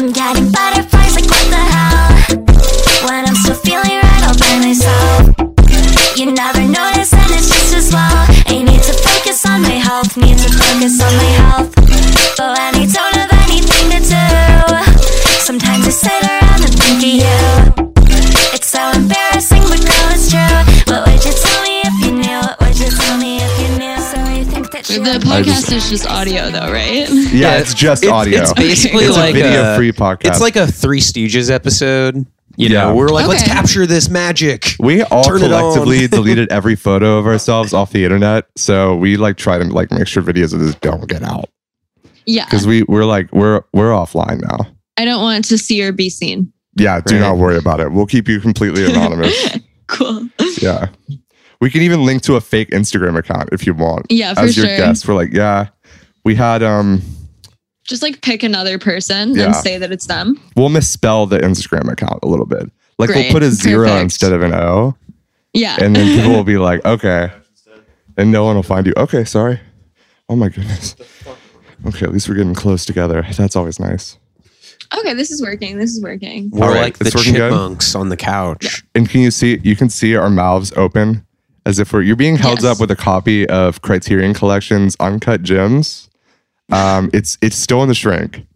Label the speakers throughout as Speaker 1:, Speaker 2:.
Speaker 1: I'm getting butterflies like what the hell When I'm still feeling right all by myself You never notice and it's just as well I need to focus on my health, need to focus on my health But when I don't have anything to do Sometimes I sit around and think of you It's so embarrassing but girl it's true What would you tell me if you knew? What would you tell me if you knew? So I think that you
Speaker 2: The
Speaker 3: I
Speaker 2: podcast
Speaker 3: just-
Speaker 2: is just audio, though, right?
Speaker 3: Yeah, it's just
Speaker 4: it's,
Speaker 3: audio.
Speaker 4: It's basically
Speaker 3: It's a
Speaker 4: like
Speaker 3: video-free podcast.
Speaker 4: It's like a Three Stooges episode. You
Speaker 3: Yeah.
Speaker 4: know, we're like, let's
Speaker 2: Okay.
Speaker 4: capture this magic.
Speaker 3: we all
Speaker 4: Turn it
Speaker 3: collectively
Speaker 4: on.
Speaker 3: deleted every photo of ourselves off the internet, so we like try to like make sure videos of this don't get out
Speaker 2: Yeah.
Speaker 3: because we we're like we're we're offline now.
Speaker 2: I don't want to see or be seen.
Speaker 3: Yeah, do
Speaker 4: Right.
Speaker 3: not worry about it. We'll keep you completely anonymous.
Speaker 2: Cool.
Speaker 3: yeah, we can even link to a fake Instagram account if you want
Speaker 2: Yeah, for
Speaker 3: as your
Speaker 2: sure.
Speaker 3: guest. We're like, yeah, we had um,
Speaker 2: Just like pick another person
Speaker 3: Yeah.
Speaker 2: and say that it's them.
Speaker 3: we'll misspell the Instagram account a little bit. Like
Speaker 2: Great.
Speaker 3: we'll put a zero
Speaker 2: Perfect.
Speaker 3: instead of an O,
Speaker 2: Yeah.
Speaker 3: and then people will be like, okay, and no one will find you. Okay, sorry. Oh my goodness. Okay, at least we're getting close together. That's always nice.
Speaker 2: okay, this is working. This is working.
Speaker 4: We're
Speaker 3: All right,
Speaker 4: like the
Speaker 3: it's working good?
Speaker 4: chipmunks on the couch.
Speaker 3: And can you see? You can see our mouths open as if we're you're being held
Speaker 2: Yes.
Speaker 3: up with a copy of Criterion Collection's Uncut Gems. Um, it's it's still in the shrink.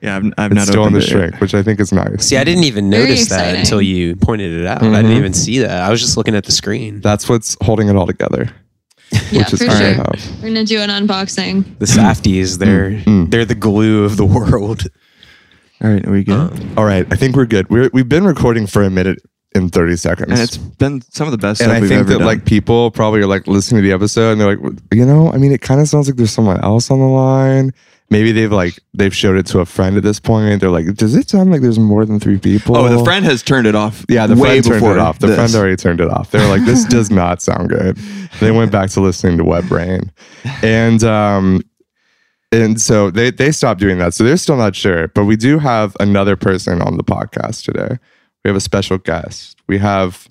Speaker 5: Yeah, I've, I've
Speaker 3: It's
Speaker 5: not
Speaker 3: still in
Speaker 5: opened
Speaker 3: the
Speaker 5: it.
Speaker 3: shrink, which I think is nice.
Speaker 4: See, I didn't even
Speaker 2: Very
Speaker 4: notice that
Speaker 2: exciting.
Speaker 4: until you pointed it out. I
Speaker 3: Mm-hmm.
Speaker 4: didn't even see that. I was just looking at the screen.
Speaker 3: That's what's holding it all together,
Speaker 2: Yeah,
Speaker 3: which is
Speaker 2: for
Speaker 3: fair
Speaker 2: sure.
Speaker 3: enough.
Speaker 2: We're gonna do an unboxing.
Speaker 4: The Safties, they're
Speaker 3: mm-hmm.
Speaker 4: they're the glue of the world.
Speaker 5: All right, are we good?
Speaker 3: All right, I think we're good. We're, we've been recording for a minute and thirty seconds,
Speaker 5: and it's been some of the best
Speaker 3: And
Speaker 5: stuff
Speaker 3: I
Speaker 5: we've
Speaker 3: think
Speaker 5: ever
Speaker 3: that
Speaker 5: done.
Speaker 3: like people probably are like listening to the episode and they're like, "Well, you know, I mean, it kind of sounds like there's someone else on the line. Maybe they've like they've showed it to a friend at this point. They're like, does it sound like there's more than three people?
Speaker 5: oh, the friend has turned it off.
Speaker 3: Yeah, the
Speaker 5: way
Speaker 3: friend turned
Speaker 5: before
Speaker 3: it off. The
Speaker 5: this.
Speaker 3: friend already turned it off. They're like, this does not sound good. They went back to listening to Web Brain, and um, and so they they stopped doing that. So they're still not sure. But we do have another person on the podcast today. We have a special guest. We have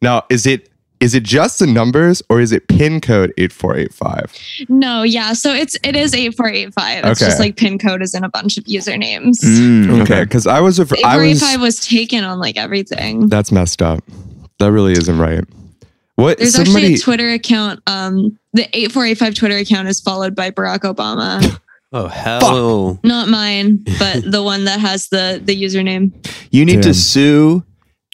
Speaker 3: now. Is it is it just the numbers or is it pin code eight four eight five?
Speaker 2: No, yeah. So it's it is eight four eight five. It's
Speaker 3: Okay.
Speaker 2: just like pin code is in a bunch of usernames.
Speaker 5: Mm,
Speaker 3: Okay,
Speaker 5: okay.
Speaker 3: because I was refer-
Speaker 2: Eight
Speaker 3: I
Speaker 2: four eight
Speaker 3: was
Speaker 2: five was taken on like everything.
Speaker 3: that's messed up. That really isn't right. What
Speaker 2: There's
Speaker 3: somebody
Speaker 2: actually a Twitter account. Um, the eight four eight five Twitter account is followed by Barack Obama.
Speaker 4: Oh hell.
Speaker 2: Not mine, but the one that has the the username.
Speaker 5: You need
Speaker 3: Damn.
Speaker 5: to sue,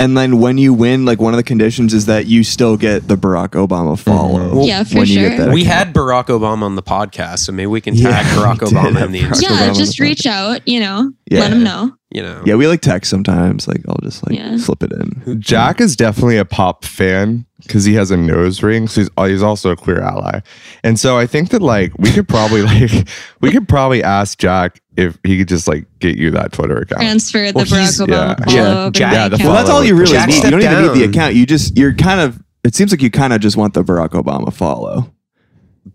Speaker 5: and then when you win, like one of the conditions is that you still get the Barack Obama follow.
Speaker 2: Mhm. Yeah, for
Speaker 5: when You
Speaker 2: sure.
Speaker 5: get that
Speaker 4: We
Speaker 5: account.
Speaker 4: had Barack Obama on the podcast, so maybe we can tag
Speaker 5: Yeah,
Speaker 4: Barack
Speaker 5: we did
Speaker 4: Obama in
Speaker 5: have
Speaker 4: the
Speaker 5: Barack
Speaker 4: Instagram.
Speaker 2: yeah,
Speaker 5: Obama
Speaker 2: just
Speaker 5: on the
Speaker 2: reach out. You know,
Speaker 5: Yeah.
Speaker 2: let him know.
Speaker 4: You know,
Speaker 5: Yeah, we like text sometimes. Like I'll just like
Speaker 2: Yeah.
Speaker 5: slip it in.
Speaker 3: Jack is definitely a pop fan because he has a nose ring. So he's he's also a queer ally, and so I think that like we could probably like we could probably ask Jack if he could just like get you that Twitter account.
Speaker 2: Transfer the
Speaker 4: Well, he's-
Speaker 2: Barack
Speaker 3: yeah.
Speaker 2: Obama
Speaker 4: Yeah.
Speaker 2: follow over
Speaker 4: Jack-
Speaker 2: my
Speaker 4: yeah, the
Speaker 2: account.
Speaker 5: Well, that's all you really
Speaker 4: Jack
Speaker 5: need. You
Speaker 4: stepped
Speaker 5: don't even need the
Speaker 4: down.
Speaker 5: account. You just you're kind of. It seems like you kind of just want the Barack Obama follow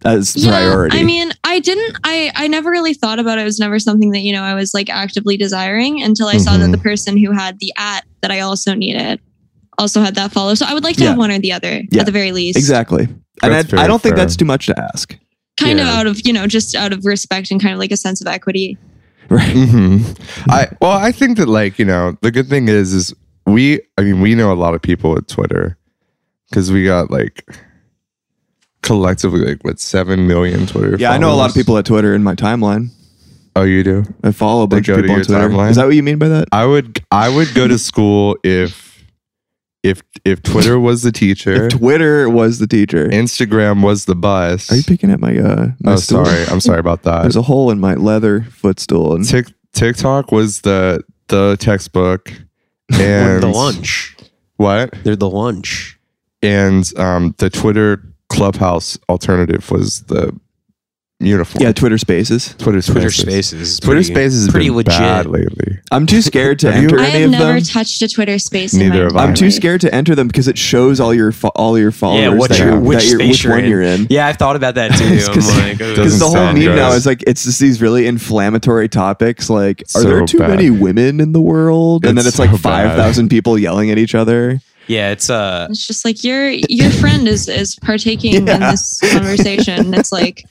Speaker 5: as priority.
Speaker 2: I mean, I didn't. I I never really thought about it. It was never something that you know I was like actively desiring until I saw that
Speaker 3: Mhm.
Speaker 2: the person who had the at that I also needed also had that follow. So I would like to have
Speaker 5: Yeah.
Speaker 2: one or the other
Speaker 5: Yeah.
Speaker 2: at the very least.
Speaker 5: exactly. And I,
Speaker 3: That's very
Speaker 5: I don't think
Speaker 3: fair.
Speaker 5: that's too much to ask.
Speaker 2: Kind of
Speaker 4: Yeah.
Speaker 2: out of you know just out of respect and kind of like a sense of equity.
Speaker 5: Right.
Speaker 3: hmm I well, I think that like you know the good thing is is we I mean we know a lot of people at Twitter because we got like collectively like what seven million Twitter.
Speaker 5: Yeah, I know a lot of
Speaker 3: followers?
Speaker 5: people at Twitter in my timeline.
Speaker 3: Oh, you do.
Speaker 5: I follow a
Speaker 3: They
Speaker 5: bunch of
Speaker 3: go to
Speaker 5: people on
Speaker 3: your
Speaker 5: Twitter.
Speaker 3: timeline?
Speaker 5: Is that what you mean by that?
Speaker 3: I would I would go to school if if if Twitter was the teacher.
Speaker 5: If Twitter was the teacher.
Speaker 3: Instagram was the bus.
Speaker 5: Are you picking at my uh my
Speaker 3: oh,
Speaker 5: stool?
Speaker 3: sorry. I'm sorry about that.
Speaker 5: There's a hole in my leather footstool and
Speaker 3: Tik TikTok was the the textbook
Speaker 4: They're
Speaker 3: and
Speaker 4: the lunch.
Speaker 3: What?
Speaker 4: They're the lunch.
Speaker 3: And um, the Twitter Clubhouse alternative was the uniform.
Speaker 5: Yeah, Twitter Spaces.
Speaker 3: Twitter Spaces.
Speaker 4: Twitter Spaces. is
Speaker 3: Twitter
Speaker 4: pretty-
Speaker 3: Spaces has
Speaker 4: pretty
Speaker 3: been
Speaker 4: legit.
Speaker 3: bad lately.
Speaker 5: I'm too scared to
Speaker 3: Have you-
Speaker 5: enter
Speaker 2: I
Speaker 5: any
Speaker 2: have
Speaker 5: of
Speaker 2: never
Speaker 5: them.
Speaker 2: touched a Twitter space.
Speaker 3: Neither
Speaker 2: in
Speaker 3: have
Speaker 2: my
Speaker 3: I.
Speaker 5: I'm
Speaker 2: entire
Speaker 5: too
Speaker 2: life.
Speaker 5: scared to enter them because it shows all your fo- all your followers.
Speaker 4: Yeah, what's
Speaker 5: that
Speaker 4: your
Speaker 5: you're,
Speaker 4: which
Speaker 5: that you're,
Speaker 4: space
Speaker 5: which
Speaker 4: you're
Speaker 5: one
Speaker 4: in?
Speaker 5: you're in.
Speaker 4: Yeah, I've thought about that too. I'm like, oh, ugh.
Speaker 5: Because
Speaker 3: Doesn't
Speaker 5: the whole
Speaker 3: sound
Speaker 5: meme
Speaker 3: good.
Speaker 5: now is like it's just these really inflammatory topics. Like, are
Speaker 3: So
Speaker 5: there too
Speaker 3: bad.
Speaker 5: many women in the world? And then
Speaker 3: It's
Speaker 5: it's like
Speaker 3: so bad.
Speaker 5: five thousand people yelling at each other.
Speaker 4: yeah, it's uh,
Speaker 2: It's just like your your friend is is partaking in
Speaker 5: Yeah.
Speaker 2: this conversation. It's like,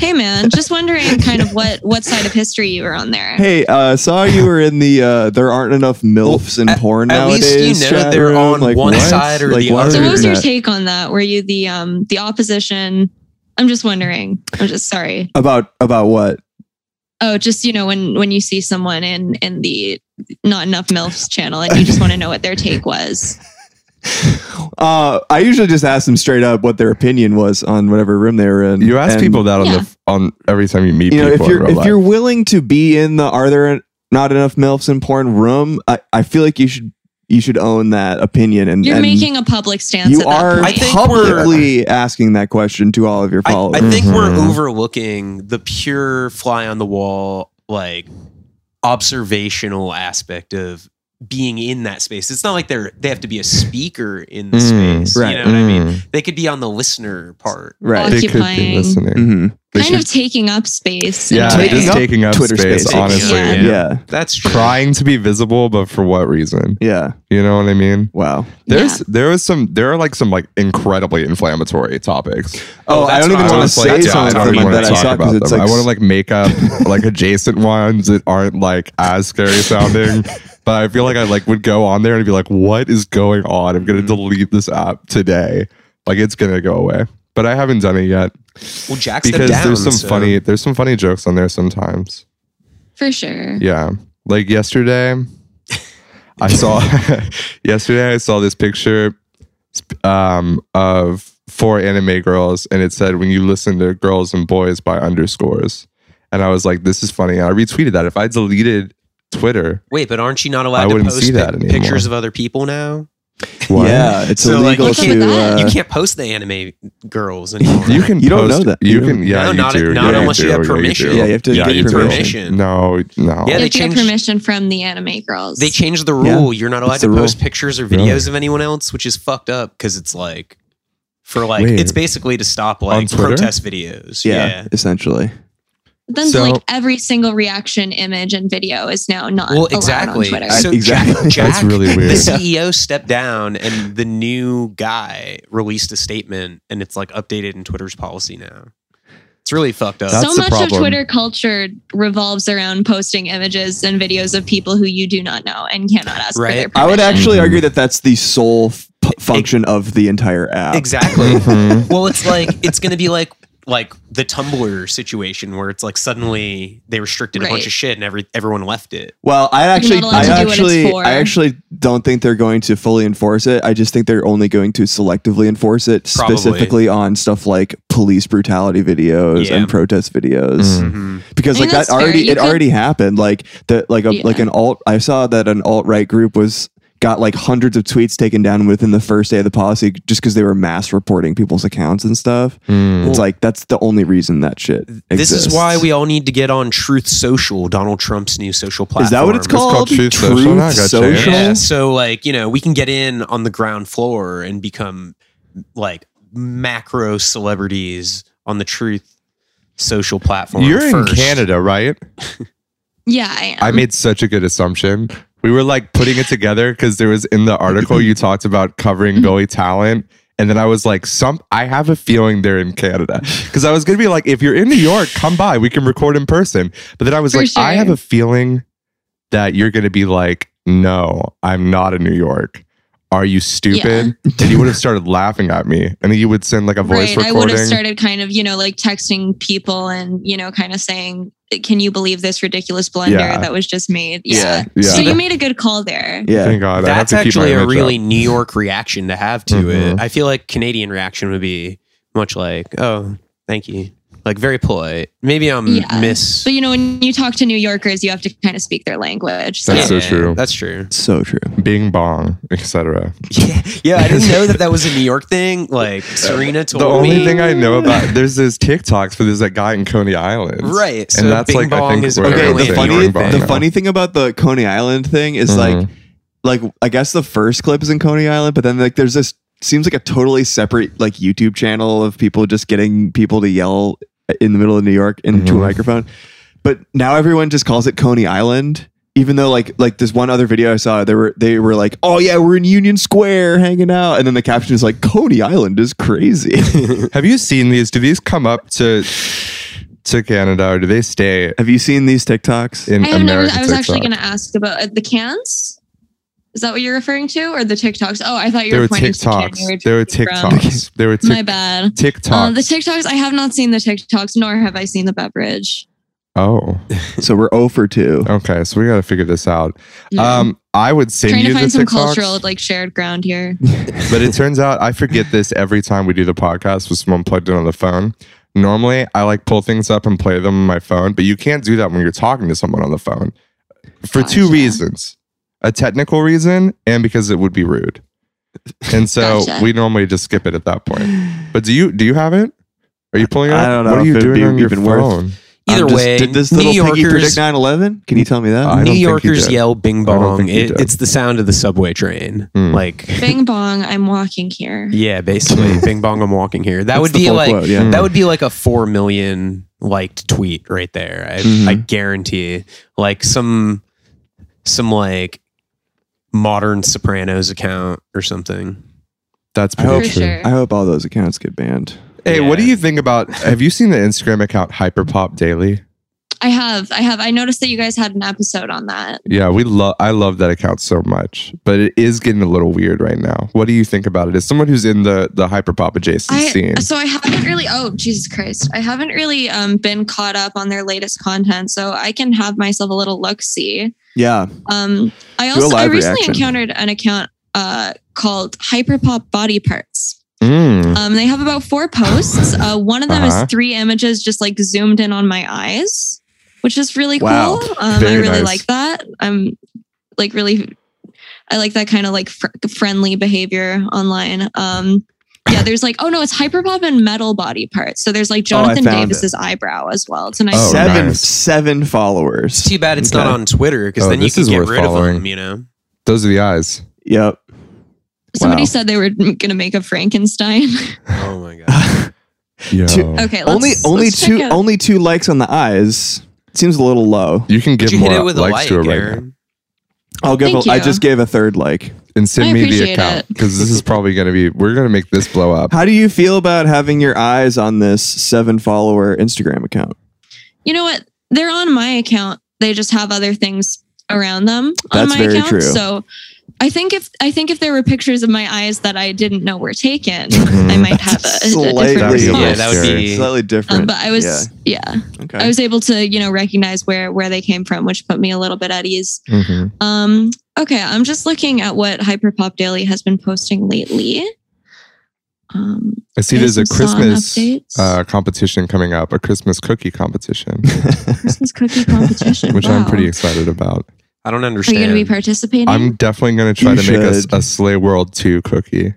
Speaker 2: hey man, just wondering kind of what what side of history you were on there.
Speaker 5: Hey, uh, saw you were in the. Uh, there aren't enough milfs in
Speaker 4: at-
Speaker 5: porn
Speaker 4: at least
Speaker 5: nowadays.
Speaker 4: you know
Speaker 5: chat
Speaker 4: they're
Speaker 5: room.
Speaker 4: on
Speaker 5: like,
Speaker 4: one
Speaker 5: what?
Speaker 4: side or
Speaker 5: like,
Speaker 4: the
Speaker 5: why
Speaker 4: other.
Speaker 5: are
Speaker 2: so what
Speaker 5: you
Speaker 2: was
Speaker 5: doing
Speaker 2: your
Speaker 5: that?
Speaker 2: take on that? Were you the um the opposition? I'm just wondering. I'm just sorry.
Speaker 5: about about what?
Speaker 2: Oh, just you know when when you see someone in in the not enough milfs channel and you just want to know what their take was.
Speaker 5: Uh, I usually just ask them straight up what their opinion was on whatever room they were in.
Speaker 3: You ask
Speaker 5: And,
Speaker 3: people that on
Speaker 2: Yeah.
Speaker 3: the f- on every time you meet
Speaker 5: You know,
Speaker 3: people
Speaker 5: if
Speaker 3: in
Speaker 5: you're
Speaker 3: real
Speaker 5: if
Speaker 3: life.
Speaker 5: you're willing to be in the are there not enough milfs in porn room, I, I feel like you should you should own that opinion and
Speaker 2: You're
Speaker 5: and
Speaker 2: making a public stance.
Speaker 5: you
Speaker 2: at that
Speaker 5: are
Speaker 2: point.
Speaker 4: I think we're-
Speaker 5: publicly asking that question to all of your
Speaker 4: I,
Speaker 5: followers.
Speaker 4: I think we're
Speaker 3: Mhm.
Speaker 4: overlooking the pure fly on the wall, like observational aspect of being in that space. It's not like they're they have to be a speaker in the
Speaker 3: Mm,
Speaker 4: space.
Speaker 5: right.
Speaker 4: You know what I mean?
Speaker 3: Mm.
Speaker 4: They could be on the listener part.
Speaker 5: right.
Speaker 3: They could
Speaker 2: Occupying.
Speaker 3: be listening.
Speaker 5: hmm
Speaker 3: They
Speaker 2: kind
Speaker 3: should-
Speaker 2: of taking up space. in
Speaker 3: yeah,
Speaker 2: a way.
Speaker 5: taking
Speaker 3: just
Speaker 5: up
Speaker 3: taking up
Speaker 5: Twitter
Speaker 3: space,
Speaker 5: spaces.
Speaker 3: honestly.
Speaker 2: Yeah.
Speaker 4: Yeah.
Speaker 5: Yeah.
Speaker 4: That's true.
Speaker 3: Trying to be visible, but for what reason?
Speaker 5: Yeah.
Speaker 3: You know what I mean?
Speaker 5: Wow.
Speaker 3: There's there was some there are like some like incredibly inflammatory topics.
Speaker 5: Oh,
Speaker 4: Oh,
Speaker 5: I
Speaker 4: that's
Speaker 5: don't even
Speaker 4: what I
Speaker 5: want to
Speaker 4: was
Speaker 5: say
Speaker 4: like, yeah,
Speaker 5: something
Speaker 4: I don't
Speaker 5: from it
Speaker 4: even
Speaker 5: that I
Speaker 4: wanna
Speaker 5: saw
Speaker 4: talk
Speaker 5: because it's like
Speaker 3: I want to like make up like adjacent ones that aren't like as scary sounding. but I feel like I like would go on there and be like, "What is going on?" I'm
Speaker 5: Mm.
Speaker 3: gonna delete this app today. Like it's gonna go away. But I haven't done it yet
Speaker 4: Well, Jack's them
Speaker 3: because
Speaker 4: down,
Speaker 3: there's some
Speaker 4: so-
Speaker 3: funny there's some funny jokes on there sometimes.
Speaker 2: for sure.
Speaker 3: Yeah. Like yesterday, I saw yesterday I saw this picture um, of four anime girls, and it said when you listen to girls and boys by underscores, and I was like, this is funny. And I retweeted that. If I deleted Twitter,
Speaker 4: Wait, but aren't you not
Speaker 3: I
Speaker 4: allowed to
Speaker 3: wouldn't
Speaker 4: post
Speaker 3: see that
Speaker 4: pic-
Speaker 3: anymore.
Speaker 4: pictures of other people now?
Speaker 5: Yeah, it's
Speaker 4: So, like,
Speaker 5: illegal
Speaker 4: you
Speaker 5: to.
Speaker 2: can't-
Speaker 5: Uh,
Speaker 4: you can't post the anime girls anymore.
Speaker 3: you can
Speaker 5: You don't
Speaker 3: post-
Speaker 5: know that.
Speaker 3: you
Speaker 5: You
Speaker 3: can yeah
Speaker 4: No,
Speaker 3: you
Speaker 4: not-
Speaker 3: do.
Speaker 4: not
Speaker 3: yeah,
Speaker 4: unless
Speaker 3: do.
Speaker 4: you have
Speaker 3: Yeah,
Speaker 4: permission.
Speaker 3: do.
Speaker 5: Yeah, you have to get
Speaker 3: you do.
Speaker 4: permission.
Speaker 3: No, no.
Speaker 4: Yeah,
Speaker 2: You
Speaker 4: they
Speaker 2: have to get
Speaker 4: changed-
Speaker 2: permission from the anime girls.
Speaker 4: they changed the
Speaker 5: Yeah,
Speaker 4: rule. You're not allowed
Speaker 5: it's
Speaker 4: to
Speaker 5: the
Speaker 4: post
Speaker 5: rule.
Speaker 4: pictures or videos of anyone else, which is fucked up because it's like for like
Speaker 3: Wait.
Speaker 4: it's basically to stop
Speaker 3: On
Speaker 4: like
Speaker 3: Twitter?
Speaker 4: protest videos.
Speaker 5: yeah,
Speaker 4: Yeah.
Speaker 5: essentially.
Speaker 2: then
Speaker 3: So-
Speaker 2: like every single reaction image and video is now not
Speaker 4: Well,
Speaker 2: allowed
Speaker 4: exactly.
Speaker 2: on Twitter.
Speaker 4: So
Speaker 5: Exactly.
Speaker 4: Jack, Jack
Speaker 3: That's really
Speaker 4: the
Speaker 3: weird.
Speaker 4: CEO stepped down, and the new guy released a statement, and it's like updated in Twitter's policy now. It's really fucked up.
Speaker 3: That's
Speaker 2: so
Speaker 3: the
Speaker 2: much of
Speaker 3: problem.
Speaker 2: Twitter culture revolves around posting images and videos of people who you do not know and cannot ask for
Speaker 4: Right.
Speaker 2: their permission.
Speaker 5: I would actually
Speaker 3: Mhm.
Speaker 5: argue that that's the sole f- function of the entire app.
Speaker 4: exactly.
Speaker 3: Mhm.
Speaker 4: well, it's like it's going to be like like the Tumblr situation where it's like suddenly they restricted a bunch
Speaker 2: Right.
Speaker 4: of shit and every everyone left it.
Speaker 5: Well, I actually,
Speaker 2: not allowed
Speaker 5: I
Speaker 2: to do what
Speaker 5: actually,
Speaker 2: it's for.
Speaker 5: I actually don't think they're going to fully enforce it. I just think they're only going to selectively enforce it,
Speaker 4: Probably.
Speaker 5: specifically on stuff like police brutality videos
Speaker 4: Yeah. Mm-hmm.
Speaker 5: and protest videos,
Speaker 3: Mm.
Speaker 5: because
Speaker 2: I mean,
Speaker 5: like that
Speaker 2: that's fair.
Speaker 5: already,
Speaker 2: You
Speaker 5: it
Speaker 2: could-
Speaker 5: already happened. Like that, like a
Speaker 2: Yeah.
Speaker 5: like an alt. I saw that an alt right group was got like hundreds of tweets taken down within the first day of the policy just because they were mass reporting people's accounts and stuff.
Speaker 3: Mm.
Speaker 5: It's like that's the only reason that shit.
Speaker 4: This
Speaker 5: exists.
Speaker 4: is why we all need to get on Truth Social, Donald Trump's new social platform.
Speaker 5: Is that what it's
Speaker 3: called?
Speaker 5: called?
Speaker 3: Truth Social. Now I got you.
Speaker 4: Yeah. So like, you know, we can get in on the ground floor and become like macro celebrities on the Truth Social platform.
Speaker 3: You're in
Speaker 4: first.
Speaker 3: Canada, right?
Speaker 2: Yeah, I am.
Speaker 3: I made such a good assumption. We were like putting it together because there was in the article you talked about
Speaker 2: Mm-hmm.
Speaker 3: covering Goey talent. And then I was like, some I have a feeling they're in Canada. Because I was gonna be like, if you're in New York, come by. We can record in person. But then I was
Speaker 2: For
Speaker 3: like, I
Speaker 2: sure.
Speaker 3: have a feeling that you're gonna be like, no, I'm not in New York. Are you stupid? And you would have started laughing at me. And then you would send like a voice
Speaker 2: right. I would
Speaker 3: recording.
Speaker 2: have started kind of, you know, like texting people and, you know, kind of saying, can you believe this ridiculous blunder
Speaker 3: Yeah.
Speaker 2: that was just made?
Speaker 5: Yeah.
Speaker 3: Yeah.
Speaker 2: So you made a good call there.
Speaker 5: Yeah.
Speaker 3: Thank God. I have
Speaker 4: That's
Speaker 3: to keep my
Speaker 4: actually a
Speaker 3: image
Speaker 4: really
Speaker 3: up.
Speaker 4: New York reaction to have to
Speaker 3: Mhm.
Speaker 4: it. I feel like Canadian reaction would be much like, oh, thank you. like very polite. Maybe I'm
Speaker 2: Yeah.
Speaker 4: miss.
Speaker 2: But you know, when you talk to New Yorkers, you have to kind of speak their language. So
Speaker 3: That's so true.
Speaker 4: That's true.
Speaker 5: So true.
Speaker 3: Bing bong, etc.
Speaker 4: Yeah, yeah. I didn't know that that was a New York thing. Like Serena told
Speaker 3: The only
Speaker 4: me.
Speaker 3: thing I know about there's this TikToks for there's that guy in Coney Island,
Speaker 4: Right, so Bing Bong is
Speaker 3: where
Speaker 4: Okay,
Speaker 5: Okay,
Speaker 4: Apparently in
Speaker 5: the
Speaker 3: everything's
Speaker 5: funny,
Speaker 3: Bing
Speaker 4: York
Speaker 3: Bong
Speaker 5: the
Speaker 3: now.
Speaker 5: funny thing about the Coney Island thing is
Speaker 3: Mhm.
Speaker 5: like, like I guess the first clip is in Coney Island, but then like there's this seems like a totally separate like YouTube channel of people just getting people to yell in the middle of New York into
Speaker 3: Mhm.
Speaker 5: a microphone. But now everyone just calls it Coney Island, even though like like this one other video I saw, they were they were like, oh yeah, we're in Union Square hanging out, and then the caption is like, Coney Island is crazy.
Speaker 3: Have you seen these? Do these come up to to Canada or do they stay
Speaker 5: Have you seen these TikToks?
Speaker 3: in
Speaker 2: I have never.
Speaker 3: America?
Speaker 2: I was actually
Speaker 3: TikTok?
Speaker 2: going to ask about uh, the cans. Is that what you're referring to, or the TikToks? Oh, I thought you
Speaker 3: There
Speaker 2: were,
Speaker 3: were
Speaker 2: pointing to the can you were
Speaker 3: TikToks. There were
Speaker 2: drinking from.
Speaker 3: TikToks. There were
Speaker 2: My
Speaker 3: tic-
Speaker 2: bad. Uh, the
Speaker 3: TikToks.
Speaker 2: TikToks. I have not seen the TikToks, nor have I seen the beverage.
Speaker 3: Oh,
Speaker 5: so we're 0 for 2.
Speaker 3: okay. So we got to figure this out.
Speaker 2: No.
Speaker 3: Um, I would send
Speaker 2: Trying
Speaker 3: you
Speaker 2: to find
Speaker 3: the
Speaker 2: some
Speaker 3: TikToks,
Speaker 2: cultural, like shared ground here.
Speaker 3: but it turns out I forget this every time we do the podcast with someone plugged in on the phone. Normally, I like pull things up and play them on my phone, but you can't do that when you're talking to someone on the phone for two
Speaker 2: Gotcha.
Speaker 3: reasons: a technical reason and because it would be rude. And so
Speaker 2: Gotcha.
Speaker 3: we normally just skip it at that point. But do you do you have it? Are you pulling it?
Speaker 5: I
Speaker 3: up?
Speaker 5: don't know
Speaker 3: What are
Speaker 5: if
Speaker 3: you
Speaker 5: it'd
Speaker 3: doing
Speaker 5: be
Speaker 3: on your
Speaker 5: even worth-
Speaker 3: phone?
Speaker 4: Either
Speaker 5: I'm just-
Speaker 4: way,
Speaker 5: did this
Speaker 4: New
Speaker 5: little piggy
Speaker 4: Yorkers,
Speaker 5: predict 9 11? Can you tell me that?
Speaker 3: I don't
Speaker 4: New
Speaker 3: think he
Speaker 4: Yorkers
Speaker 3: did.
Speaker 4: yell "Bing
Speaker 3: I don't
Speaker 4: Bong."
Speaker 3: think he
Speaker 4: It,
Speaker 3: did.
Speaker 4: it's the sound of the subway train.
Speaker 3: Hmm.
Speaker 4: Like,
Speaker 2: Bing bong! I'm walking here.
Speaker 4: yeah, basically, "Bing Bong." I'm walking here. That
Speaker 5: That's
Speaker 4: would
Speaker 5: the
Speaker 4: be
Speaker 5: full
Speaker 4: like
Speaker 5: quote, yeah.
Speaker 3: Hmm.
Speaker 4: that would be like a four million liked tweet right there. I,
Speaker 5: Mhm.
Speaker 3: Mm-hmm.
Speaker 4: I guarantee. Like some some like modern Sopranos account or something.
Speaker 3: That's
Speaker 5: I
Speaker 3: pretty
Speaker 5: hope-
Speaker 2: For
Speaker 3: true.
Speaker 2: sure.
Speaker 5: I hope all those accounts get banned.
Speaker 3: Hey, what do
Speaker 4: Yeah.
Speaker 3: you think about? Have you seen the Instagram account Hyperpop Daily?
Speaker 2: I have. I have. I noticed that you guys had an episode on that.
Speaker 3: Yeah, we love. I love that account so much, but it is getting a little weird right now. What do you think about it? As someone who's in the the hyperpop adjacent
Speaker 2: I,
Speaker 3: scene,
Speaker 2: so I haven't really. Oh Jesus Christ! I haven't really um, been caught up on their latest content, so I can have myself a little look see.
Speaker 5: Yeah.
Speaker 2: Um, I
Speaker 5: Do a
Speaker 2: also I
Speaker 5: live
Speaker 2: recently
Speaker 5: reaction.
Speaker 2: encountered an account uh, called Hyperpop Body Parts.
Speaker 3: Mm.
Speaker 2: Um, they have about four posts. Uh, one of them
Speaker 3: Uh-huh.
Speaker 2: is three images just like zoomed in on my eyes, which is really
Speaker 5: Wow.
Speaker 2: cool. Um, I
Speaker 3: Very
Speaker 2: really
Speaker 3: nice.
Speaker 2: like that. I'm like really, I like that kind of like fr- friendly behavior online. Um, yeah, there's like oh no, it's hyperpop and metal body parts. So there's like
Speaker 5: Oh, I
Speaker 2: Jonathan
Speaker 5: found
Speaker 2: Davis's eyebrow as well. It's a nice.
Speaker 3: Oh,
Speaker 5: seven
Speaker 3: nice.
Speaker 5: seven
Speaker 4: It's
Speaker 5: followers.
Speaker 4: too bad it's not
Speaker 5: Okay.
Speaker 4: on Twitter because
Speaker 3: Oh,
Speaker 4: then you
Speaker 3: this
Speaker 4: can
Speaker 3: is
Speaker 4: get
Speaker 3: worth
Speaker 4: rid of
Speaker 3: following.
Speaker 4: them. You know.
Speaker 3: those are the eyes.
Speaker 5: Yep.
Speaker 2: Somebody
Speaker 5: Wow.
Speaker 2: said they were gonna make a Frankenstein.
Speaker 4: Oh my god.
Speaker 3: Yo.
Speaker 5: Two-
Speaker 2: okay, let's,
Speaker 5: only only
Speaker 2: let's check
Speaker 5: two
Speaker 2: out-
Speaker 5: only two likes on the eyes. Seems a little low.
Speaker 3: You can give
Speaker 4: Did you
Speaker 3: more
Speaker 4: hit it with a
Speaker 3: likes
Speaker 4: like,
Speaker 3: to it right now
Speaker 4: Aaron?
Speaker 5: I'll give.
Speaker 2: Thank
Speaker 5: A, I
Speaker 2: you.
Speaker 5: just gave a third like.
Speaker 3: and
Speaker 2: I
Speaker 3: send me the
Speaker 2: appreciate
Speaker 3: account
Speaker 2: it.
Speaker 3: because this is probably going to be. We're going to make this blow up.
Speaker 5: How do you feel about having your eyes on this seven follower Instagram account?
Speaker 2: you know what? They're on my account. They just have other things around them on
Speaker 5: That's
Speaker 2: my
Speaker 5: very
Speaker 2: account.
Speaker 5: true.
Speaker 2: So I think if I think if there were pictures of my eyes that I didn't know were taken, I
Speaker 3: Mhm.
Speaker 2: might have a, a
Speaker 5: Slightly-
Speaker 2: different
Speaker 3: That'd be a
Speaker 2: response.
Speaker 3: little
Speaker 4: Yeah, that would
Speaker 3: scary.
Speaker 4: be-
Speaker 5: Slightly different.
Speaker 2: Um, but I was yeah.
Speaker 5: Yeah. Okay.
Speaker 2: I was able to, you know, recognize where where they came from, which put me a little bit at ease.
Speaker 3: Mhm.
Speaker 2: Um okay, I'm just looking at what Hyperpop Daily has been posting lately. Um
Speaker 3: I see.
Speaker 2: There's
Speaker 3: There's a
Speaker 2: some song
Speaker 3: Christmas
Speaker 2: updates.
Speaker 3: uh, competition coming up, a Christmas cookie competition,
Speaker 2: Christmas cookie competition.
Speaker 3: which I'm
Speaker 2: Wow.
Speaker 3: pretty excited about.
Speaker 4: I don't
Speaker 2: Are you
Speaker 4: understand.
Speaker 2: going to be participating?
Speaker 3: I'm definitely going to try
Speaker 5: You
Speaker 3: to make us
Speaker 5: should.
Speaker 3: a, Slay World Two cookie.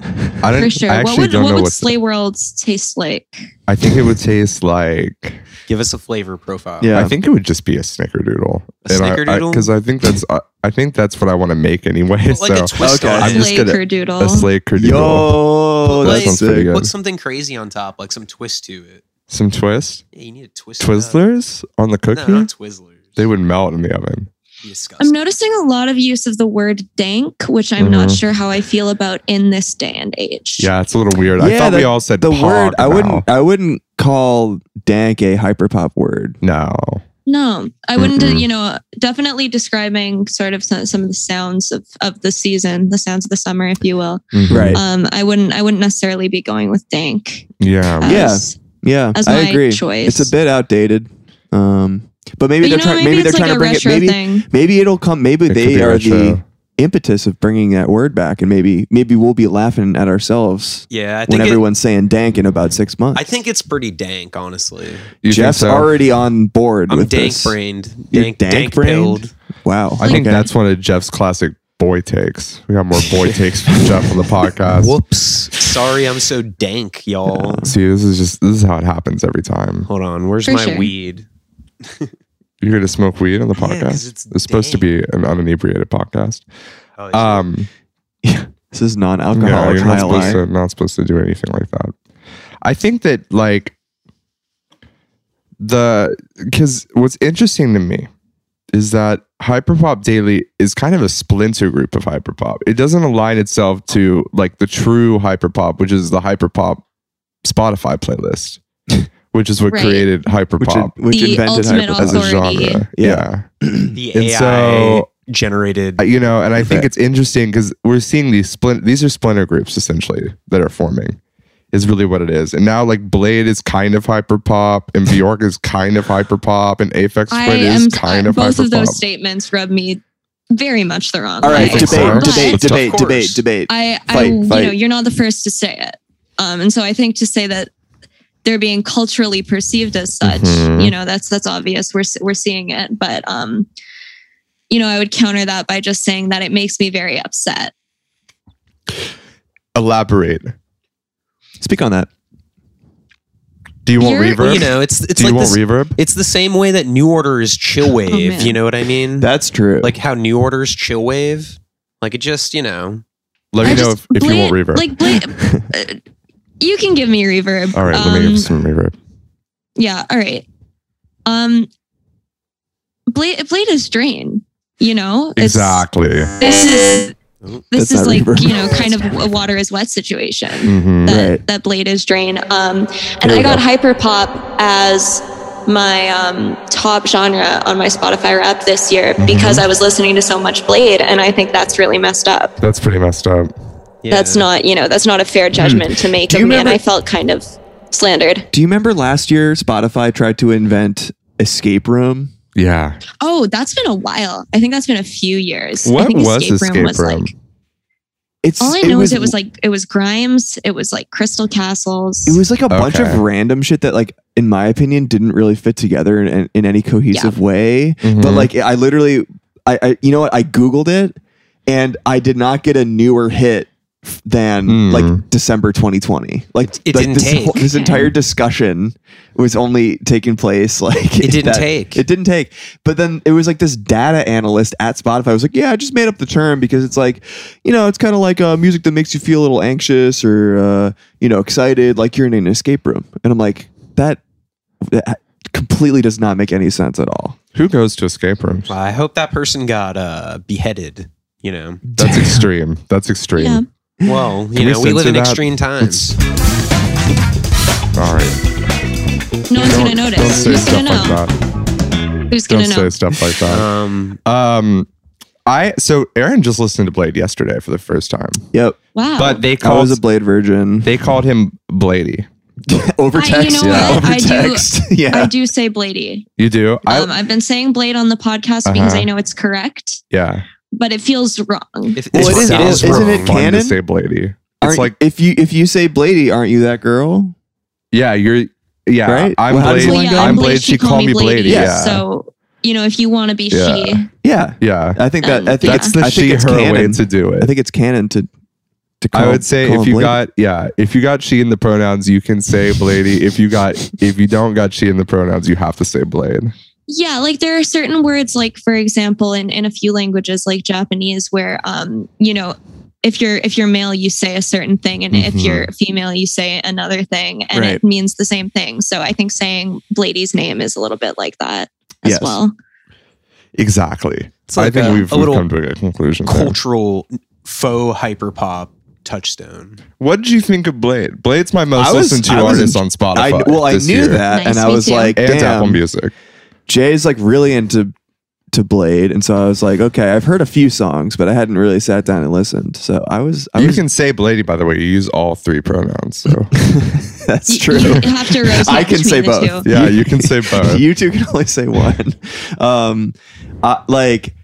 Speaker 3: I don't.
Speaker 2: for sure.
Speaker 3: I
Speaker 2: what
Speaker 3: actually
Speaker 2: would
Speaker 3: don't
Speaker 2: what
Speaker 3: know
Speaker 2: would
Speaker 3: what.
Speaker 2: Slay Worlds taste like?
Speaker 3: I think it would taste like.
Speaker 4: Give us a flavor profile.
Speaker 5: Yeah.
Speaker 3: I think it would just be a snickerdoodle.
Speaker 4: A snickerdoodle?
Speaker 3: Because I, think that's I, I think that's what I want to make anyway.
Speaker 4: Put like
Speaker 3: so
Speaker 4: a twist
Speaker 5: Okay.
Speaker 4: on
Speaker 3: I'm
Speaker 4: it.
Speaker 3: just
Speaker 2: Slay
Speaker 3: gonna-
Speaker 2: Curdoodle.
Speaker 3: a slay kerdoodle.
Speaker 5: Yo,
Speaker 4: Like,
Speaker 5: that sounds pretty good.
Speaker 3: good.
Speaker 4: Put something crazy on top, like some twist to it.
Speaker 3: Some twist
Speaker 4: Yeah, you need a twist. it up.
Speaker 3: Twizzlers on the cookie.
Speaker 4: No, not Twizzlers.
Speaker 3: they would melt in the oven.
Speaker 4: Be disgusting.
Speaker 2: I'm noticing a lot of use of the word dank, which I'm not sure how I feel about in this day and age.
Speaker 3: Yeah, it's a little weird. I
Speaker 5: Yeah,
Speaker 3: thought we all said
Speaker 5: The
Speaker 3: pog
Speaker 5: word I
Speaker 3: now.
Speaker 5: wouldn't I wouldn't call dank a hyperpop word.
Speaker 3: No,
Speaker 2: No, I wouldn't, uh,
Speaker 3: Mm-mm.
Speaker 2: you know, definitely describing sort of some, some of the sounds of, of the season, the sounds of the summer, if you will.
Speaker 3: Mhm.
Speaker 5: Right.
Speaker 2: Um, I wouldn't, I wouldn't necessarily be going with dank.
Speaker 3: Yeah,
Speaker 5: Yeah.
Speaker 2: as-
Speaker 5: Yeah,
Speaker 2: as
Speaker 5: I
Speaker 2: my
Speaker 5: agree.
Speaker 2: choice.
Speaker 5: It's a bit outdated. Um, but
Speaker 2: but
Speaker 5: maybe
Speaker 2: you
Speaker 5: they're
Speaker 2: know,
Speaker 5: trying.
Speaker 2: maybe,
Speaker 5: Maybe, they're
Speaker 2: it's like
Speaker 5: trying
Speaker 2: a
Speaker 5: to bring it.
Speaker 2: retro
Speaker 5: Maybe
Speaker 2: thing.
Speaker 5: maybe it'll come. Maybe
Speaker 3: It could
Speaker 5: they
Speaker 3: be
Speaker 5: are
Speaker 3: retro.
Speaker 5: the impetus of bringing that word back, and maybe maybe we'll be laughing at ourselves
Speaker 4: Yeah, I
Speaker 5: when
Speaker 4: think it-
Speaker 5: everyone's saying dank in about six months.
Speaker 4: I think it's pretty dank, honestly.
Speaker 3: You think
Speaker 5: Jeff's
Speaker 3: so?
Speaker 5: already on board.
Speaker 4: I'm
Speaker 5: with
Speaker 4: dank
Speaker 5: this.
Speaker 4: brained,
Speaker 5: You're
Speaker 4: dank dank
Speaker 5: dank-brained?
Speaker 4: pilled.
Speaker 5: Wow.
Speaker 3: I think
Speaker 5: Okay.
Speaker 3: that's one of Jeff's classic boy takes. We got more boy takes from Jeff on the podcast.
Speaker 4: Whoops! Sorry, I'm so dank, y'all.
Speaker 3: See, this is just this is how it happens every time.
Speaker 4: Hold on, where's
Speaker 2: For
Speaker 4: my
Speaker 2: sure.
Speaker 4: weed?
Speaker 3: You're gonna smoke weed on the
Speaker 4: Yeah, 'cause
Speaker 3: podcast.
Speaker 4: it's
Speaker 3: it's supposed to be an uninebriated podcast.
Speaker 4: Oh, yeah.
Speaker 3: Um,
Speaker 5: This is
Speaker 3: yeah,
Speaker 5: non-alcoholic
Speaker 3: you're
Speaker 5: high
Speaker 3: not supposed
Speaker 5: line.
Speaker 3: to not supposed to do anything like that. I think that like the because what's interesting to me is that Hyperpop Daily is kind of a splinter group of Hyperpop. It doesn't align itself to like the true Hyperpop, which is the Hyperpop Spotify playlist, which is what
Speaker 2: Right.
Speaker 3: created
Speaker 5: Which,
Speaker 3: Hyperpop
Speaker 5: which
Speaker 2: The
Speaker 5: invented
Speaker 2: ultimate
Speaker 5: hyper-
Speaker 3: as a
Speaker 2: Authority.
Speaker 3: genre.
Speaker 5: Yeah.
Speaker 3: yeah.
Speaker 4: the
Speaker 3: and
Speaker 4: AI
Speaker 3: so-
Speaker 4: generated.
Speaker 3: Uh, you know and i think
Speaker 5: Okay.
Speaker 3: it's interesting because we're seeing these splint these are splinter groups essentially that are forming is really what it is and now like blade is kind of hyper pop and bjork is kind of hyper pop and aphex
Speaker 2: I
Speaker 3: twin is
Speaker 2: am uh,
Speaker 3: kind of
Speaker 2: both
Speaker 3: hyper
Speaker 2: of
Speaker 3: pop
Speaker 2: those statements rub me very much the wrong
Speaker 5: All
Speaker 2: way.
Speaker 5: right,
Speaker 3: I think
Speaker 5: debate,
Speaker 3: so.
Speaker 2: But
Speaker 5: debate,
Speaker 3: But-
Speaker 5: debate,
Speaker 4: Of
Speaker 5: debate,
Speaker 4: course.
Speaker 5: debate.
Speaker 2: I, I,
Speaker 5: Fight,
Speaker 2: you know,
Speaker 5: fight.
Speaker 2: you're not the first to say it, um, and so I think to say that they're being culturally perceived as such,
Speaker 3: Mhm.
Speaker 2: you know, that's that's obvious. We're s- we're seeing it, but um, you know, I would counter that by just saying that it makes me very upset.
Speaker 3: elaborate
Speaker 5: Speak on that.
Speaker 3: do you want
Speaker 2: You're-
Speaker 3: reverb
Speaker 4: you know, it's it's
Speaker 3: do you
Speaker 4: like
Speaker 3: want Oh,
Speaker 4: this,
Speaker 3: reverb
Speaker 4: it's the same way that New Order is chill wave.
Speaker 2: man.
Speaker 4: you know what I mean?
Speaker 5: That's true.
Speaker 4: like how New Order is chill wave. Like it just you know.
Speaker 3: let me
Speaker 2: I
Speaker 3: know if,
Speaker 2: just
Speaker 3: if you
Speaker 2: bla-
Speaker 3: want reverb
Speaker 2: Like, bla- uh, you can give me reverb.
Speaker 3: all right let me
Speaker 2: Um,
Speaker 3: give some reverb
Speaker 2: Yeah. All right. Um, Blade Blade is drain. You know It's-
Speaker 3: exactly
Speaker 2: This is this
Speaker 5: That's
Speaker 2: is
Speaker 5: not
Speaker 2: like
Speaker 5: reverb.
Speaker 2: you know kind of a water is wet situation
Speaker 3: hmm
Speaker 2: that
Speaker 5: Right.
Speaker 2: that Blade is drain. Um, and
Speaker 5: There we
Speaker 2: I got
Speaker 5: go.
Speaker 2: hyper pop as my um, top genre on my Spotify rap this year
Speaker 3: Mm-hmm.
Speaker 2: because I was listening to so much Blade, and I think that's really messed up
Speaker 3: that's pretty messed up
Speaker 4: yeah.
Speaker 2: that's not you know that's not a
Speaker 3: Hmm.
Speaker 2: fair judgment to make
Speaker 5: Do
Speaker 2: of
Speaker 5: you
Speaker 2: me and
Speaker 5: remember-
Speaker 2: i felt kind of slandered
Speaker 5: Do you remember last year Spotify tried to invent escape room?
Speaker 3: yeah
Speaker 2: oh that's been a while i think that's been a few years I
Speaker 3: what
Speaker 2: think
Speaker 3: was escape room,
Speaker 2: like
Speaker 5: It's
Speaker 2: all i know is it was like it was grimes it was like crystal castles
Speaker 5: it was like a bunch
Speaker 3: Okay.
Speaker 5: of random shit that like in my opinion didn't really fit together in, in, in any cohesive way. But
Speaker 3: Mhm.
Speaker 4: Mm-hmm.
Speaker 5: like I literally I, I you know what I googled it and I did not get a newer hit f- than
Speaker 3: Hmm.
Speaker 5: like December 2020. Like
Speaker 4: It
Speaker 5: like
Speaker 4: didn't
Speaker 5: this,
Speaker 4: take.
Speaker 5: whole- this entire discussion was only taking place like
Speaker 4: It didn't
Speaker 5: that-
Speaker 4: take.
Speaker 5: It didn't take. But then it was like this data analyst at Spotify was like, "Yeah, I just made up the term because it's like, you know, it's kind of like uh, music that makes you feel a little anxious or uh, you know excited, like you're in an escape room." And I'm like, that, that completely does not make any sense at all.
Speaker 3: who goes to escape rooms
Speaker 4: I hope that person got uh, beheaded. You know.
Speaker 3: that's extreme that's extreme
Speaker 2: yeah
Speaker 4: Well, you
Speaker 3: we
Speaker 4: know, we live
Speaker 3: censor
Speaker 4: in
Speaker 3: that?
Speaker 4: extreme times.
Speaker 3: all right
Speaker 2: no one's gonna
Speaker 3: Don't- Don't
Speaker 2: notice
Speaker 3: say
Speaker 2: who's
Speaker 3: stuff
Speaker 2: gonna
Speaker 3: like
Speaker 2: know
Speaker 3: that.
Speaker 2: who's
Speaker 3: Don't
Speaker 2: gonna know
Speaker 3: say stuff like that.
Speaker 4: Um,
Speaker 5: Uh,
Speaker 3: Um, I so Aaron just listened to Blade yesterday for the first time,
Speaker 5: Yep,
Speaker 2: wow
Speaker 3: but they
Speaker 5: I
Speaker 3: called
Speaker 5: was a Blade virgin.
Speaker 3: they called him Bladey.
Speaker 5: over
Speaker 2: I- you
Speaker 5: text,
Speaker 2: know
Speaker 5: yeah,
Speaker 2: what?
Speaker 5: over
Speaker 2: I do-
Speaker 5: text, yeah.
Speaker 3: uh,
Speaker 2: i do say bladey
Speaker 3: You do? I
Speaker 2: um, i've been saying blade on the podcast because
Speaker 3: Uh-huh.
Speaker 2: i know it's correct
Speaker 3: yeah.
Speaker 2: but it feels wrong
Speaker 4: if,
Speaker 5: Well, it is- it
Speaker 4: sounds
Speaker 5: is- isn't it
Speaker 3: Fun
Speaker 4: wrong.
Speaker 3: to
Speaker 5: canon?
Speaker 3: say Bladey. It's
Speaker 5: Aren't-
Speaker 3: like
Speaker 5: if you if you say Bladey, aren't you that girl?
Speaker 3: yeah, you're yeah.
Speaker 5: Right?
Speaker 3: I'm
Speaker 5: Well, how does
Speaker 3: Blade.
Speaker 5: it
Speaker 2: Well,
Speaker 5: like
Speaker 2: yeah,
Speaker 5: I'm
Speaker 3: I'm Blade. She called me Bladey.
Speaker 2: Bladey,
Speaker 3: Yeah.
Speaker 2: so you know if you want to be she
Speaker 3: Yeah.
Speaker 5: Yeah,
Speaker 3: yeah.
Speaker 5: I think that I think
Speaker 3: That's
Speaker 5: it's,
Speaker 3: the
Speaker 5: I think
Speaker 3: she
Speaker 5: it's
Speaker 3: her
Speaker 5: canon.
Speaker 3: way to do it.
Speaker 5: I think it's canon to to call.
Speaker 3: I would say
Speaker 5: call
Speaker 3: if
Speaker 5: him
Speaker 3: you
Speaker 5: Bladey.
Speaker 3: got yeah, if you got she in the pronouns, you can say Bladey. if you got if you don't got she in the pronouns, you have to say Blade.
Speaker 2: Yeah, like there are certain words, like for example, in, in a few languages like Japanese, where um, you know, if you're if you're male, you say a certain thing, and if
Speaker 3: Mhm.
Speaker 2: you're female, you say another thing, and
Speaker 5: Right.
Speaker 2: it means the same thing. So I think saying Blady's name is a little bit like that as
Speaker 5: Yes.
Speaker 2: well.
Speaker 3: Exactly.
Speaker 4: It's like
Speaker 3: I think
Speaker 4: a-
Speaker 3: we've,
Speaker 4: a
Speaker 3: we've
Speaker 4: little
Speaker 3: come to a conclusion. there.
Speaker 4: cultural faux hyper pop touchstone.
Speaker 3: What did you think of Blade? Blade's my most
Speaker 5: I was-
Speaker 3: listened to
Speaker 5: I was-
Speaker 3: artist on Spotify.
Speaker 5: I, well, I
Speaker 3: this
Speaker 5: knew
Speaker 3: year.
Speaker 5: that,
Speaker 2: Nice,
Speaker 5: and I
Speaker 2: me
Speaker 5: was
Speaker 2: too.
Speaker 5: like,
Speaker 3: And Apple
Speaker 5: damn,
Speaker 3: Music.
Speaker 5: Jay's like really into to Blade, and so I was like, okay, I've heard a few songs, but I hadn't really sat down and listened. So I was, I
Speaker 3: You
Speaker 5: was,
Speaker 3: can say Bladey, by the way. You use all three pronouns. So
Speaker 5: that's
Speaker 2: You-
Speaker 5: true.
Speaker 2: You have to rotate
Speaker 5: I can
Speaker 2: between
Speaker 5: say
Speaker 2: the
Speaker 5: both.
Speaker 2: two.
Speaker 3: yeah, you can say both.
Speaker 5: you two can only say one. Um, I, like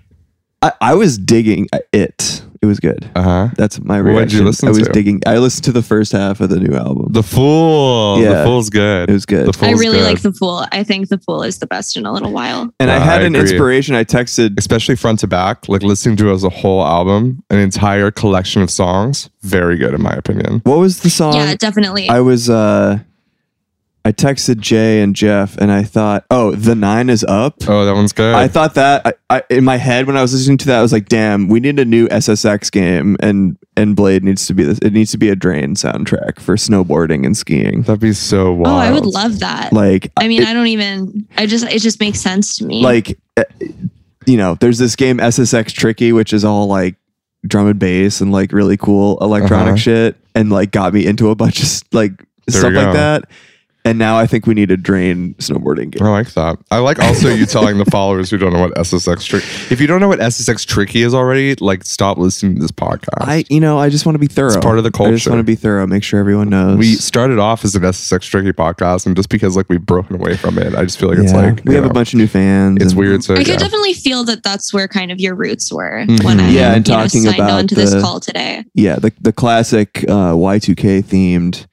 Speaker 5: I, I was digging uh, it. It was good.
Speaker 3: Uh huh.
Speaker 5: That's my
Speaker 3: What'd you
Speaker 5: reaction.
Speaker 3: listen
Speaker 5: I was
Speaker 3: to?
Speaker 5: digging. I listened to the first half of the new album.
Speaker 3: The Fool. The
Speaker 5: Yeah.
Speaker 3: Fool's good.
Speaker 5: it was good.
Speaker 3: The Fool's
Speaker 2: I really
Speaker 3: good.
Speaker 2: like the fool. I think the fool is the best in a little while.
Speaker 5: and I
Speaker 3: Yeah,
Speaker 5: had
Speaker 3: I
Speaker 5: an
Speaker 3: agree.
Speaker 5: inspiration. I texted.
Speaker 3: especially front to back, like listening to it as a whole album, an entire collection of songs, very good in my opinion.
Speaker 5: What was the song?
Speaker 2: yeah, definitely.
Speaker 5: Um, I was. uh I texted Jay and Jeff, and I thought, "Oh, the nine is up."
Speaker 3: Oh, that one's good.
Speaker 5: I thought that I, I, in my head when I was listening to that, I was like, "Damn, we need a new SSX game, and and Blade needs to be this. It needs to be a drain soundtrack for snowboarding and skiing."
Speaker 3: That'd be so wild.
Speaker 2: oh, I would love that.
Speaker 5: Like,
Speaker 2: I mean,
Speaker 5: it-
Speaker 2: I don't even. I just it just makes sense to me.
Speaker 5: like, eh, you know, there's this game SSX Tricky, which is all like drum and bass and like really cool electronic
Speaker 3: Uh-huh.
Speaker 5: shit, and like got me into a bunch of s- like
Speaker 3: There
Speaker 5: stuff
Speaker 3: we go.
Speaker 5: like that. And now I think we need a drain snowboarding game.
Speaker 3: I like that. I like also you telling the followers who don't know what SSX trick. If you don't know what SSX tricky is already, like stop listening to this podcast.
Speaker 5: I, you know, I just want to be thorough.
Speaker 3: part of the
Speaker 5: I just
Speaker 3: culture.
Speaker 5: want to be thorough. Make sure everyone knows.
Speaker 3: we started off as an SSX tricky podcast, and just because like we've broken away from it, I just feel like it's
Speaker 5: Yeah.
Speaker 3: like
Speaker 5: we
Speaker 3: you
Speaker 5: have a
Speaker 3: know,
Speaker 5: bunch of new fans.
Speaker 3: It's
Speaker 5: and-
Speaker 3: weird. So
Speaker 2: I could
Speaker 3: yeah.
Speaker 2: definitely feel that that's where kind of your roots were
Speaker 3: Mhm.
Speaker 2: when I
Speaker 5: Yeah, and
Speaker 2: you know,
Speaker 5: talking
Speaker 2: signed
Speaker 5: about
Speaker 2: on to this
Speaker 5: the-
Speaker 2: call today.
Speaker 5: Yeah, the the classic uh, Y2K themed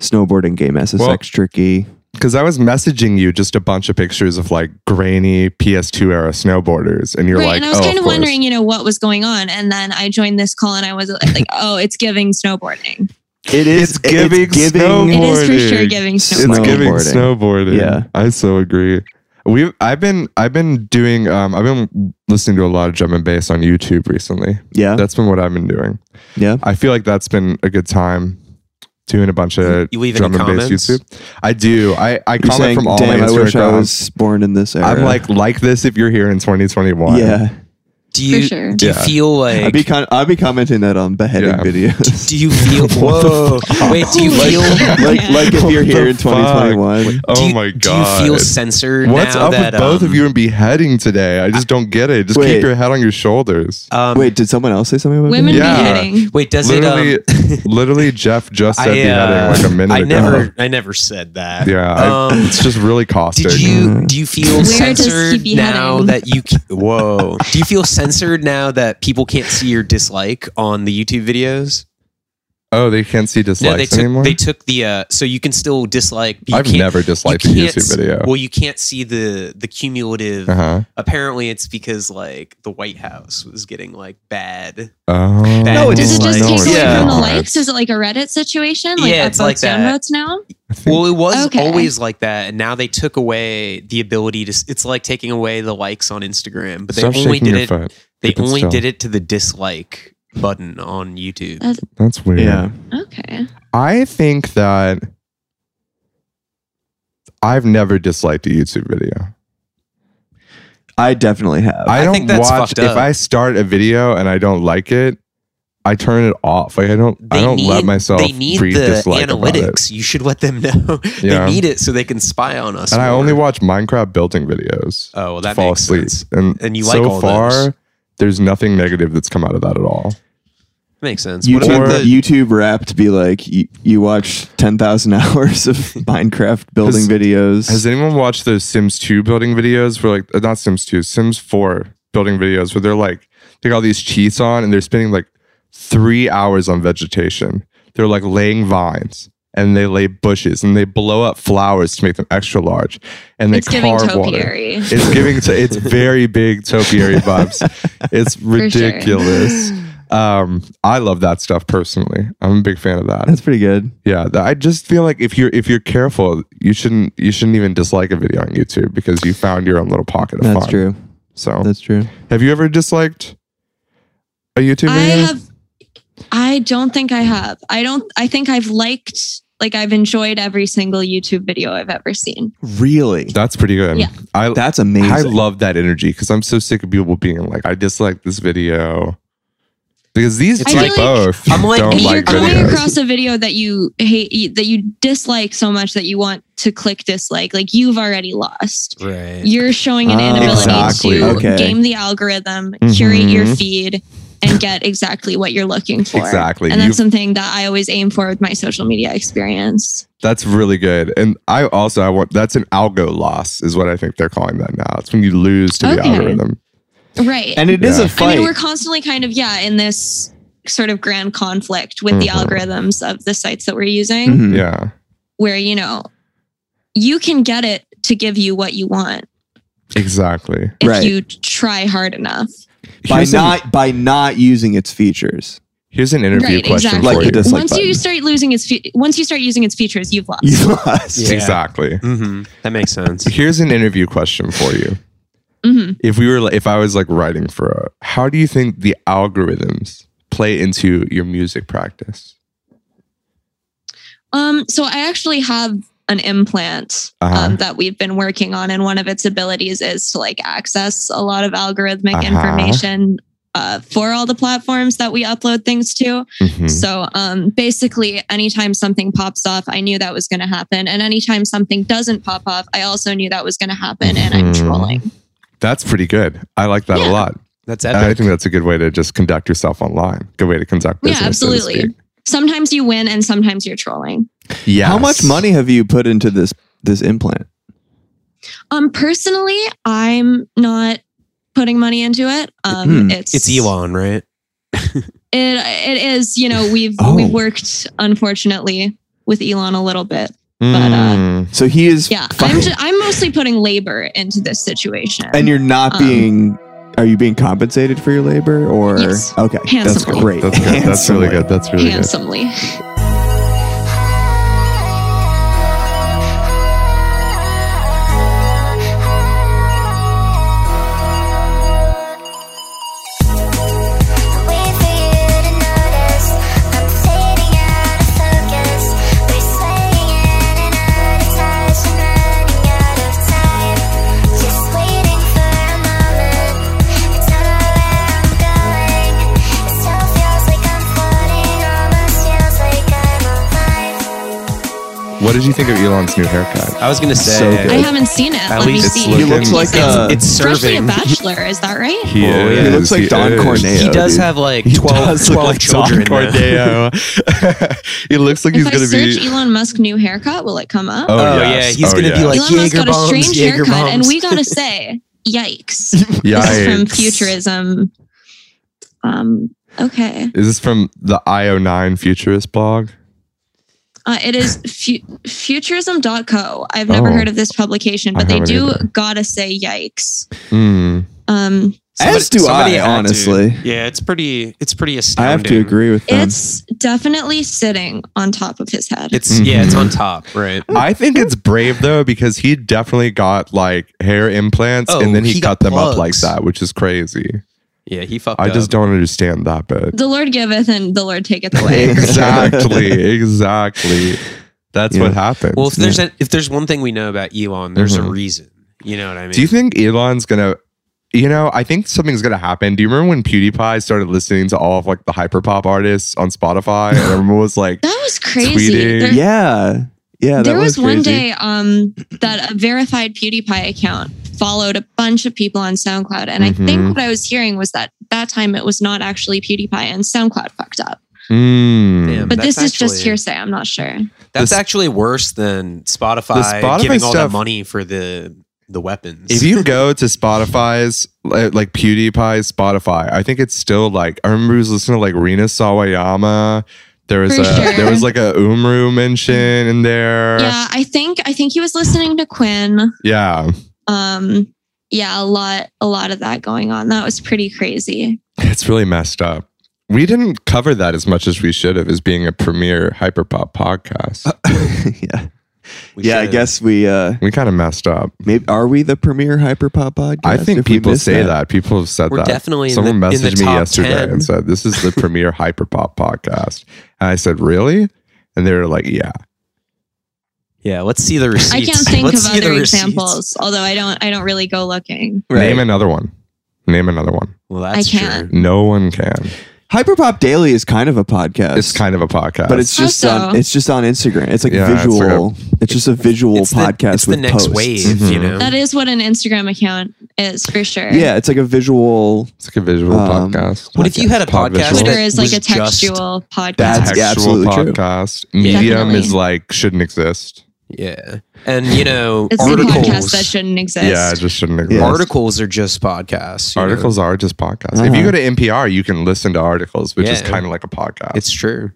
Speaker 5: snowboarding game SSX
Speaker 3: Well-
Speaker 5: tricky.
Speaker 3: Because I was messaging you just a bunch of pictures of like grainy PS2 era snowboarders, and you're
Speaker 2: right,
Speaker 3: like,
Speaker 2: and I was
Speaker 3: oh,
Speaker 2: kind of
Speaker 3: course."
Speaker 2: wondering, you know, what was going on, and then I joined this call, and I was like, "Oh, it's giving snowboarding."
Speaker 5: It
Speaker 3: It's
Speaker 5: is
Speaker 3: giving
Speaker 2: It is for sure
Speaker 3: Snowboarding.
Speaker 2: giving snowboarding.
Speaker 3: it's giving
Speaker 5: Snowboarding.
Speaker 3: snowboarding.
Speaker 5: Yeah.
Speaker 3: I so agree. We've I've been I've been doing um I've been listening to a lot of drum and bass on YouTube recently.
Speaker 5: yeah,
Speaker 3: That's been what I've been doing.
Speaker 5: yeah.
Speaker 3: I feel like that's been a good time doing a bunch of
Speaker 4: You leave any
Speaker 3: drum and bass
Speaker 4: comments?
Speaker 3: YouTube. I do. I I
Speaker 5: You're
Speaker 3: comment
Speaker 5: saying,
Speaker 3: from all
Speaker 5: Damn,
Speaker 3: my
Speaker 5: I wish I
Speaker 3: Instagram.
Speaker 5: was born in this era.
Speaker 3: I'm like like this if you're here in 2021.
Speaker 5: yeah.
Speaker 4: Do you
Speaker 2: sure.
Speaker 4: do you
Speaker 3: Yeah.
Speaker 4: feel like
Speaker 5: I'd be con- I'd be commenting that on beheading
Speaker 3: Yeah.
Speaker 5: videos.
Speaker 4: do you feel whoa wait do you feel
Speaker 5: like like if you're
Speaker 3: What the
Speaker 5: here in
Speaker 3: fuck?
Speaker 5: 2021.
Speaker 3: Oh
Speaker 4: do you,
Speaker 3: my god.
Speaker 4: do you feel censored
Speaker 3: What's
Speaker 4: now
Speaker 3: up
Speaker 4: that
Speaker 3: with both
Speaker 4: um,
Speaker 3: of you and beheading today? I just don't get it. Just keep
Speaker 5: Wait.
Speaker 3: your head on your shoulders.
Speaker 4: um,
Speaker 5: Wait, did someone else say something about
Speaker 2: Women
Speaker 3: Yeah.
Speaker 2: beheading.
Speaker 4: wait does
Speaker 3: literally,
Speaker 4: it um,
Speaker 3: literally, Jeff just said
Speaker 4: I, uh,
Speaker 3: beheading like a minute
Speaker 4: I
Speaker 3: ago.
Speaker 4: never I never said that
Speaker 3: Yeah, I-
Speaker 4: um,
Speaker 3: it's just really caustic.
Speaker 4: Did you do you feel
Speaker 2: does he
Speaker 4: censored
Speaker 2: be
Speaker 4: now
Speaker 2: heading?
Speaker 4: that you c- whoa? do you feel censored now that people can't see your dislike on the YouTube videos?
Speaker 3: oh, they can't see
Speaker 4: No, they
Speaker 3: dislikes
Speaker 4: took
Speaker 3: anymore.
Speaker 4: they took the uh, so you can still dislike. but You
Speaker 3: I've
Speaker 4: can't-
Speaker 3: never
Speaker 4: you
Speaker 3: disliked a YouTube
Speaker 4: can't s-
Speaker 3: video.
Speaker 4: Well, you can't see the the cumulative.
Speaker 3: uh-huh.
Speaker 4: Apparently, it's because like the White House was getting like bad.
Speaker 3: Oh,
Speaker 4: No, it
Speaker 2: Does it
Speaker 4: Oh,
Speaker 2: just
Speaker 4: no,
Speaker 2: take
Speaker 4: it's
Speaker 2: away
Speaker 4: yeah.
Speaker 2: from the
Speaker 3: not.
Speaker 2: likes? Is it like a Reddit situation? Like
Speaker 4: Yeah, it's
Speaker 2: upvotes,
Speaker 4: like that.
Speaker 2: downvotes now?
Speaker 3: I think-
Speaker 4: Well, it was
Speaker 2: Okay.
Speaker 4: always like that, and now they took away the ability to. s- It's like taking away the likes on Instagram, but they
Speaker 3: Stop
Speaker 4: only
Speaker 3: shaking
Speaker 4: did
Speaker 3: your
Speaker 4: it.
Speaker 3: foot.
Speaker 4: They
Speaker 3: Keep it
Speaker 4: only
Speaker 3: still.
Speaker 4: did it to the dislike button on YouTube.
Speaker 2: Uh,
Speaker 3: That's weird.
Speaker 5: Yeah.
Speaker 2: Okay.
Speaker 3: I think that I've never disliked a YouTube video.
Speaker 5: I definitely have.
Speaker 3: I,
Speaker 4: I
Speaker 3: don't
Speaker 4: think that's
Speaker 3: watch
Speaker 4: fucked
Speaker 3: if
Speaker 4: up.
Speaker 3: I start a video and I don't like it, I turn it off. Like I don't I
Speaker 4: They
Speaker 3: don't let
Speaker 4: need-
Speaker 3: myself
Speaker 4: They need
Speaker 3: read
Speaker 4: the
Speaker 3: dislike about it.
Speaker 4: analytics. You should let them know.
Speaker 3: Yeah.
Speaker 4: they need it so they can spy on us.
Speaker 3: And I
Speaker 4: more.
Speaker 3: only watch Minecraft building videos.
Speaker 4: Oh, well, that
Speaker 3: fall
Speaker 4: makes
Speaker 3: asleep.
Speaker 4: sense.
Speaker 3: And,
Speaker 4: And you
Speaker 3: so
Speaker 4: like all
Speaker 3: far,
Speaker 4: those.
Speaker 3: there's nothing negative that's come out of that at all.
Speaker 4: Makes sense. What
Speaker 5: YouTube,
Speaker 4: about
Speaker 3: Or-
Speaker 4: the,
Speaker 5: YouTube Wrapped be like you, you watch ten thousand hours of Minecraft building
Speaker 3: Has-
Speaker 5: videos.
Speaker 3: Has anyone watched those Sims 2 building videos where like uh, not Sims 2, Sims 4 building videos where they're like they got all these cheats on and they're spending like three hours on vegetation. They're like laying vines and they lay bushes and they blow up flowers to make them extra large and they
Speaker 2: It's giving
Speaker 3: carve water.
Speaker 2: topiary.
Speaker 3: It's giving to it's very big topiary vibes. It's
Speaker 2: sure.
Speaker 3: ridiculous. Um, I love that stuff personally. I'm a big fan of that.
Speaker 5: That's pretty good.
Speaker 3: Yeah, th- I just feel like if you're if you're careful, you shouldn't you shouldn't even dislike a video on YouTube because you found your own little pocket of
Speaker 5: That's
Speaker 3: fun. Oh.
Speaker 5: true.
Speaker 3: So,
Speaker 5: That's true.
Speaker 3: have you ever disliked a YouTube
Speaker 2: I
Speaker 3: video?
Speaker 2: have. I don't think I have. I don't. I think I've liked. Like I've enjoyed every single YouTube video I've ever seen.
Speaker 5: Really?
Speaker 3: That's pretty good.
Speaker 2: Yeah.
Speaker 3: I
Speaker 5: That's amazing.
Speaker 3: I love that energy because I'm so sick of people being like, I dislike this video because these
Speaker 2: It's
Speaker 3: two
Speaker 2: like-
Speaker 3: both.
Speaker 4: I'm like-
Speaker 3: don't
Speaker 2: And
Speaker 4: You're
Speaker 3: like
Speaker 2: you're coming
Speaker 3: videos.
Speaker 2: across a video that you hate, you- that you dislike so much that you want to click dislike. Like you've already lost.
Speaker 4: right.
Speaker 2: You're showing an
Speaker 5: Ah,
Speaker 2: inability
Speaker 3: exactly.
Speaker 2: to
Speaker 5: Okay.
Speaker 2: game the algorithm, curate your
Speaker 3: Mhm.
Speaker 2: feed, and get exactly what you're looking for.
Speaker 3: Exactly.
Speaker 2: And that's
Speaker 3: You've-
Speaker 2: something that I always aim for with my social media experience.
Speaker 3: That's really good. And I also I want that's an algo loss is what I think they're calling that now. It's when you lose to the
Speaker 2: Okay.
Speaker 3: algorithm.
Speaker 2: right.
Speaker 5: And it is
Speaker 3: Yeah.
Speaker 5: a
Speaker 2: I
Speaker 5: fight.
Speaker 2: mean, we're constantly kind of yeah in this sort of grand conflict with the
Speaker 3: Mhm.
Speaker 2: algorithms of the sites that we're using,
Speaker 5: Mhm.
Speaker 3: Yeah.
Speaker 2: where you know you can get it to give you what you want
Speaker 3: Exactly.
Speaker 2: if
Speaker 5: Right.
Speaker 2: you try hard enough.
Speaker 5: By
Speaker 3: Here's an-
Speaker 5: not by not using its features.
Speaker 3: Here's an interview
Speaker 2: Right,
Speaker 3: question
Speaker 2: exactly.
Speaker 3: for
Speaker 5: Like
Speaker 3: you.
Speaker 5: the dislike
Speaker 2: once
Speaker 5: button.
Speaker 2: you start losing its fe- once you start using its features, you've lost.
Speaker 5: You lost.
Speaker 4: Yeah.
Speaker 3: Exactly.
Speaker 4: Mm-hmm. That makes sense.
Speaker 3: Here's an interview question for you.
Speaker 2: hmm
Speaker 3: If we were, like- if I was like writing for, a, how do you think the algorithms play into your music practice?
Speaker 2: Um, so I actually have an implant
Speaker 3: Uh-huh.
Speaker 2: um, that we've been working on, and one of its abilities is to like access a lot of algorithmic
Speaker 3: Uh-huh.
Speaker 2: information uh, for all the platforms that we upload things to.
Speaker 3: Mhm.
Speaker 2: So um, basically, anytime something pops off, I knew that was going to happen, and anytime something doesn't pop off, I also knew that was going to happen, and I'm
Speaker 3: Mhm.
Speaker 2: trolling.
Speaker 3: That's pretty good. I like that
Speaker 2: Yeah.
Speaker 3: a lot.
Speaker 4: That's
Speaker 3: And I
Speaker 4: epic.
Speaker 3: think that's a good way to just conduct yourself online. Good way to conduct
Speaker 2: Yeah,
Speaker 3: business. so to
Speaker 2: absolutely.
Speaker 3: speak.
Speaker 2: Sometimes you win, and sometimes you're trolling.
Speaker 3: Yes.
Speaker 5: How much money have you put into this this implant?
Speaker 2: Um, personally, I'm not putting money into it. Um,
Speaker 5: Mhm.
Speaker 2: it's
Speaker 4: It's Elon, right?
Speaker 2: It it is, you know, we've
Speaker 5: Oh.
Speaker 2: we've worked unfortunately with Elon a little bit. But, uh,
Speaker 3: Mm.
Speaker 5: So he is
Speaker 2: Yeah,
Speaker 5: fucking-
Speaker 2: I'm just, I'm mostly putting labor into this situation.
Speaker 5: and you're not
Speaker 2: um,
Speaker 5: being are you being compensated for your labor or
Speaker 2: Yes.
Speaker 5: okay that's
Speaker 2: Handsomely.
Speaker 5: great
Speaker 3: That's good. That's really good. That's really good.
Speaker 2: handsomely.
Speaker 1: Wait for you to notice. I'm fading out of focus. We're sliding in and out of touch and running out of time. Just waiting for a moment. I don't know where I'm going. It still feels like I'm floating. Almost feels like I'm alive.
Speaker 3: What did you think of Elon's new haircut?
Speaker 4: I was gonna say
Speaker 5: So good.
Speaker 2: I haven't seen it.
Speaker 4: At
Speaker 2: Let me
Speaker 4: least it's
Speaker 2: see.
Speaker 3: looking- He looks
Speaker 5: like
Speaker 2: It's-
Speaker 5: a-
Speaker 4: it's
Speaker 2: it's freshly a
Speaker 4: serving.
Speaker 2: bachelor. Is that right?
Speaker 3: He,
Speaker 4: Oh, yeah.
Speaker 5: He looks like Don Corneo.
Speaker 4: He does
Speaker 5: dude.
Speaker 4: have like 12,
Speaker 5: does look
Speaker 4: 12
Speaker 5: like Don
Speaker 4: children. though.
Speaker 3: Corneo. he looks like
Speaker 2: If
Speaker 3: he's
Speaker 2: I
Speaker 3: gonna
Speaker 2: search
Speaker 3: be.
Speaker 2: Elon Musk new haircut, will it come up?
Speaker 3: Oh,
Speaker 4: Oh,
Speaker 3: yes.
Speaker 4: yeah, he's
Speaker 3: Oh,
Speaker 4: gonna
Speaker 3: yeah.
Speaker 4: be like
Speaker 2: Elon Musk
Speaker 4: Jaeger
Speaker 2: got a
Speaker 4: bombs,
Speaker 2: strange
Speaker 4: Jaeger
Speaker 2: haircut, and
Speaker 4: bombs.
Speaker 2: we gotta say, yikes! This is from
Speaker 3: Yikes.
Speaker 2: Futurism. Um. Okay.
Speaker 3: Is this from the IO9 Futurist blog?
Speaker 2: Uh, it is fu- futurism.co. I've never
Speaker 3: Oh.
Speaker 2: heard of this publication,
Speaker 3: I
Speaker 2: but they
Speaker 3: haven't
Speaker 2: do
Speaker 3: either.
Speaker 2: gotta say yikes.
Speaker 3: Hmm.
Speaker 2: Um,
Speaker 5: As do I,
Speaker 4: had to.
Speaker 5: honestly.
Speaker 4: Yeah, it's pretty. It's pretty
Speaker 5: i
Speaker 4: astounding.
Speaker 5: have to agree with them
Speaker 2: it's definitely sitting on top of his head.
Speaker 4: It's yeah, it's
Speaker 3: Mhm.
Speaker 4: on top, right?
Speaker 3: I think it's brave though because he definitely got like hair implants
Speaker 4: Oh,
Speaker 3: and then he,
Speaker 4: he
Speaker 3: cut
Speaker 4: got
Speaker 3: them up like
Speaker 4: plugs.
Speaker 3: that, which is crazy.
Speaker 4: Yeah, he fucked.
Speaker 3: I
Speaker 4: up.
Speaker 3: just don't understand that bit.
Speaker 2: the Lord giveth and the Lord taketh away.
Speaker 3: exactly, exactly. That's
Speaker 5: Yeah.
Speaker 3: what happened.
Speaker 4: Well, if there's a, if there's one thing we know about Elon, there's a
Speaker 3: Mhm.
Speaker 4: reason. You know what I mean?
Speaker 3: Do you think Elon's gonna? You know, I think something's gonna happen. Do you remember when PewDiePie started listening to all of like the hyperpop artists on Spotify, and everyone was like,
Speaker 2: that was crazy.
Speaker 3: Tweeting.
Speaker 2: There,
Speaker 5: yeah yeah that
Speaker 2: there was, one
Speaker 5: crazy.
Speaker 2: day um, that a verified PewDiePie account followed a bunch of people on SoundCloud, and
Speaker 4: Mm-hmm.
Speaker 2: I
Speaker 3: Mhm.
Speaker 2: think what I was hearing was that that time it was not actually PewDiePie, and SoundCloud fucked up.
Speaker 3: "Hmm."
Speaker 4: Damn.
Speaker 2: But
Speaker 4: That's
Speaker 2: this is just
Speaker 4: actually-
Speaker 2: hearsay. I'm not sure.
Speaker 4: that's
Speaker 3: this-
Speaker 4: actually worse than Spotify,
Speaker 3: The Spotify
Speaker 4: giving all that
Speaker 3: stuff-
Speaker 4: money for the the weapons?
Speaker 3: If you go to Spotify's li- like PewDiePie's Spotify, I think it's still like I remember I was listening to like Rena Sawayama. There was
Speaker 2: For
Speaker 3: a
Speaker 2: sure.
Speaker 3: there was like a Umru mention in there.
Speaker 2: Yeah, I think I think he was listening to Quinn.
Speaker 3: Yeah.
Speaker 2: Um, yeah, a lot a lot of that going on. That was pretty crazy.
Speaker 3: It's really messed up. We didn't cover that as much as we should have as being a premier hyperpop podcast.
Speaker 4: Uh,
Speaker 5: yeah
Speaker 4: We
Speaker 5: yeah i
Speaker 4: should-
Speaker 5: guess we uh
Speaker 3: we kind of messed up.
Speaker 5: maybe are we the premier hyperpop podcast
Speaker 3: I think
Speaker 5: if we
Speaker 3: people
Speaker 5: missed
Speaker 3: say that. People have said
Speaker 4: we're
Speaker 3: that.
Speaker 4: definitely in
Speaker 3: Someone
Speaker 4: the, in the
Speaker 3: messaged me
Speaker 4: top
Speaker 3: yesterday
Speaker 4: 10.
Speaker 3: and said, This is the premier hyperpop podcast. And I said, Really? And they were like, Yeah.
Speaker 4: yeah, let's see the receipts.
Speaker 2: I can't think
Speaker 4: Let's
Speaker 2: of
Speaker 4: see the
Speaker 2: other
Speaker 4: receipts.
Speaker 2: examples, although I don't I don't really go looking.
Speaker 5: right
Speaker 3: Name another one. Name another one.
Speaker 4: Well, that's
Speaker 2: can't.
Speaker 4: true.
Speaker 3: No one can.
Speaker 5: hyperpop daily is kind of a podcast
Speaker 3: It's kind of a podcast.
Speaker 5: but it's just
Speaker 2: How
Speaker 5: on
Speaker 2: so?
Speaker 5: it's just on instagram it's like
Speaker 3: Yeah, it's like
Speaker 5: visual it's, just a visual
Speaker 4: It's the,
Speaker 5: podcast
Speaker 4: it's
Speaker 5: with
Speaker 4: the next
Speaker 5: posts.
Speaker 4: wave, you
Speaker 3: Mhm.
Speaker 4: know.
Speaker 2: That is what an Instagram account is for sure.
Speaker 5: yeah it's like a visual
Speaker 3: it's like a visual
Speaker 5: Um,
Speaker 3: podcast.
Speaker 4: what if you had a
Speaker 3: Pod
Speaker 4: podcast
Speaker 3: visual.
Speaker 2: Twitter
Speaker 4: that
Speaker 2: is like
Speaker 4: was
Speaker 2: a
Speaker 4: just-
Speaker 2: textual podcast.
Speaker 5: That's-
Speaker 3: Actual
Speaker 5: yeah, absolutely true.
Speaker 3: podcast. Medium
Speaker 2: Definitely.
Speaker 3: is like shouldn't exist.
Speaker 4: Yeah. And you know,
Speaker 2: It's a
Speaker 4: articles.
Speaker 2: podcast that shouldn't exist.
Speaker 3: Yeah, it just shouldn't exist.
Speaker 5: Yeah. Artic-
Speaker 4: Articles are just podcasts. you know?
Speaker 3: articles are just podcasts. If
Speaker 5: Uh-huh.
Speaker 3: you go to NPR, you can listen to articles, which is
Speaker 4: Yeah.
Speaker 3: kind of like a podcast.
Speaker 4: It's true.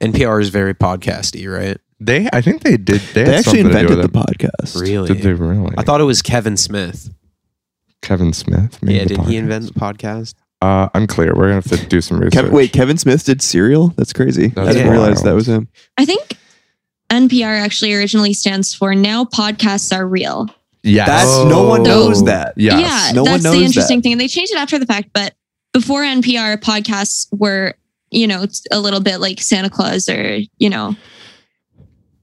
Speaker 4: NPR is very podcasty, right?
Speaker 3: they, I think they did. They,
Speaker 5: They
Speaker 3: had something to
Speaker 5: actually
Speaker 3: do
Speaker 5: invented
Speaker 3: with
Speaker 5: the
Speaker 3: it.
Speaker 5: podcast.
Speaker 4: Really?
Speaker 3: Did they really?
Speaker 4: I thought it was Kevin Smith.
Speaker 3: Kevin Smith. made
Speaker 4: Yeah,
Speaker 3: the
Speaker 4: did he
Speaker 3: podcast.
Speaker 4: invent the podcast?
Speaker 3: Uh, unclear. We're gonna have to do some research.
Speaker 5: Kev- wait, Kevin Smith did Serial? That's crazy. I
Speaker 3: That's
Speaker 5: didn't
Speaker 4: wild.
Speaker 5: realize that was him.
Speaker 2: I think NPR actually originally stands for Now Podcasts Are Real.
Speaker 3: Yes.
Speaker 5: That's no one
Speaker 4: Oh.
Speaker 5: knows that.
Speaker 3: Yes.
Speaker 2: Yeah,
Speaker 5: No one
Speaker 2: that's
Speaker 5: knows
Speaker 2: the interesting
Speaker 5: that.
Speaker 2: thing. And they changed it after the fact, but before NPR, podcasts were, you know, it's a little bit like Santa Claus or, you know,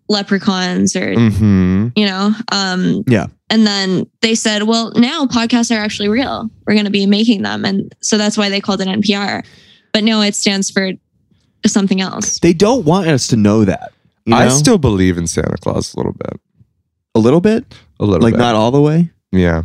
Speaker 2: leprechauns or,
Speaker 3: Mm-hmm.
Speaker 2: you know, um,
Speaker 5: Yeah.
Speaker 2: And then they said, well, now podcasts are actually real. We're going to be making them. And so that's why they called it NPR. But no, it stands for something else.
Speaker 5: They don't want us to know that. You know?
Speaker 3: I still believe in Santa Claus a little bit.
Speaker 5: a little bit,
Speaker 3: A little
Speaker 5: like
Speaker 3: bit.
Speaker 5: not all the way.
Speaker 3: yeah.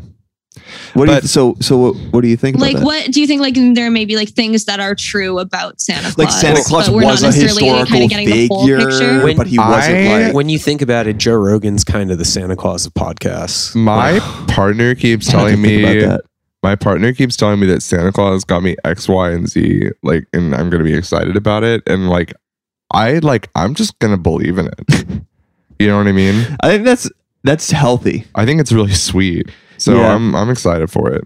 Speaker 5: What do you
Speaker 3: But-
Speaker 5: th- so so? What, what do you think?
Speaker 2: like
Speaker 5: about that?
Speaker 2: what do you think like there may be like things that are true about santa claus
Speaker 5: Like Santa Claus
Speaker 2: but we're
Speaker 5: was
Speaker 2: not
Speaker 5: a
Speaker 2: necessarily
Speaker 5: historical
Speaker 2: kind of getting the whole
Speaker 5: figure,
Speaker 2: picture
Speaker 4: When-
Speaker 5: but he wasn't
Speaker 3: I-
Speaker 5: like.
Speaker 4: When you think about it, Joe Rogan's kind of the Santa Claus of podcasts.
Speaker 3: My partner keeps
Speaker 5: I had to
Speaker 3: telling
Speaker 5: think about
Speaker 3: me.
Speaker 5: that.
Speaker 3: My partner keeps telling me that Santa Claus got me X, Y, and Z. Like, and I'm gonna be excited about it. And like, I like, I'm just gonna believe in it. you know what I mean?
Speaker 5: I think that's that's healthy.
Speaker 3: I think it's really sweet. So
Speaker 5: Yeah.
Speaker 3: I'm I'm excited for it.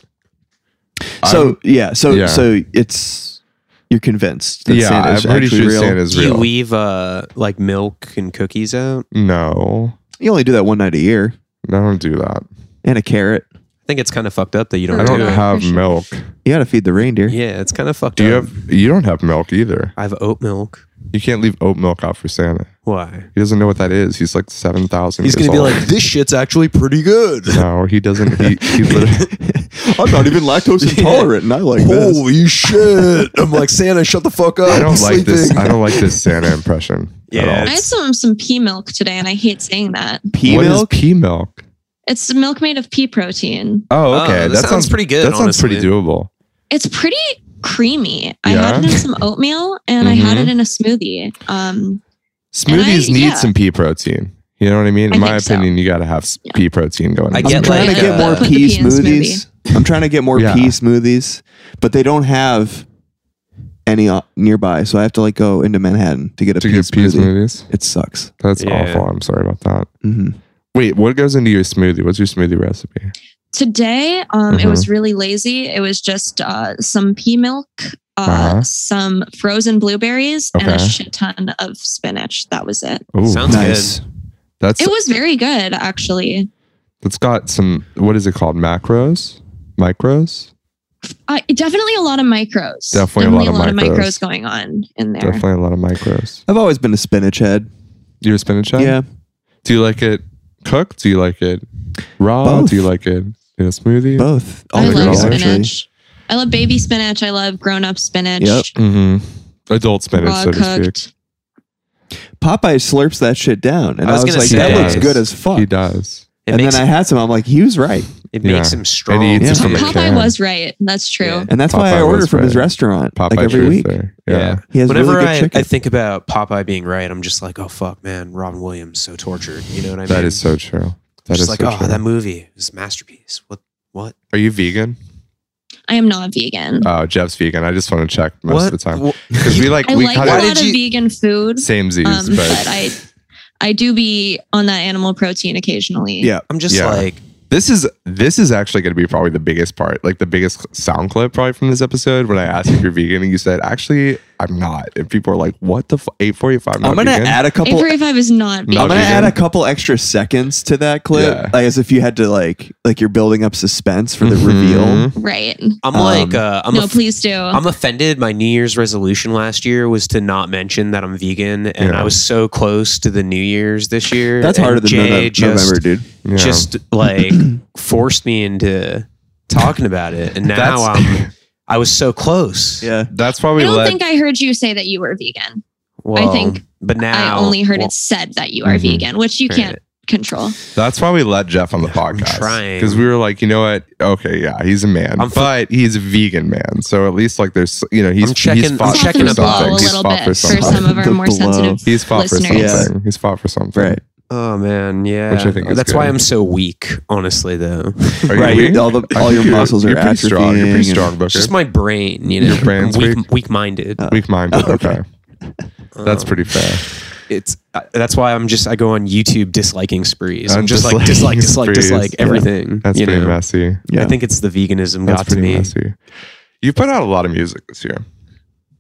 Speaker 5: So
Speaker 3: I'm-
Speaker 5: yeah, so
Speaker 3: yeah.
Speaker 5: so it's you're convinced that
Speaker 3: yeah,
Speaker 5: Santa's
Speaker 3: I'm pretty
Speaker 5: actually
Speaker 3: sure
Speaker 5: real.
Speaker 3: Santa's
Speaker 4: Do you
Speaker 3: real.
Speaker 4: leave uh, like milk and cookies out?
Speaker 3: no,
Speaker 5: You only do that one night a year,
Speaker 3: no, I don't do that.
Speaker 5: and a carrot.
Speaker 4: I think it's kind of fucked up that you don't.
Speaker 3: I
Speaker 2: I
Speaker 3: don't
Speaker 2: do.
Speaker 3: have
Speaker 2: For sure.
Speaker 3: milk.
Speaker 5: You got to feed the reindeer.
Speaker 4: Yeah, it's kind of fucked
Speaker 3: Do you
Speaker 4: up.
Speaker 3: have? You don't have milk either.
Speaker 4: I have oat milk.
Speaker 3: You can't leave oat milk out for Santa.
Speaker 4: Why?
Speaker 3: He doesn't know what that is. He's like seven thousand.
Speaker 4: He's
Speaker 3: years
Speaker 4: gonna be
Speaker 3: old.
Speaker 4: like, this shit's actually pretty good.
Speaker 3: no, he doesn't. He, he literally.
Speaker 5: I'm not even lactose intolerant, and I like this.
Speaker 4: Holy shit! I'm like Santa, shut the fuck up.
Speaker 3: I don't like this. I don't like this Santa impression
Speaker 4: Yeah,
Speaker 3: at
Speaker 2: i
Speaker 3: all.
Speaker 2: had some some pea milk today and i hate saying that
Speaker 5: Pea
Speaker 3: What is
Speaker 5: milk.
Speaker 3: pea milk?
Speaker 2: it's milk made of pea protein
Speaker 3: Oh, okay.
Speaker 4: Uh, that sounds pretty good,
Speaker 3: That sounds pretty
Speaker 4: honestly.
Speaker 3: doable.
Speaker 2: it's pretty creamy i
Speaker 3: Yeah?
Speaker 2: had it in some oatmeal and i had
Speaker 3: Mhm.
Speaker 5: Mm-hmm.
Speaker 2: it in a smoothie um
Speaker 3: Smoothies
Speaker 2: I-
Speaker 3: need
Speaker 2: yeah.
Speaker 3: some pea protein. You know what I mean? In
Speaker 2: I
Speaker 3: my
Speaker 2: think so.
Speaker 3: opinion, you got to have s- pea protein going.
Speaker 4: I
Speaker 3: on.
Speaker 5: I'm
Speaker 4: get,
Speaker 5: trying
Speaker 4: like,
Speaker 5: to get
Speaker 4: uh,
Speaker 5: more
Speaker 2: Put the
Speaker 5: pea
Speaker 2: pea in
Speaker 5: smoothies. I'm trying to get more
Speaker 3: Yeah.
Speaker 5: pea smoothies, but they don't have any uh, nearby, so I have to like go into Manhattan to get a
Speaker 3: to
Speaker 5: pea
Speaker 3: get pea
Speaker 5: smoothie.
Speaker 3: smoothies.
Speaker 5: It sucks.
Speaker 3: That's
Speaker 4: Yeah.
Speaker 3: awful. I'm sorry about that.
Speaker 5: hmm
Speaker 3: Wait, what goes into your smoothie? What's your smoothie recipe?
Speaker 2: today um it
Speaker 3: Mhm.
Speaker 5: Mm-hmm.
Speaker 2: was really lazy it was just uh some pea milk uh,
Speaker 3: Uh-huh.
Speaker 2: some frozen blueberries and a
Speaker 3: Okay.
Speaker 2: shit ton of spinach. That was it.
Speaker 3: Ooh,
Speaker 4: Sounds
Speaker 5: Nice.
Speaker 4: good.
Speaker 3: that's
Speaker 2: It was very good, actually.
Speaker 3: that's got some. What is it called? Macros, micros.
Speaker 2: Uh, definitely a lot of micros.
Speaker 3: Definitely a lot of micros.
Speaker 2: going on in there.
Speaker 3: Definitely a lot of micros.
Speaker 5: I've always been a spinach head.
Speaker 3: You're a spinach head.
Speaker 5: Yeah,
Speaker 3: Do you like it cooked? Do you like it raw?
Speaker 5: Both.
Speaker 3: Do you like it in a smoothie?
Speaker 5: both.
Speaker 2: I
Speaker 3: Oh,
Speaker 2: love
Speaker 3: really?
Speaker 5: actually.
Speaker 2: spinach. I love baby spinach. I love grown up spinach.
Speaker 5: Yep.
Speaker 3: Mm-hmm. Adult spinach,
Speaker 2: Raw
Speaker 3: so to speak.
Speaker 2: cooked.
Speaker 5: Popeye slurps that shit down, and
Speaker 4: I
Speaker 5: I
Speaker 4: was
Speaker 5: was,
Speaker 4: gonna
Speaker 5: like,
Speaker 4: say-
Speaker 5: "That looks
Speaker 3: He
Speaker 5: good as fuck."
Speaker 3: He does.
Speaker 4: It
Speaker 5: and
Speaker 4: makes
Speaker 5: then I had some. I'm like, he was right,
Speaker 4: it
Speaker 3: Yeah.
Speaker 4: makes him strong.
Speaker 3: And he eats
Speaker 5: Yeah.
Speaker 3: it from a
Speaker 2: Popeye
Speaker 3: can.
Speaker 2: was right. That's true.
Speaker 4: Yeah.
Speaker 5: and that's why I
Speaker 3: Popeye
Speaker 5: order
Speaker 3: was
Speaker 5: from his
Speaker 3: right.
Speaker 5: restaurant
Speaker 3: Popeye
Speaker 5: like every
Speaker 3: truth
Speaker 5: week.
Speaker 3: there. Yeah.
Speaker 5: He has
Speaker 4: Whenever
Speaker 5: really good
Speaker 4: I,
Speaker 5: chicken.
Speaker 4: I think about Popeye being right, I'm just like, oh fuck, man, Robin Williams so tortured. You know what I mean?
Speaker 3: That is so true. That is
Speaker 4: just like,
Speaker 3: so
Speaker 4: oh,
Speaker 3: true.
Speaker 4: that movie is a masterpiece. What? What?
Speaker 3: Are you vegan?
Speaker 2: I am not vegan.
Speaker 3: Oh, Jeff's vegan. I just want to check most
Speaker 4: what?
Speaker 3: of the time
Speaker 4: Wha-
Speaker 3: because we like
Speaker 2: I
Speaker 3: we
Speaker 2: like a
Speaker 3: kind
Speaker 4: Why
Speaker 3: of
Speaker 4: did
Speaker 2: lot of
Speaker 4: you-
Speaker 2: vegan food,
Speaker 3: same Z's,
Speaker 2: um,
Speaker 3: but,
Speaker 2: but I I do be on that animal protein occasionally.
Speaker 5: Yeah.
Speaker 4: I'm just
Speaker 3: Yeah.
Speaker 4: like,
Speaker 3: this is this is actually going to be probably the biggest part, like the biggest sound clip probably from this episode. When I asked if you're vegan, and you said, "Actually, I'm not," and people are like, "What the f- eight forty five?
Speaker 5: I'm gonna add a couple.
Speaker 2: A45 is not vegan.
Speaker 5: I'm gonna
Speaker 3: vegan.
Speaker 5: add a couple extra seconds to that clip,
Speaker 3: Yeah.
Speaker 5: like, as if you had to like like you're building up suspense for the
Speaker 3: Mhm.
Speaker 5: reveal.
Speaker 2: right.
Speaker 4: I'm
Speaker 5: Um,
Speaker 4: like, uh, I'm
Speaker 2: no,
Speaker 4: a-
Speaker 2: please do.
Speaker 4: I'm offended. My New Year's resolution last year was to not mention that I'm vegan, and
Speaker 3: Yeah.
Speaker 4: I was so close to the New Year's this year.
Speaker 5: That's
Speaker 4: and
Speaker 5: harder than
Speaker 4: Jay
Speaker 5: Nove- November, dude.
Speaker 3: Yeah.
Speaker 4: just like forced me into talking about it, and now um,
Speaker 3: That's-
Speaker 4: I'm. I was so close.
Speaker 5: Yeah,
Speaker 3: That's why
Speaker 2: I
Speaker 3: we
Speaker 2: don't
Speaker 3: let.
Speaker 2: think I heard you say that you were vegan.
Speaker 4: Well,
Speaker 2: think
Speaker 4: but now
Speaker 2: I only heard
Speaker 4: well,
Speaker 2: it said that you are
Speaker 3: Mhm.
Speaker 2: vegan, which you
Speaker 4: Right.
Speaker 2: can't control.
Speaker 3: that's why we let Jeff on the
Speaker 4: I'm
Speaker 3: podcast.
Speaker 4: trying.
Speaker 3: because we were like, you know what? Okay, yeah, he's a man,
Speaker 4: I'm fu-
Speaker 3: but he's a vegan man. So at least like there's, you know, he's
Speaker 4: I'm checking-
Speaker 3: he's fought
Speaker 4: I'm
Speaker 2: Soften
Speaker 4: checking
Speaker 3: for
Speaker 2: the blow a
Speaker 3: something. He's
Speaker 2: little
Speaker 3: fought
Speaker 2: bit for
Speaker 3: for something.
Speaker 2: some of our
Speaker 5: The
Speaker 2: more
Speaker 5: blow.
Speaker 2: sensitive.
Speaker 3: He's fought for
Speaker 2: listeners.
Speaker 3: something. He's fought for something.
Speaker 5: Right.
Speaker 4: Oh man, yeah.
Speaker 3: Which I think is
Speaker 4: that's why
Speaker 3: good.
Speaker 4: I'm so weak, honestly. Though,
Speaker 3: Are
Speaker 5: Right,
Speaker 3: weak?
Speaker 5: all the-
Speaker 3: I
Speaker 5: all
Speaker 3: think
Speaker 5: your
Speaker 3: you're-
Speaker 5: muscles are
Speaker 3: you're pretty strong. You're pretty
Speaker 5: atrophying
Speaker 3: strong,
Speaker 5: and-
Speaker 3: Booker.
Speaker 4: it's just my brain. You know,
Speaker 3: Your brain's
Speaker 4: I'm
Speaker 3: weak?
Speaker 4: weak Uh, minded.
Speaker 3: weak minded.
Speaker 5: okay.
Speaker 3: okay. That's
Speaker 4: Um,
Speaker 3: pretty fair.
Speaker 4: It's uh, that's why I'm just I go on YouTube disliking sprees.
Speaker 3: Uh,
Speaker 4: I'm just like dislike,
Speaker 3: disliking
Speaker 4: dislike,
Speaker 3: sprees.
Speaker 4: dislike
Speaker 3: Yeah.
Speaker 4: everything.
Speaker 3: That's
Speaker 4: you
Speaker 3: pretty
Speaker 4: know?
Speaker 3: messy.
Speaker 5: Yeah.
Speaker 4: I think it's the veganism
Speaker 3: That's
Speaker 4: got to
Speaker 3: pretty
Speaker 4: me.
Speaker 3: messy. You put out a lot of music this year.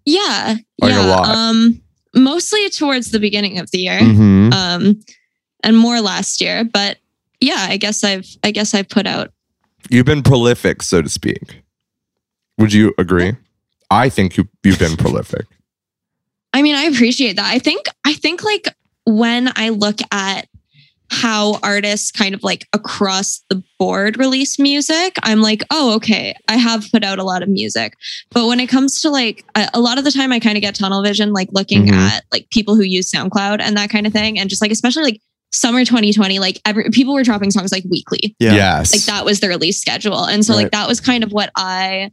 Speaker 2: Yeah.
Speaker 3: Like a
Speaker 2: yeah.
Speaker 3: lot.
Speaker 2: Um mostly towards the beginning of the year.
Speaker 3: Mm-hmm.
Speaker 4: Uh,
Speaker 2: Um and more last year. But yeah, I guess I've I guess I've put out
Speaker 3: You've been prolific, so to speak. Would you agree? I think you you've been prolific.
Speaker 2: I mean, I appreciate that. I think I think like when I look at how artists kind of like across the board release music, I'm like, oh, okay, I have put out a lot of music. But when it comes to like a, a lot of the time, I kind of get tunnel vision, like looking
Speaker 3: Mhm.
Speaker 2: at like people who use SoundCloud and that kind of thing, and just like especially like summer 2020, like every people were dropping songs like weekly
Speaker 3: Yes.
Speaker 2: like that was the release schedule and so
Speaker 5: Right.
Speaker 2: like that was kind of what i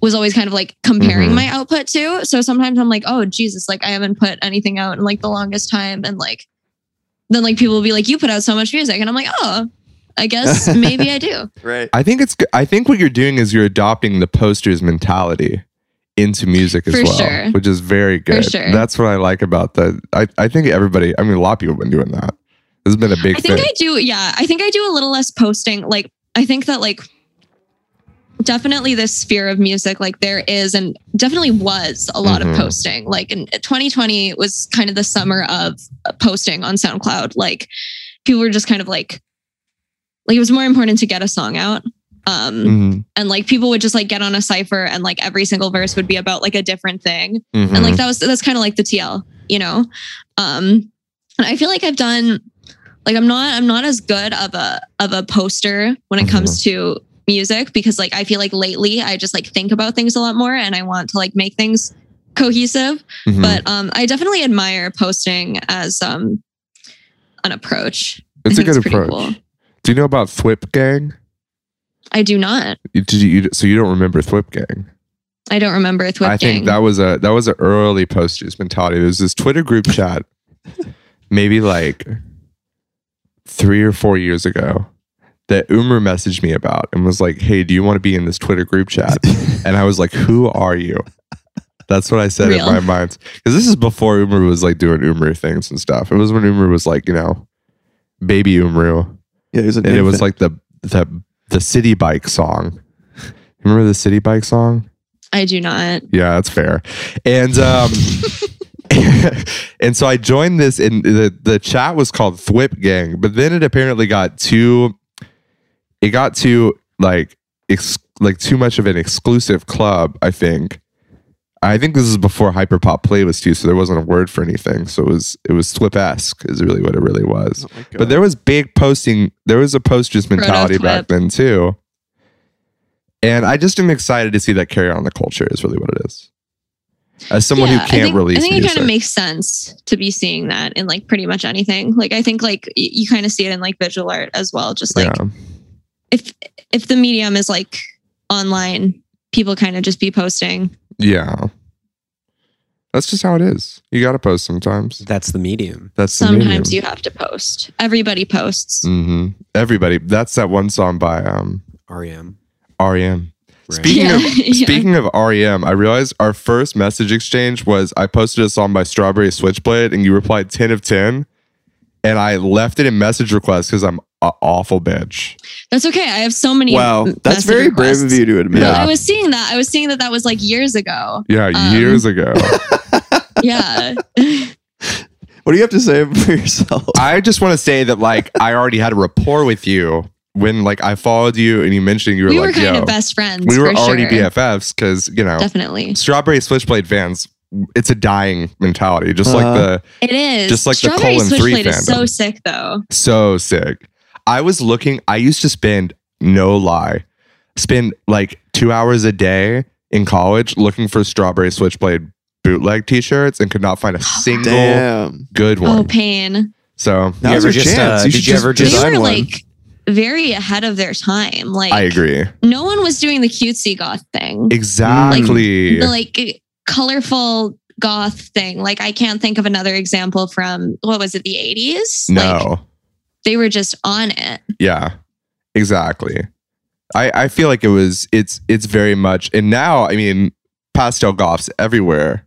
Speaker 2: was always kind of like comparing
Speaker 3: Mhm.
Speaker 2: my output to so sometimes i'm like oh jesus like i haven't put anything out in like the longest time and like then like people will be like you put out so much music and i'm like oh i guess maybe i do
Speaker 5: Right.
Speaker 3: I think it's. g- I think what you're doing is you're adopting the posters mentality into music as
Speaker 2: For
Speaker 3: well,
Speaker 2: sure.
Speaker 3: which is very good.
Speaker 2: sure.
Speaker 3: That's what I like about the. I, I think everybody. I mean, a lot of people have been doing that. This has been a big
Speaker 2: I think
Speaker 3: thing.
Speaker 2: I do. Yeah, I think I do a little less posting. Like I think that like definitely this sphere of music like there is and definitely was a lot
Speaker 3: Mhm.
Speaker 2: of posting. Like in 2020 was kind of the summer of uh, posting on SoundCloud. Like people were just kind of like like it was more important to get a song out. Um
Speaker 3: Mhm,
Speaker 2: and like people would just like get on a cipher and like every single verse would be about like a different thing
Speaker 3: mhm.
Speaker 2: and like that was that's kind of like the TL, you know. Um, and I feel like I've done like I'm not I'm not as good of a of a poster when it
Speaker 3: Mm-hmm.
Speaker 2: comes to music because like I feel like lately I just like think about things a lot more and I want to like make things cohesive.
Speaker 3: Mhm.
Speaker 2: But um, I definitely admire posting as um an approach. I
Speaker 3: it's a
Speaker 2: think
Speaker 3: good
Speaker 2: pretty
Speaker 3: approach. Do you know about Thwip Gang?
Speaker 2: I do not.
Speaker 3: You- Did you, you? So you don't remember Thwip Gang?
Speaker 2: I don't remember Thwip
Speaker 3: I
Speaker 2: Gang.
Speaker 3: think that was a that was an early posters mentality. There was this Twitter group chat, maybe like three or four years ago, that Umar messaged me about and was like, "Hey, do you want to be in this Twitter group chat?" And I was like, "Who are you?" That's what I said
Speaker 2: Real.
Speaker 3: in my mind because this is before Umar was like doing Umar things and stuff. It was when Umar was like, you know, baby Umar
Speaker 5: Yeah, it was, an
Speaker 3: and it was
Speaker 5: infant.
Speaker 3: like the the the city bike song. Remember the city bike song?
Speaker 2: I do not.
Speaker 3: Yeah, that's fair. And um, and so I joined this, and the the chat was called Thwip Gang, but then it apparently got too, it got too like ex- like too much of an exclusive club. I think, I think this is before hyperpop play was too, so there wasn't a word for anything. So it was it was Thwip esque is really what it really was.
Speaker 5: Oh my God.
Speaker 3: But there was big posting. There was a posters mentality
Speaker 2: Prototype.
Speaker 3: back then too. And I just am excited to see that carry on the culture is really what it is. As someone
Speaker 2: Yeah,
Speaker 3: who
Speaker 2: I
Speaker 3: can't
Speaker 2: think,
Speaker 3: release
Speaker 2: I think it
Speaker 3: music,
Speaker 2: kind of makes sense to be seeing that in like pretty much anything. Like I think like y- you kind of see it in like visual art as well. Just like
Speaker 3: yeah,
Speaker 2: if if the medium is like online, people kind of just be posting.
Speaker 3: yeah, that's just how it is. You got to post sometimes.
Speaker 4: That's the medium.
Speaker 3: That's
Speaker 2: Sometimes you have to post. Everybody posts.
Speaker 3: hmm Everybody, that's that one song by um
Speaker 4: REM.
Speaker 3: REM.
Speaker 4: E Right.
Speaker 3: Speaking
Speaker 2: Yeah,
Speaker 3: of
Speaker 2: yeah.
Speaker 3: speaking of REM, I realized our first message exchange was I posted a song by Strawberry Switchblade and you replied 10 of 10 and I left it in message request because I'm an awful bitch.
Speaker 2: That's okay. I have so many.
Speaker 5: wow,
Speaker 2: m- message
Speaker 5: that's very brave of
Speaker 2: requests.
Speaker 5: you to admit.
Speaker 2: Well,
Speaker 3: Yeah.
Speaker 2: I was seeing that. I was seeing that that was like years ago.
Speaker 3: Yeah,
Speaker 2: Um,
Speaker 3: years ago.
Speaker 2: Yeah.
Speaker 5: What do you have to say for yourself?
Speaker 3: I just want to say that like I already had a rapport with you when like I followed you and you mentioned you were
Speaker 2: we were
Speaker 3: like
Speaker 2: kind
Speaker 3: yo.
Speaker 2: of best friends.
Speaker 3: we were
Speaker 2: for
Speaker 3: already
Speaker 2: sure.
Speaker 3: BFFs because you know
Speaker 2: Definitely.
Speaker 3: Strawberry Switchblade fans, it's a dying mentality, just
Speaker 5: Uh-huh.
Speaker 3: like the
Speaker 2: It is.
Speaker 3: Just like the
Speaker 2: Strawberry
Speaker 3: colon three
Speaker 2: Switchblade is so
Speaker 3: fandom.
Speaker 2: sick though.
Speaker 3: So sick. I was looking, I used to spend, no lie, spend like two hours a day in college looking for strawberry switchblade bootleg t shirts and could not find a single
Speaker 5: Damn.
Speaker 3: good one.
Speaker 2: Oh, pain.
Speaker 3: so
Speaker 5: That
Speaker 4: You
Speaker 5: was
Speaker 4: ever
Speaker 5: your
Speaker 4: just,
Speaker 5: chance.
Speaker 4: uh,
Speaker 5: you
Speaker 4: did
Speaker 5: should
Speaker 4: you ever
Speaker 5: just
Speaker 4: just-
Speaker 2: They
Speaker 5: design
Speaker 2: were
Speaker 5: one.
Speaker 2: like very ahead of their time. Like
Speaker 3: I agree.
Speaker 2: No one was doing the cutesy goth thing.
Speaker 3: Exactly.
Speaker 2: The like colorful goth thing. Like I can't think of another example from what was it, the 80s?
Speaker 3: No.
Speaker 2: Like they were just on it.
Speaker 3: Yeah, exactly. I I feel like it was it's it's very much and now I mean pastel goths everywhere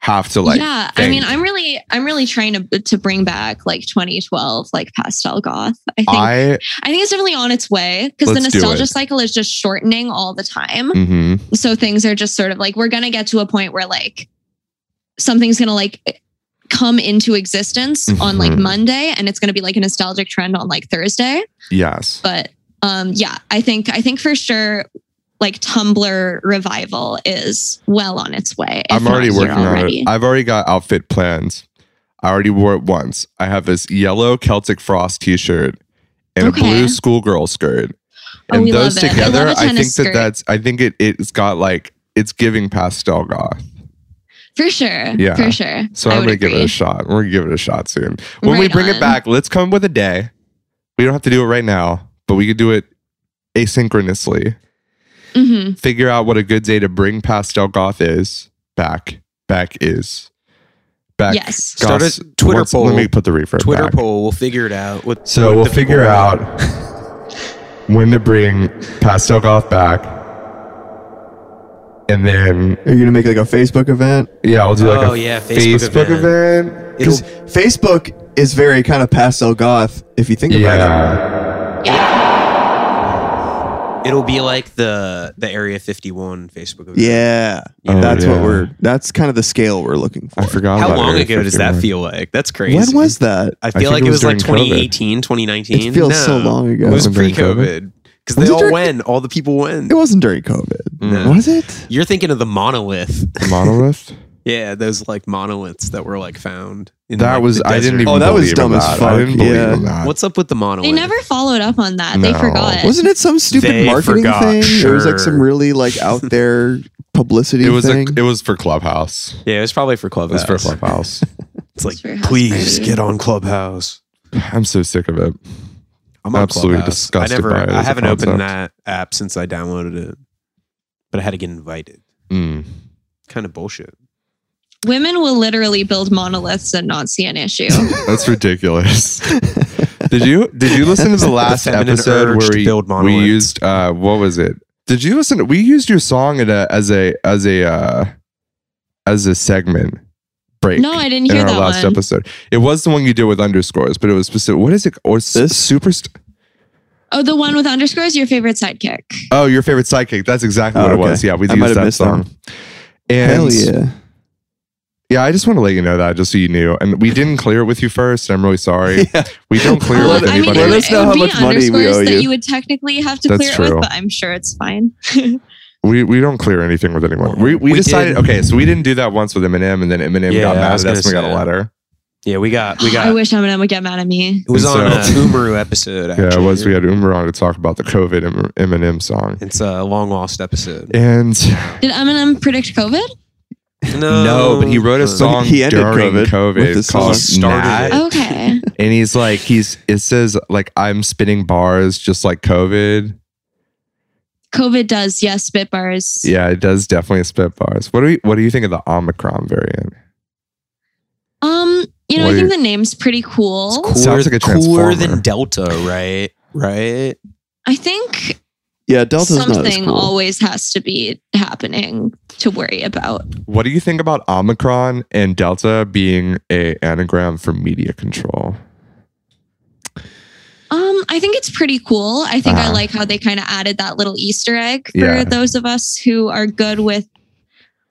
Speaker 3: have to like
Speaker 2: yeah, I
Speaker 3: think.
Speaker 2: mean, I'm really I'm really trying to to bring back like 2012 like pastel goth. I think I,
Speaker 3: I
Speaker 2: think it's definitely on its way because the
Speaker 3: Let's do
Speaker 2: nostalgia
Speaker 3: it.
Speaker 2: cycle is just shortening all the time.
Speaker 3: mhm.
Speaker 2: so things are just sort of like we're gonna get to a point where like something's gonna like come into existence on like
Speaker 3: Mhm.
Speaker 2: monday and it's gonna be like a nostalgic trend on like thursday
Speaker 3: yes
Speaker 2: but um yeah i think i think for sure like tumblr revival is well on its way if
Speaker 3: I'm
Speaker 2: not
Speaker 3: already
Speaker 2: here
Speaker 3: working
Speaker 2: already.
Speaker 3: on it. I've already got outfit plans. I already wore it once. I have this yellow Celtic Frost t-shirt and
Speaker 2: Okay.
Speaker 3: a blue schoolgirl skirt.
Speaker 2: Oh,
Speaker 3: And
Speaker 2: we
Speaker 3: those
Speaker 2: love it. I love
Speaker 3: together,
Speaker 2: a
Speaker 3: I, think
Speaker 2: tennis skirt.
Speaker 3: that that's I think it it's got like it's giving pastel goth.
Speaker 2: for sure
Speaker 3: Yeah.
Speaker 2: for sure
Speaker 3: So
Speaker 2: I
Speaker 3: I'm
Speaker 2: would
Speaker 3: gonna give it
Speaker 2: agree.
Speaker 3: a shot. We're gonna give it a shot soon. When we
Speaker 2: Right
Speaker 3: bring
Speaker 2: on.
Speaker 3: it back, let's come with a day. We don't have to do it right now, but we could do it asynchronously.
Speaker 2: Mhm.
Speaker 3: Figure out what a good day to bring pastel goth is back. Back is back.
Speaker 2: yes
Speaker 4: Start
Speaker 3: Goths-
Speaker 4: a Twitter
Speaker 3: once-
Speaker 4: poll.
Speaker 3: Let me put the reverb.
Speaker 4: Twitter
Speaker 3: back.
Speaker 4: poll. We'll figure it out. What,
Speaker 3: So
Speaker 4: what
Speaker 3: we'll
Speaker 4: the-
Speaker 3: figure out when to bring pastel goth back, and then
Speaker 5: Are you gonna make like a Facebook event?
Speaker 3: yeah, we'll do like
Speaker 4: Oh,
Speaker 3: a
Speaker 4: yeah, Facebook
Speaker 3: Facebook, event.
Speaker 4: It'll-
Speaker 5: Because Facebook is very kind of pastel goth if you think about it.
Speaker 3: Yeah.
Speaker 4: It'll be like the the Area 51 Facebook. event.
Speaker 5: Yeah,
Speaker 3: Oh,
Speaker 5: that's
Speaker 3: yeah.
Speaker 5: what we're. That's kind of the scale we're looking for.
Speaker 3: I forgot.
Speaker 4: How
Speaker 3: about
Speaker 4: long
Speaker 3: Area
Speaker 4: ago does that
Speaker 3: 51.
Speaker 4: feel like? That's crazy.
Speaker 5: When was that?
Speaker 4: I
Speaker 3: think
Speaker 4: feel like
Speaker 3: it
Speaker 4: it
Speaker 3: was
Speaker 4: was, like
Speaker 3: during COVID.
Speaker 4: 2018, 2019.
Speaker 5: It feels so long ago.
Speaker 4: It was
Speaker 3: Wasn't during
Speaker 4: pre
Speaker 3: COVID?
Speaker 4: COVID. Because they
Speaker 5: Was it
Speaker 4: all
Speaker 5: during-
Speaker 4: went. All the people went.
Speaker 5: It wasn't during COVID,
Speaker 3: Mm. Mm-hmm.
Speaker 4: No.
Speaker 5: was it?
Speaker 4: You're thinking of the monolith.
Speaker 3: Monolith.
Speaker 4: yeah, those like monoliths that were like found. In,
Speaker 3: That
Speaker 4: like,
Speaker 3: was
Speaker 4: the
Speaker 3: I
Speaker 4: desert.
Speaker 3: didn't even.
Speaker 5: Oh, that was
Speaker 3: believe in
Speaker 5: dumb as
Speaker 3: that.
Speaker 5: fuck,
Speaker 3: I didn't believe
Speaker 5: yeah.
Speaker 3: in that.
Speaker 4: What's up with the monolith?
Speaker 2: they never followed up on that they
Speaker 3: No.
Speaker 2: forgot
Speaker 5: Wasn't it some stupid
Speaker 4: They
Speaker 5: marketing
Speaker 4: forgot,
Speaker 5: thing? It was like
Speaker 4: sure.
Speaker 5: some really like out there publicity
Speaker 3: it was a,
Speaker 5: thing.
Speaker 3: it was for Clubhouse.
Speaker 4: Yeah, it was probably for
Speaker 3: It
Speaker 4: Clubhouse.
Speaker 3: was for Clubhouse.
Speaker 4: It's like,
Speaker 2: For house
Speaker 4: please
Speaker 2: party.
Speaker 4: get on Clubhouse.
Speaker 3: I'm so sick of it.
Speaker 4: I'm on
Speaker 3: Absolutely
Speaker 4: Clubhouse.
Speaker 3: disgusted
Speaker 4: I never.
Speaker 3: by it
Speaker 4: I
Speaker 3: as a
Speaker 4: haven't opened that
Speaker 3: concept.
Speaker 4: app since I downloaded it, but I had to get invited.
Speaker 3: Mm.
Speaker 4: Kind of bullshit.
Speaker 2: women will literally build monoliths and not see an issue
Speaker 3: That's ridiculous. did you did you listen to the last
Speaker 4: feminine
Speaker 3: episode
Speaker 4: urge
Speaker 3: where
Speaker 4: to
Speaker 3: we,
Speaker 4: build
Speaker 3: we
Speaker 4: monoliths.
Speaker 3: used uh, what was it? Did you listen? To, we used your song in a, as a as a uh, as a segment break.
Speaker 2: no i didn't
Speaker 3: in
Speaker 2: hear
Speaker 3: our
Speaker 2: that
Speaker 3: last
Speaker 2: one
Speaker 3: episode, it was the one you did with underscores, but it was specific. What is it? Or
Speaker 5: This?
Speaker 3: this? super? St-
Speaker 2: Oh, the one with underscores, your favorite sidekick.
Speaker 3: oh, your favorite sidekick. That's exactly
Speaker 5: Oh,
Speaker 3: what
Speaker 5: okay.
Speaker 3: it was. Yeah, we
Speaker 5: I
Speaker 3: used
Speaker 5: might have
Speaker 3: that
Speaker 5: missed that
Speaker 3: song.
Speaker 5: one.
Speaker 3: And
Speaker 5: Hell yeah!
Speaker 3: Yeah, I just want to let you know that just so you knew. And we didn't clear it with you first. I'm really sorry.
Speaker 5: Yeah.
Speaker 3: We don't clear
Speaker 5: Well,
Speaker 3: it with
Speaker 2: I mean,
Speaker 3: anybody.
Speaker 2: it
Speaker 5: Let
Speaker 2: would,
Speaker 5: us know
Speaker 2: it would
Speaker 5: how
Speaker 2: be
Speaker 5: much money we
Speaker 2: underscores
Speaker 5: owe
Speaker 2: that
Speaker 5: you.
Speaker 2: you would technically have to
Speaker 3: That's
Speaker 2: clear it
Speaker 3: true.
Speaker 2: with, but I'm sure it's fine.
Speaker 3: we we don't clear anything with anyone. We we,
Speaker 4: We
Speaker 3: decided
Speaker 4: did.
Speaker 3: okay, so we didn't do that once with Eminem, and then Eminem
Speaker 4: Yeah,
Speaker 3: got
Speaker 4: I
Speaker 3: mad
Speaker 4: was
Speaker 3: at us. and We got
Speaker 4: gonna
Speaker 3: a
Speaker 4: say.
Speaker 3: letter.
Speaker 4: Yeah, we got. We
Speaker 2: I
Speaker 4: got.
Speaker 2: wish Eminem would get mad at me.
Speaker 4: It was
Speaker 3: And
Speaker 4: on a
Speaker 3: so-
Speaker 4: Umaru episode. Actually.
Speaker 3: Yeah, it was. We had Umar on to talk about the COVID Em- Eminem song,
Speaker 4: It's a long lost episode.
Speaker 3: and
Speaker 2: Did Eminem predict COVID?
Speaker 4: No,
Speaker 3: but he wrote a song
Speaker 5: he ended
Speaker 3: during
Speaker 5: COVID
Speaker 3: COVID,
Speaker 5: with the song.
Speaker 3: called
Speaker 4: Started
Speaker 3: "Nah,"
Speaker 4: it.
Speaker 2: Okay.
Speaker 3: and he's like, he's it says like I'm spinning bars just like COVID.
Speaker 2: COVID does, yes, spit bars.
Speaker 3: Yeah, it does definitely spit bars. What do we, what do you think of the Omicron variant?
Speaker 2: Um, you know,
Speaker 3: What
Speaker 2: I
Speaker 3: are
Speaker 2: think
Speaker 3: your-
Speaker 2: the name's pretty cool.
Speaker 4: Cooler,
Speaker 3: Sounds like a
Speaker 4: cooler
Speaker 3: Transformer.
Speaker 4: than Delta, right? Right.
Speaker 2: I think
Speaker 5: Yeah, Delta's not as
Speaker 2: something
Speaker 5: cool.
Speaker 2: always has to be happening to worry about.
Speaker 3: What do you think about Omicron and Delta being a anagram for media control?
Speaker 2: Um, I think it's pretty cool. I think I
Speaker 3: Uh-huh.
Speaker 2: like how they kind of added that little Easter egg for
Speaker 3: Yeah.
Speaker 2: those of us who are good with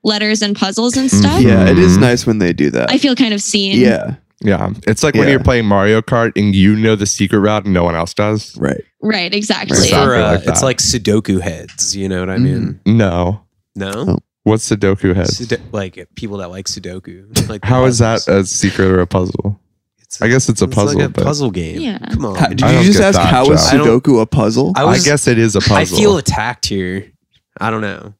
Speaker 2: letters and puzzles and
Speaker 3: Mhm.
Speaker 2: stuff.
Speaker 5: yeah, it is
Speaker 3: Mhm.
Speaker 5: nice when they do that.
Speaker 2: I feel kind of seen.
Speaker 5: yeah,
Speaker 3: Yeah, it's like when
Speaker 5: Yeah.
Speaker 3: you're playing Mario Kart and you know the secret route and no one else does.
Speaker 5: right.
Speaker 2: Right, exactly.
Speaker 4: It's,
Speaker 3: Exactly.
Speaker 4: for, uh,
Speaker 3: like that.
Speaker 4: it's like Sudoku heads. You know what I mean?
Speaker 3: No,
Speaker 4: No,
Speaker 3: what's Sudoku head?
Speaker 4: Sudo- like people that like Sudoku. Like
Speaker 3: Oh, How is that a secret or a puzzle?
Speaker 4: It's
Speaker 3: I guess it's a puzzle.
Speaker 4: It's like a
Speaker 3: but
Speaker 4: puzzle game.
Speaker 2: Yeah.
Speaker 4: Come on.
Speaker 5: How, did
Speaker 3: I
Speaker 5: you
Speaker 3: don't
Speaker 5: just
Speaker 3: get
Speaker 5: ask
Speaker 3: that,
Speaker 5: how is
Speaker 4: Josh. I don't-
Speaker 5: Sudoku a puzzle?
Speaker 4: I
Speaker 3: I
Speaker 4: was,
Speaker 3: guess it is a puzzle.
Speaker 4: I feel attacked here. I don't know.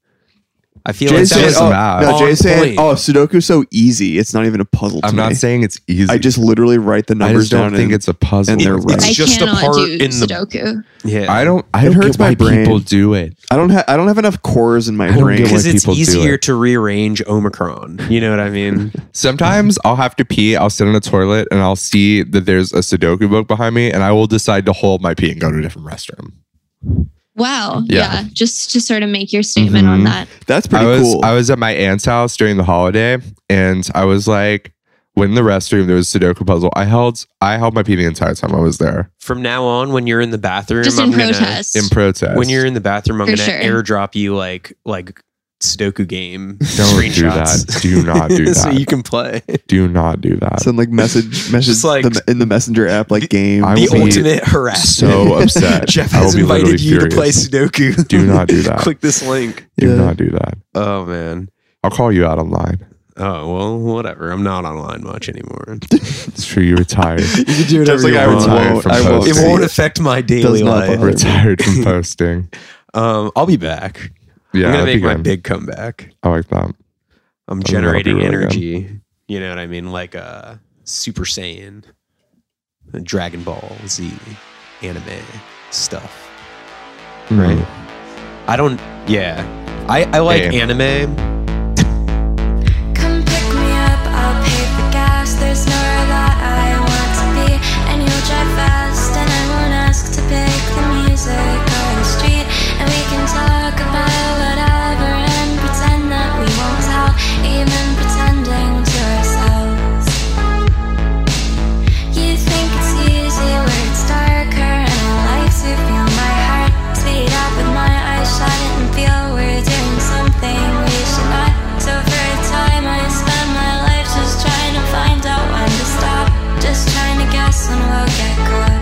Speaker 4: I feel
Speaker 5: Jay's
Speaker 4: like that
Speaker 5: saying,
Speaker 4: was
Speaker 5: oh,
Speaker 3: bad.
Speaker 5: no,
Speaker 4: On
Speaker 5: Jay's saying,
Speaker 4: point.
Speaker 5: oh, Sudoku's so easy. It's not even a puzzle to
Speaker 3: I'm not
Speaker 5: me.
Speaker 3: saying it's easy.
Speaker 5: I just literally write the
Speaker 3: I
Speaker 5: numbers
Speaker 3: just don't
Speaker 5: down
Speaker 3: think
Speaker 5: and-
Speaker 3: it's a puzzle.
Speaker 5: and they're right.
Speaker 2: I
Speaker 4: It's just a
Speaker 2: cannot
Speaker 4: part
Speaker 2: do
Speaker 4: in the-
Speaker 2: Sudoku.
Speaker 4: yeah.
Speaker 3: I don't. I
Speaker 5: It
Speaker 3: don't
Speaker 5: hurts
Speaker 3: get why
Speaker 5: my brain.
Speaker 3: people do it.
Speaker 5: I don't have I don't have enough cores in my
Speaker 3: I don't
Speaker 5: brain.
Speaker 3: get why
Speaker 4: because it's
Speaker 3: people do
Speaker 4: easier
Speaker 3: it.
Speaker 4: to rearrange Omicron. You know what I mean?
Speaker 3: Sometimes I'll have to pee. I'll sit in a toilet and I'll see that there's a Sudoku book behind me, and I will decide to hold my pee and go to a different restroom.
Speaker 2: Wow.
Speaker 3: Yeah.
Speaker 2: Yeah. Just to sort of make your statement on
Speaker 3: Mhm.
Speaker 2: that.
Speaker 5: That's pretty
Speaker 3: I was
Speaker 5: cool.
Speaker 3: I was at my aunt's house during the holiday, and I was like, when in the restroom there was a Sudoku puzzle. I held I held my pee the entire time I was there
Speaker 4: From now on, when you're in the bathroom,
Speaker 2: Just in
Speaker 4: I'm gonna-
Speaker 2: protest.
Speaker 3: in protest.
Speaker 4: When you're in the bathroom, I'm
Speaker 2: For
Speaker 4: gonna
Speaker 2: sure.
Speaker 4: airdrop you like like Sudoku game
Speaker 3: don't do
Speaker 4: screenshots.
Speaker 3: that. Do not do that.
Speaker 4: so you can play
Speaker 3: do not do that.
Speaker 5: Send like message message
Speaker 4: Just like-
Speaker 5: the, in the messenger app like
Speaker 4: The-
Speaker 5: game.
Speaker 3: I
Speaker 4: the
Speaker 3: will be
Speaker 4: ultimate harassment.
Speaker 3: so upset.
Speaker 4: Jeff
Speaker 3: I will
Speaker 4: has
Speaker 3: be literally
Speaker 4: invited you to
Speaker 3: furious.
Speaker 4: play Sudoku.
Speaker 3: Do not do that.
Speaker 4: Click this link.
Speaker 3: Do
Speaker 5: Yeah.
Speaker 3: not do that.
Speaker 4: Oh man.
Speaker 3: I'll call you out online.
Speaker 4: Oh well, whatever. I'm not online much anymore.
Speaker 3: It's true. You retired.
Speaker 5: you can do
Speaker 4: whatever
Speaker 5: like,
Speaker 4: you
Speaker 5: I
Speaker 4: want.
Speaker 5: won't.
Speaker 3: From
Speaker 5: I won't.
Speaker 3: posting.
Speaker 4: it
Speaker 5: see
Speaker 4: won't affect my daily
Speaker 5: Does
Speaker 4: life.
Speaker 5: not bother.
Speaker 3: retired from posting.
Speaker 4: Um, I'll be back.
Speaker 3: Yeah,
Speaker 4: I'm
Speaker 3: that'd
Speaker 4: gonna
Speaker 3: be
Speaker 4: make my
Speaker 3: good.
Speaker 4: big comeback.
Speaker 3: I like that.
Speaker 4: I'm
Speaker 3: think that'll be
Speaker 4: generating
Speaker 3: really good.
Speaker 4: energy. You know what I mean? Like a Super Saiyan, a Dragon Ball Z anime stuff.
Speaker 3: Right.
Speaker 4: I don't. Yeah, I I like
Speaker 3: Hey.
Speaker 4: anime.
Speaker 1: Come pick me up, I'll pay for gas. There's nowhere that I want to be, and you'll drive fast, and I won't ask to pick the music on the street, and we can talk about whatever and pretend that we won't tell, even pretending to ourselves. You think it's easy where it's darker, and I like to feel my heart speed up with my eyes shut and feel we're doing something we should not. So for a time, I spend my life just trying to find out when to stop, just trying to guess when we'll get caught.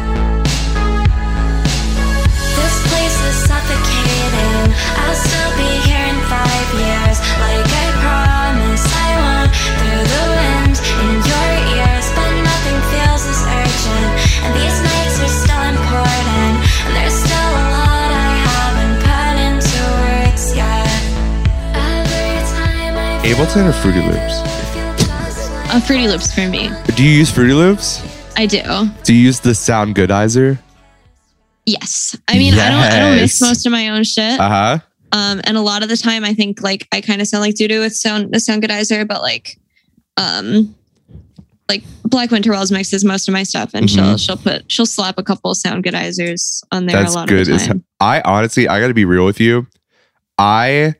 Speaker 1: This place is suffocating. I'll still be here in five years. Like I promise, I won't. Through the wind in your ears, but nothing feels as urgent. And these nights are still important. And there's still a lot I haven't put into words yet. Every time I feel
Speaker 3: Ableton or Fruity Loops?
Speaker 1: I feel just like
Speaker 2: A Fruity Loops for me.
Speaker 3: Do you use Fruity Loops?
Speaker 2: I do.
Speaker 3: Do you use the sound goodizer?
Speaker 2: Yes. I mean, I don't. I don't
Speaker 3: Yes.
Speaker 2: mix most of my own shit.
Speaker 3: Uh huh.
Speaker 2: Um, and a lot of the time, I think like I kind of sound like Doodoo with sound the sound goodizer, but like, um, like Black Winter Wells mixes most of my stuff, and she'll she'll put she'll slap a couple sound goodizers on there
Speaker 3: That's
Speaker 2: a lot
Speaker 3: good.
Speaker 2: of
Speaker 3: As
Speaker 2: the time.
Speaker 3: I honestly, I got to be real with you. I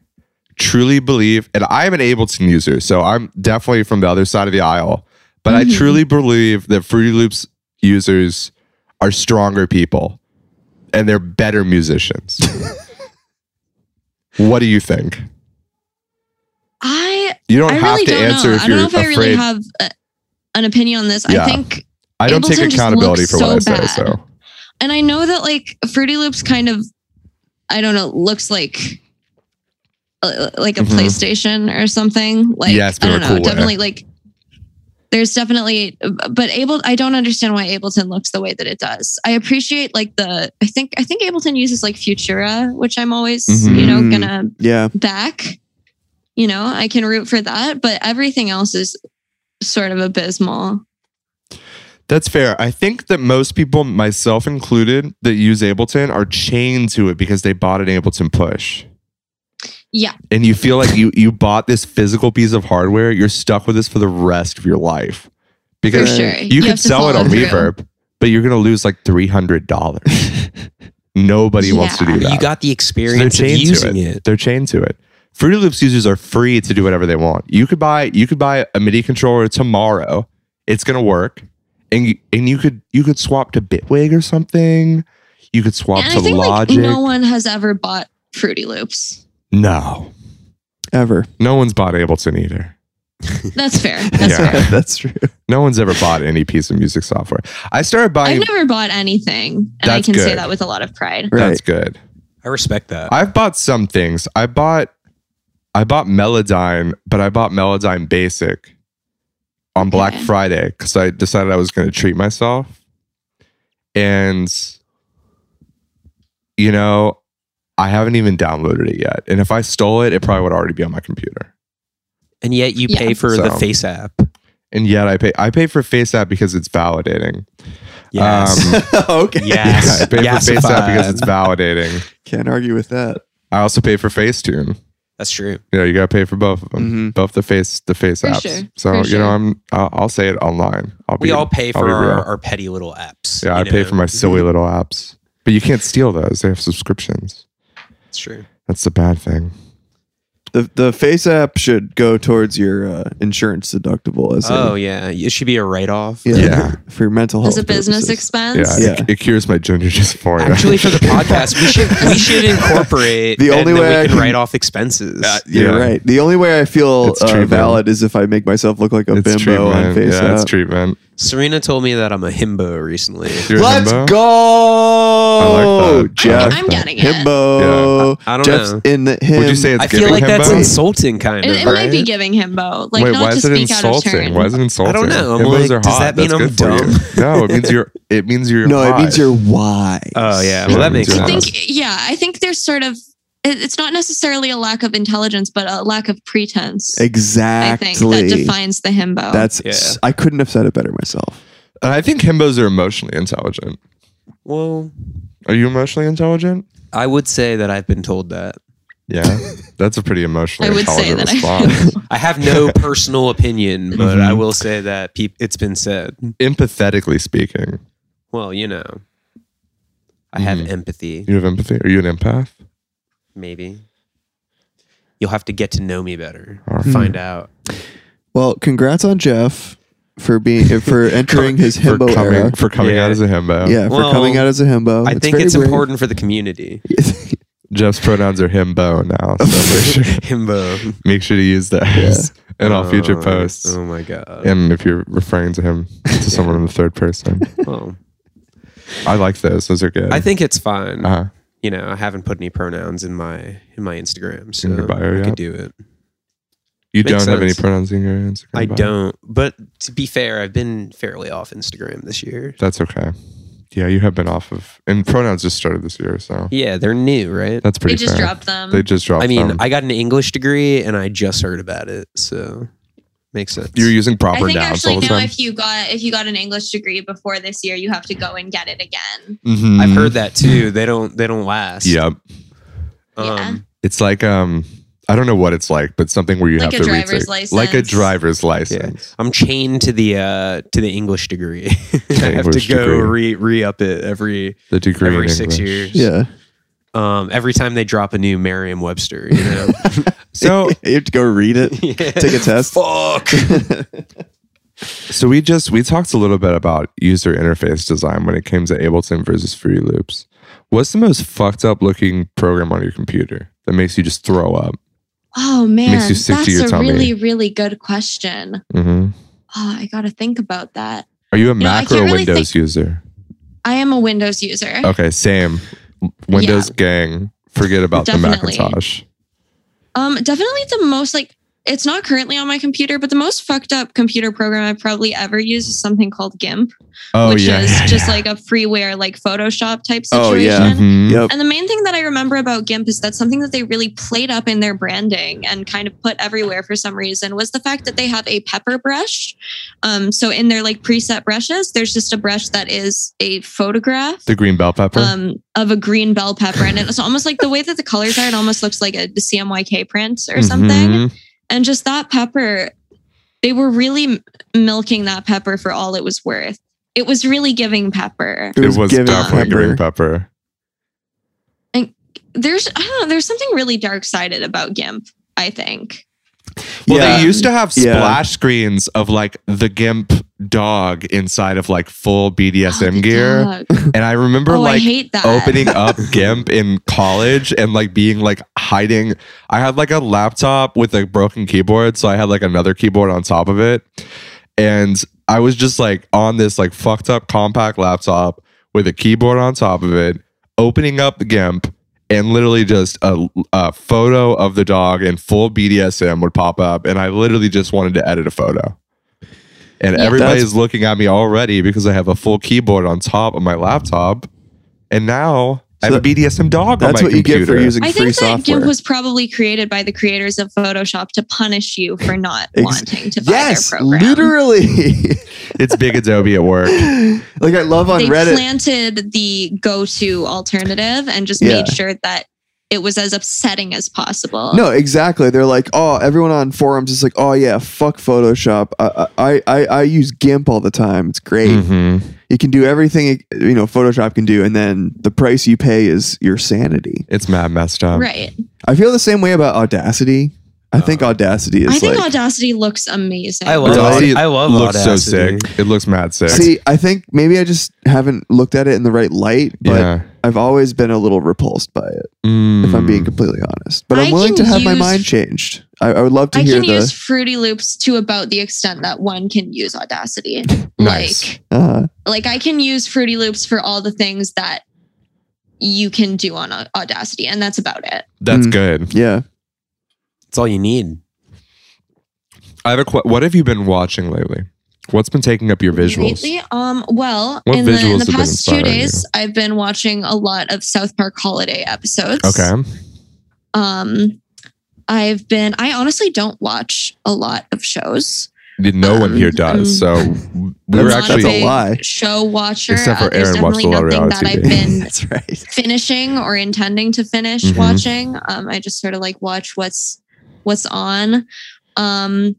Speaker 3: truly believe, and I am an Ableton user, so I'm definitely from the other side of the aisle. But
Speaker 2: Mhm.
Speaker 3: I truly believe that Fruity Loops users are stronger people, and they're better musicians. what do you think?
Speaker 2: I
Speaker 3: You don't
Speaker 2: I
Speaker 3: have
Speaker 2: really
Speaker 3: to
Speaker 2: don't
Speaker 3: answer
Speaker 2: know.
Speaker 3: if
Speaker 2: I don't
Speaker 3: you're
Speaker 2: know if I
Speaker 3: afraid.
Speaker 2: really have a, an opinion on this.
Speaker 3: Yeah.
Speaker 2: I think,
Speaker 3: I don't
Speaker 2: Ableton
Speaker 3: take
Speaker 2: just
Speaker 3: accountability
Speaker 2: looks
Speaker 3: for what
Speaker 2: so
Speaker 3: I
Speaker 2: bad.
Speaker 3: say. So
Speaker 2: and I know that like Fruity Loops kind of, I don't know, looks like. uh, Like a
Speaker 3: Mhm.
Speaker 2: PlayStation or something. Like
Speaker 3: Yes, but
Speaker 2: I don't
Speaker 3: in a
Speaker 2: know.
Speaker 3: cool way.
Speaker 2: definitely like there's definitely but able I don't understand why Ableton looks the way that it does. I appreciate like the I think I think Ableton uses like Futura, which I'm always, you know,
Speaker 3: Mm-hmm.
Speaker 5: Mhm.
Speaker 2: gonna
Speaker 5: Yeah.
Speaker 2: back. You know, I can root for that, but everything else is sort of abysmal.
Speaker 3: That's fair. I think that most people, myself included, that use Ableton are chained to it because they bought an Ableton push.
Speaker 2: Yeah.
Speaker 3: And you feel like you you bought this physical piece of hardware, you're stuck with this for the rest of your life. Because
Speaker 2: sure.
Speaker 3: you,
Speaker 2: You
Speaker 3: could
Speaker 2: have to
Speaker 3: sell it
Speaker 2: follow
Speaker 3: on
Speaker 2: through.
Speaker 3: reverb, but you're gonna lose like three hundred dollars. Nobody wants to
Speaker 2: Yeah.
Speaker 3: do that.
Speaker 4: You got the
Speaker 3: So
Speaker 4: experience of
Speaker 3: they're chained
Speaker 4: using
Speaker 3: to
Speaker 4: it.
Speaker 3: They're chained to it. Fruity Loops users are free to do whatever they want. You could buy you could buy a MIDI controller tomorrow. It's gonna work, and you, and you could you could swap to Bitwig or something. You could swap
Speaker 2: And
Speaker 3: to
Speaker 2: I think
Speaker 3: Logic.
Speaker 2: like no one has ever bought Fruity Loops.
Speaker 3: no,
Speaker 5: Ever.
Speaker 3: no one's bought Ableton either.
Speaker 2: That's fair. That's
Speaker 3: Yeah.
Speaker 2: fair.
Speaker 5: That's true.
Speaker 3: No one's ever bought any piece of music software. I started buying.
Speaker 2: I've never bought anything, and I
Speaker 3: That's
Speaker 2: can say
Speaker 3: good.
Speaker 2: that with a lot of pride.
Speaker 5: Right.
Speaker 3: That's good.
Speaker 4: I respect that.
Speaker 3: I've bought some things. I bought, I bought Melodyne, but I bought Melodyne Basic on Black
Speaker 2: Okay.
Speaker 3: Friday because I decided I was going to treat myself, and you know, I haven't even downloaded it yet. And if I stole it, it probably would already be on my computer.
Speaker 4: And yet you
Speaker 2: Yeah.
Speaker 4: pay for the
Speaker 3: So-
Speaker 4: Face app.
Speaker 3: And yet I pay I pay for FaceApp because it's validating.
Speaker 4: Yes.
Speaker 3: Um,
Speaker 5: okay.
Speaker 4: yes.
Speaker 3: Yeah, I pay
Speaker 4: Yes,
Speaker 3: for FaceApp
Speaker 4: fine.
Speaker 3: because it's validating.
Speaker 5: Can't argue with that.
Speaker 3: I also pay for Facetune.
Speaker 4: That's true.
Speaker 3: You know, you gotta pay for both of them,
Speaker 4: Mm-hmm.
Speaker 5: Mhm.
Speaker 3: both the face the face
Speaker 2: For
Speaker 3: apps.
Speaker 2: sure,
Speaker 3: So
Speaker 2: for
Speaker 3: you
Speaker 2: sure.
Speaker 3: know, I'm I'll, I'll say it online. I'll
Speaker 4: We
Speaker 3: be,
Speaker 4: all pay
Speaker 3: I'll
Speaker 4: for
Speaker 3: be
Speaker 4: our,
Speaker 3: real.
Speaker 4: our petty little apps.
Speaker 3: yeah.
Speaker 4: you
Speaker 3: I pay
Speaker 4: know? Mm-hmm.
Speaker 3: for my silly little apps, but you can't steal those. They have subscriptions.
Speaker 4: That's true.
Speaker 3: That's the bad thing.
Speaker 5: The the face app should go towards your uh, insurance deductible as
Speaker 4: Oh
Speaker 5: a,
Speaker 4: yeah, it should be a write off.
Speaker 3: Yeah.
Speaker 5: for your mental health
Speaker 2: As a business
Speaker 5: purposes.
Speaker 3: Yeah,
Speaker 2: expense.
Speaker 5: Yeah.
Speaker 3: It, it cures my ginger dysphoria.
Speaker 4: Actually, for the podcast, we should we should incorporate
Speaker 5: The
Speaker 4: and
Speaker 5: only
Speaker 4: then
Speaker 5: way
Speaker 4: we
Speaker 5: I
Speaker 4: can,
Speaker 5: can-
Speaker 4: write off expenses.
Speaker 5: Uh,
Speaker 3: Yeah.
Speaker 5: You're right. The only way I feel
Speaker 3: It's
Speaker 5: uh,
Speaker 3: treatment.
Speaker 5: valid is if I make myself look like a
Speaker 3: it's
Speaker 5: bimbo on
Speaker 3: treatment.
Speaker 5: face
Speaker 3: Yeah, it's
Speaker 5: app.
Speaker 3: treatment.
Speaker 4: Serena told me that I'm a himbo recently.
Speaker 3: You're a
Speaker 5: Let's
Speaker 3: himbo?
Speaker 5: go,
Speaker 3: I like that.
Speaker 5: Oh, Jeff.
Speaker 2: I'm getting it.
Speaker 5: Himbo.
Speaker 4: I- I don't
Speaker 5: Jeff's
Speaker 4: know.
Speaker 5: in the him.
Speaker 3: Would you say it's
Speaker 4: I feel
Speaker 3: giving
Speaker 4: like that's
Speaker 3: himbo?
Speaker 4: insulting, kind
Speaker 2: It,
Speaker 4: of.
Speaker 2: it
Speaker 4: right?
Speaker 2: might be giving himbo. Like
Speaker 3: Wait,
Speaker 2: not
Speaker 3: why
Speaker 2: to
Speaker 3: is it
Speaker 2: speak out of
Speaker 3: insulting?
Speaker 2: turn.
Speaker 3: Why is it insulting?
Speaker 4: know. I'm
Speaker 3: Himbos
Speaker 4: like,
Speaker 3: are
Speaker 4: does
Speaker 3: hot.
Speaker 4: that mean
Speaker 3: That's
Speaker 4: I'm
Speaker 3: good for you.
Speaker 4: dumb?
Speaker 3: no, it means you're. It means you're.
Speaker 5: no, it
Speaker 3: hot.
Speaker 5: means you're wise.
Speaker 4: Oh,
Speaker 3: Yeah,
Speaker 4: yeah. Well, that
Speaker 3: me
Speaker 4: makes
Speaker 3: too.
Speaker 4: sense.
Speaker 2: I think yeah, I think there's sort of it- it's not necessarily a lack of intelligence, but a lack of pretense. I
Speaker 5: Exactly.
Speaker 2: think that defines the himbo.
Speaker 5: That's.
Speaker 4: Yeah.
Speaker 5: s- I couldn't have said it better myself.
Speaker 3: And I think himbos are emotionally intelligent.
Speaker 4: Well,
Speaker 3: Are you emotionally intelligent?
Speaker 4: I would say that I've been told that.
Speaker 3: Yeah, that's a pretty
Speaker 2: I
Speaker 3: emotionally
Speaker 2: would say
Speaker 3: intelligent
Speaker 2: that
Speaker 3: response.
Speaker 2: I
Speaker 4: I have no personal opinion, but
Speaker 3: Mhm.
Speaker 5: Mm-hmm.
Speaker 4: I will say that peop- it's been said.
Speaker 3: Empathetically speaking,
Speaker 4: Well, you know, I have
Speaker 5: Mm-hmm.
Speaker 3: Mhm.
Speaker 4: empathy.
Speaker 3: you have empathy. Are you an empath?
Speaker 4: Maybe you'll have to get to know me better.
Speaker 3: All
Speaker 5: Hmm.
Speaker 3: right.
Speaker 4: Find out.
Speaker 5: Well, congrats on Jeff for being for entering his
Speaker 3: For
Speaker 5: himbo
Speaker 3: coming,
Speaker 5: era.
Speaker 3: for coming
Speaker 4: Yeah.
Speaker 3: out as a himbo.
Speaker 5: Oh, yeah, for
Speaker 4: Well,
Speaker 5: coming out as a himbo.
Speaker 4: I think
Speaker 5: Oh, very
Speaker 4: it's
Speaker 5: brave.
Speaker 4: important for the community.
Speaker 3: Jeff's pronouns are himbo now. So make, sure,
Speaker 4: Himbo.
Speaker 3: make sure to use those in all future
Speaker 4: Oh,
Speaker 3: posts.
Speaker 4: Oh my god.
Speaker 3: And if you're referring to him to someone in the third person,
Speaker 4: Well,
Speaker 3: I like those. Those are good.
Speaker 4: I think it's fine.
Speaker 3: Uh-huh.
Speaker 4: You know, I haven't put any pronouns in my in my Instagram, so
Speaker 3: your bio
Speaker 4: I
Speaker 3: yet?
Speaker 4: could do it.
Speaker 3: You
Speaker 4: Makes
Speaker 3: don't have any
Speaker 4: sense.
Speaker 3: pronouns in your Instagram.
Speaker 4: I
Speaker 3: bio?
Speaker 4: don't. But to be fair, I've been fairly off Instagram this year.
Speaker 3: That's okay. Yeah, you have been off of, and pronouns just started this year, so
Speaker 4: Yeah, they're new, right?
Speaker 3: that's
Speaker 2: they
Speaker 3: pretty.
Speaker 2: just
Speaker 3: fair.
Speaker 2: dropped them.
Speaker 3: They just dropped.
Speaker 4: I mean,
Speaker 3: them.
Speaker 4: I got an English degree and I just heard about it, so makes sense.
Speaker 3: you're using
Speaker 2: I
Speaker 3: proper
Speaker 2: think
Speaker 3: nouns
Speaker 2: actually
Speaker 3: all the
Speaker 2: now
Speaker 3: time.
Speaker 2: if you got if you got an English degree before this year, you have to go and get it again.
Speaker 3: Mhm.
Speaker 4: I've heard that too. They don't they don't last.
Speaker 3: Yep.
Speaker 2: Yeah.
Speaker 4: Um,
Speaker 3: It's like um, I don't know what it's like, but something where you
Speaker 2: Like
Speaker 3: have
Speaker 2: a
Speaker 3: to
Speaker 2: driver's
Speaker 3: retake- like a
Speaker 2: license.
Speaker 3: driver's license.
Speaker 4: I'm chained to the uh to the English degree. I have
Speaker 3: English
Speaker 4: to go
Speaker 3: degree.
Speaker 4: re re up it every
Speaker 3: The degree
Speaker 4: every
Speaker 3: in
Speaker 4: six
Speaker 3: English.
Speaker 4: years.
Speaker 5: Yeah,
Speaker 4: Um every time they drop a new Merriam Webster, you know.
Speaker 3: So,
Speaker 5: you have to go read it, take a test.
Speaker 4: Fuck.
Speaker 3: so we just we talked a little bit about user interface design when it came to Ableton versus Free Loops. What's the most fucked up looking program on your computer that makes you just throw up?
Speaker 2: Oh man,
Speaker 3: you sick to
Speaker 2: that's
Speaker 3: your
Speaker 2: a
Speaker 3: tummy.
Speaker 2: really really good question.
Speaker 4: Mm-hmm.
Speaker 3: hmm
Speaker 2: Oh, I got to think about that.
Speaker 3: Are you a
Speaker 2: know, I
Speaker 3: Mac or a
Speaker 2: can't really
Speaker 3: Windows user?
Speaker 2: I am a Windows user.
Speaker 3: Okay, same. Windows gang. Forget about
Speaker 2: Definitely.
Speaker 3: the Macintosh.
Speaker 2: Um, definitely the most like it's not currently on my computer, but the most fucked up computer program I've probably ever used is something called GIMP,
Speaker 3: Oh
Speaker 2: which
Speaker 3: yeah.
Speaker 2: is
Speaker 3: yeah,
Speaker 2: just like a freeware like Photoshop type
Speaker 5: Oh,
Speaker 2: situation.
Speaker 5: yeah.
Speaker 3: yeah. Mhm.
Speaker 5: Yep.
Speaker 2: And the main thing that I remember about GIMP is that something that they really played up in their branding and kind of put everywhere for some reason was the fact that they have a pepper brush. Um, so in their like preset brushes, there's just a brush that is a photograph
Speaker 3: The green bell pepper.
Speaker 2: um, of a green bell pepper. And it's almost like the way that the colors are, it almost looks like a CMYK print or something.
Speaker 3: Mhm.
Speaker 2: And just that pepper, they were really m- milking that pepper for all it was worth. It was really giving pepper.
Speaker 5: It was
Speaker 3: It was
Speaker 5: giving
Speaker 3: definitely
Speaker 5: pepper.
Speaker 3: green pepper.
Speaker 2: There's, I don't know, there's something really dark sided about GIMP, I think.
Speaker 3: Well,
Speaker 5: Yeah.
Speaker 3: they used to have
Speaker 5: Yeah.
Speaker 3: splash screens of like the GIMP dog inside of like full
Speaker 2: Oh,
Speaker 3: BDSM
Speaker 2: the
Speaker 3: gear,
Speaker 2: dog.
Speaker 3: and I remember
Speaker 2: Oh, I
Speaker 3: like
Speaker 2: hate that.
Speaker 3: opening up GIMP in college and like being like hiding. I had like a laptop with a broken keyboard, so I had like another keyboard on top of it. And I was just like on this like fucked up compact laptop with a keyboard on top of it, opening up the GIMP and literally just a, a photo of the dog in full BDSM would pop up. And I literally just wanted to edit a photo. And
Speaker 2: Yeah.
Speaker 3: everybody's looking at me already because I have a full keyboard on top of my laptop. And now I have a BDSM dog on my
Speaker 5: That's what you get for
Speaker 3: computer.
Speaker 5: using
Speaker 2: I
Speaker 5: free
Speaker 2: think that
Speaker 5: software.
Speaker 2: GIMP was probably created by the creators of Photoshop to punish you for not
Speaker 5: Ex-
Speaker 2: wanting to buy
Speaker 5: yes,
Speaker 2: their program.
Speaker 5: literally.
Speaker 3: It's big Adobe at work.
Speaker 5: like I love on
Speaker 2: they
Speaker 5: Reddit.
Speaker 2: planted the go-to alternative and just
Speaker 5: Yeah.
Speaker 2: made sure that it was as upsetting as possible.
Speaker 5: No, exactly. They're like, oh, everyone on forums is like, oh yeah, fuck Photoshop. I I I, I use GIMP all the time. It's great.
Speaker 3: Mhm.
Speaker 5: It can do everything it- you know Photoshop can do, and then the price you pay is your sanity.
Speaker 3: It's mad messed
Speaker 5: um,
Speaker 3: up.
Speaker 2: right.
Speaker 5: I feel the same way about Audacity.
Speaker 3: Uh,
Speaker 5: I think Audacity is
Speaker 2: I think
Speaker 5: like.
Speaker 2: Audacity looks amazing.
Speaker 4: I love
Speaker 3: Audacity
Speaker 4: I love
Speaker 3: looks
Speaker 4: Audacity.
Speaker 3: so sick. It looks mad sick.
Speaker 5: See, I think maybe I just haven't looked at it in the right light, but
Speaker 3: yeah. Mm.
Speaker 5: I've always been a little repulsed by it, if I'm
Speaker 3: Hmm.
Speaker 5: being completely honest. But
Speaker 2: I
Speaker 5: I'm willing
Speaker 2: can
Speaker 5: to have my
Speaker 2: use-
Speaker 5: mind changed. I, I would love to
Speaker 2: I
Speaker 5: hear
Speaker 2: can
Speaker 5: the.
Speaker 2: use Fruity Loops to about the extent that one can use Audacity.
Speaker 3: Nice.
Speaker 2: Like
Speaker 5: uh,
Speaker 2: like I can use Fruity Loops for all the things that you can do on Au- Audacity and that's about it.
Speaker 3: That's
Speaker 5: Mm.
Speaker 3: good.
Speaker 5: yeah.
Speaker 4: It's all you need.
Speaker 3: I have a qu- What have you been watching lately? What's been taking up your visuals?
Speaker 2: Lately, um, well,
Speaker 3: What
Speaker 2: in the, in
Speaker 3: visuals have
Speaker 2: the
Speaker 3: been
Speaker 2: past two
Speaker 3: inspiring
Speaker 2: days, I've been watching a lot of South Park holiday episodes.
Speaker 3: Okay.
Speaker 2: Um, I've been. I honestly don't watch a lot of shows.
Speaker 3: No one here does. so we were
Speaker 2: I'm Mm-hmm. not
Speaker 3: actually.
Speaker 5: That's a lie.
Speaker 2: Show watcher.
Speaker 3: Except for
Speaker 2: Uh, there's
Speaker 3: Aaron watched a
Speaker 2: definitely
Speaker 3: lot
Speaker 2: nothing
Speaker 3: of
Speaker 2: that
Speaker 3: reality
Speaker 2: I've
Speaker 3: TV.
Speaker 2: been
Speaker 5: That's right.
Speaker 2: finishing or intending to finish
Speaker 3: Mhm.
Speaker 2: watching. Um, I just sort of like watch what's what's on. Um,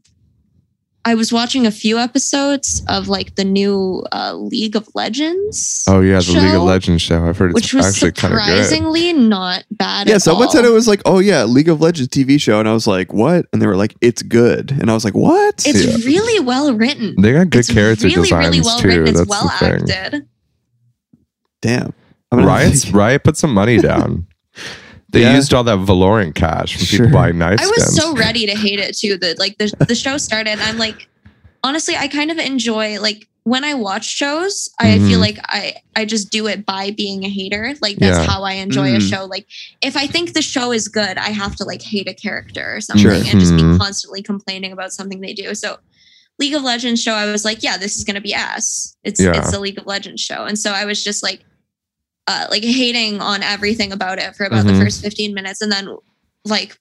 Speaker 2: I was watching a few episodes of like the new uh, League of Legends.
Speaker 3: Oh yeah, the League
Speaker 2: show,
Speaker 3: of Legends show. I've heard it's
Speaker 2: which was
Speaker 3: actually kind of good.
Speaker 2: surprisingly not bad.
Speaker 5: Yeah,
Speaker 2: at
Speaker 5: someone
Speaker 2: all.
Speaker 5: said it was like, oh yeah, League of Legends TV show, and I was like, what? And they were like, it's good, and I was like, what?
Speaker 2: It's
Speaker 3: yeah.
Speaker 2: really well written.
Speaker 3: They got good
Speaker 2: it's
Speaker 3: character
Speaker 2: really,
Speaker 3: designs
Speaker 2: really well
Speaker 3: too.
Speaker 2: Written. It's
Speaker 3: That's
Speaker 2: well
Speaker 3: the thing.
Speaker 2: acted.
Speaker 5: Damn. I'm gonna-
Speaker 3: Riot's Riot put some money down. They
Speaker 5: Yeah.
Speaker 3: used all that Valorant cash from
Speaker 5: Sure.
Speaker 3: people buying knife
Speaker 2: I was
Speaker 3: skins.
Speaker 2: so ready to hate it too. That like the the show started, and I'm like, honestly, I kind of enjoy like when I watch shows. I
Speaker 3: Mhm.
Speaker 2: feel like I I just do it by being a hater. Like that's
Speaker 3: Yeah.
Speaker 2: how I enjoy a
Speaker 5: Mm.
Speaker 2: show. Like if I think the show is good, I have to like hate a character or something
Speaker 5: Sure.
Speaker 2: and just be
Speaker 3: Mhm.
Speaker 2: constantly complaining about something they do. So. League of Legends show, I was like, yeah, this is gonna be ass. It's
Speaker 3: Yeah.
Speaker 2: it's a League of Legends show, and so I was just like, uh, like hating on everything about it for about the
Speaker 3: Mhm.
Speaker 2: first 15 minutes and then like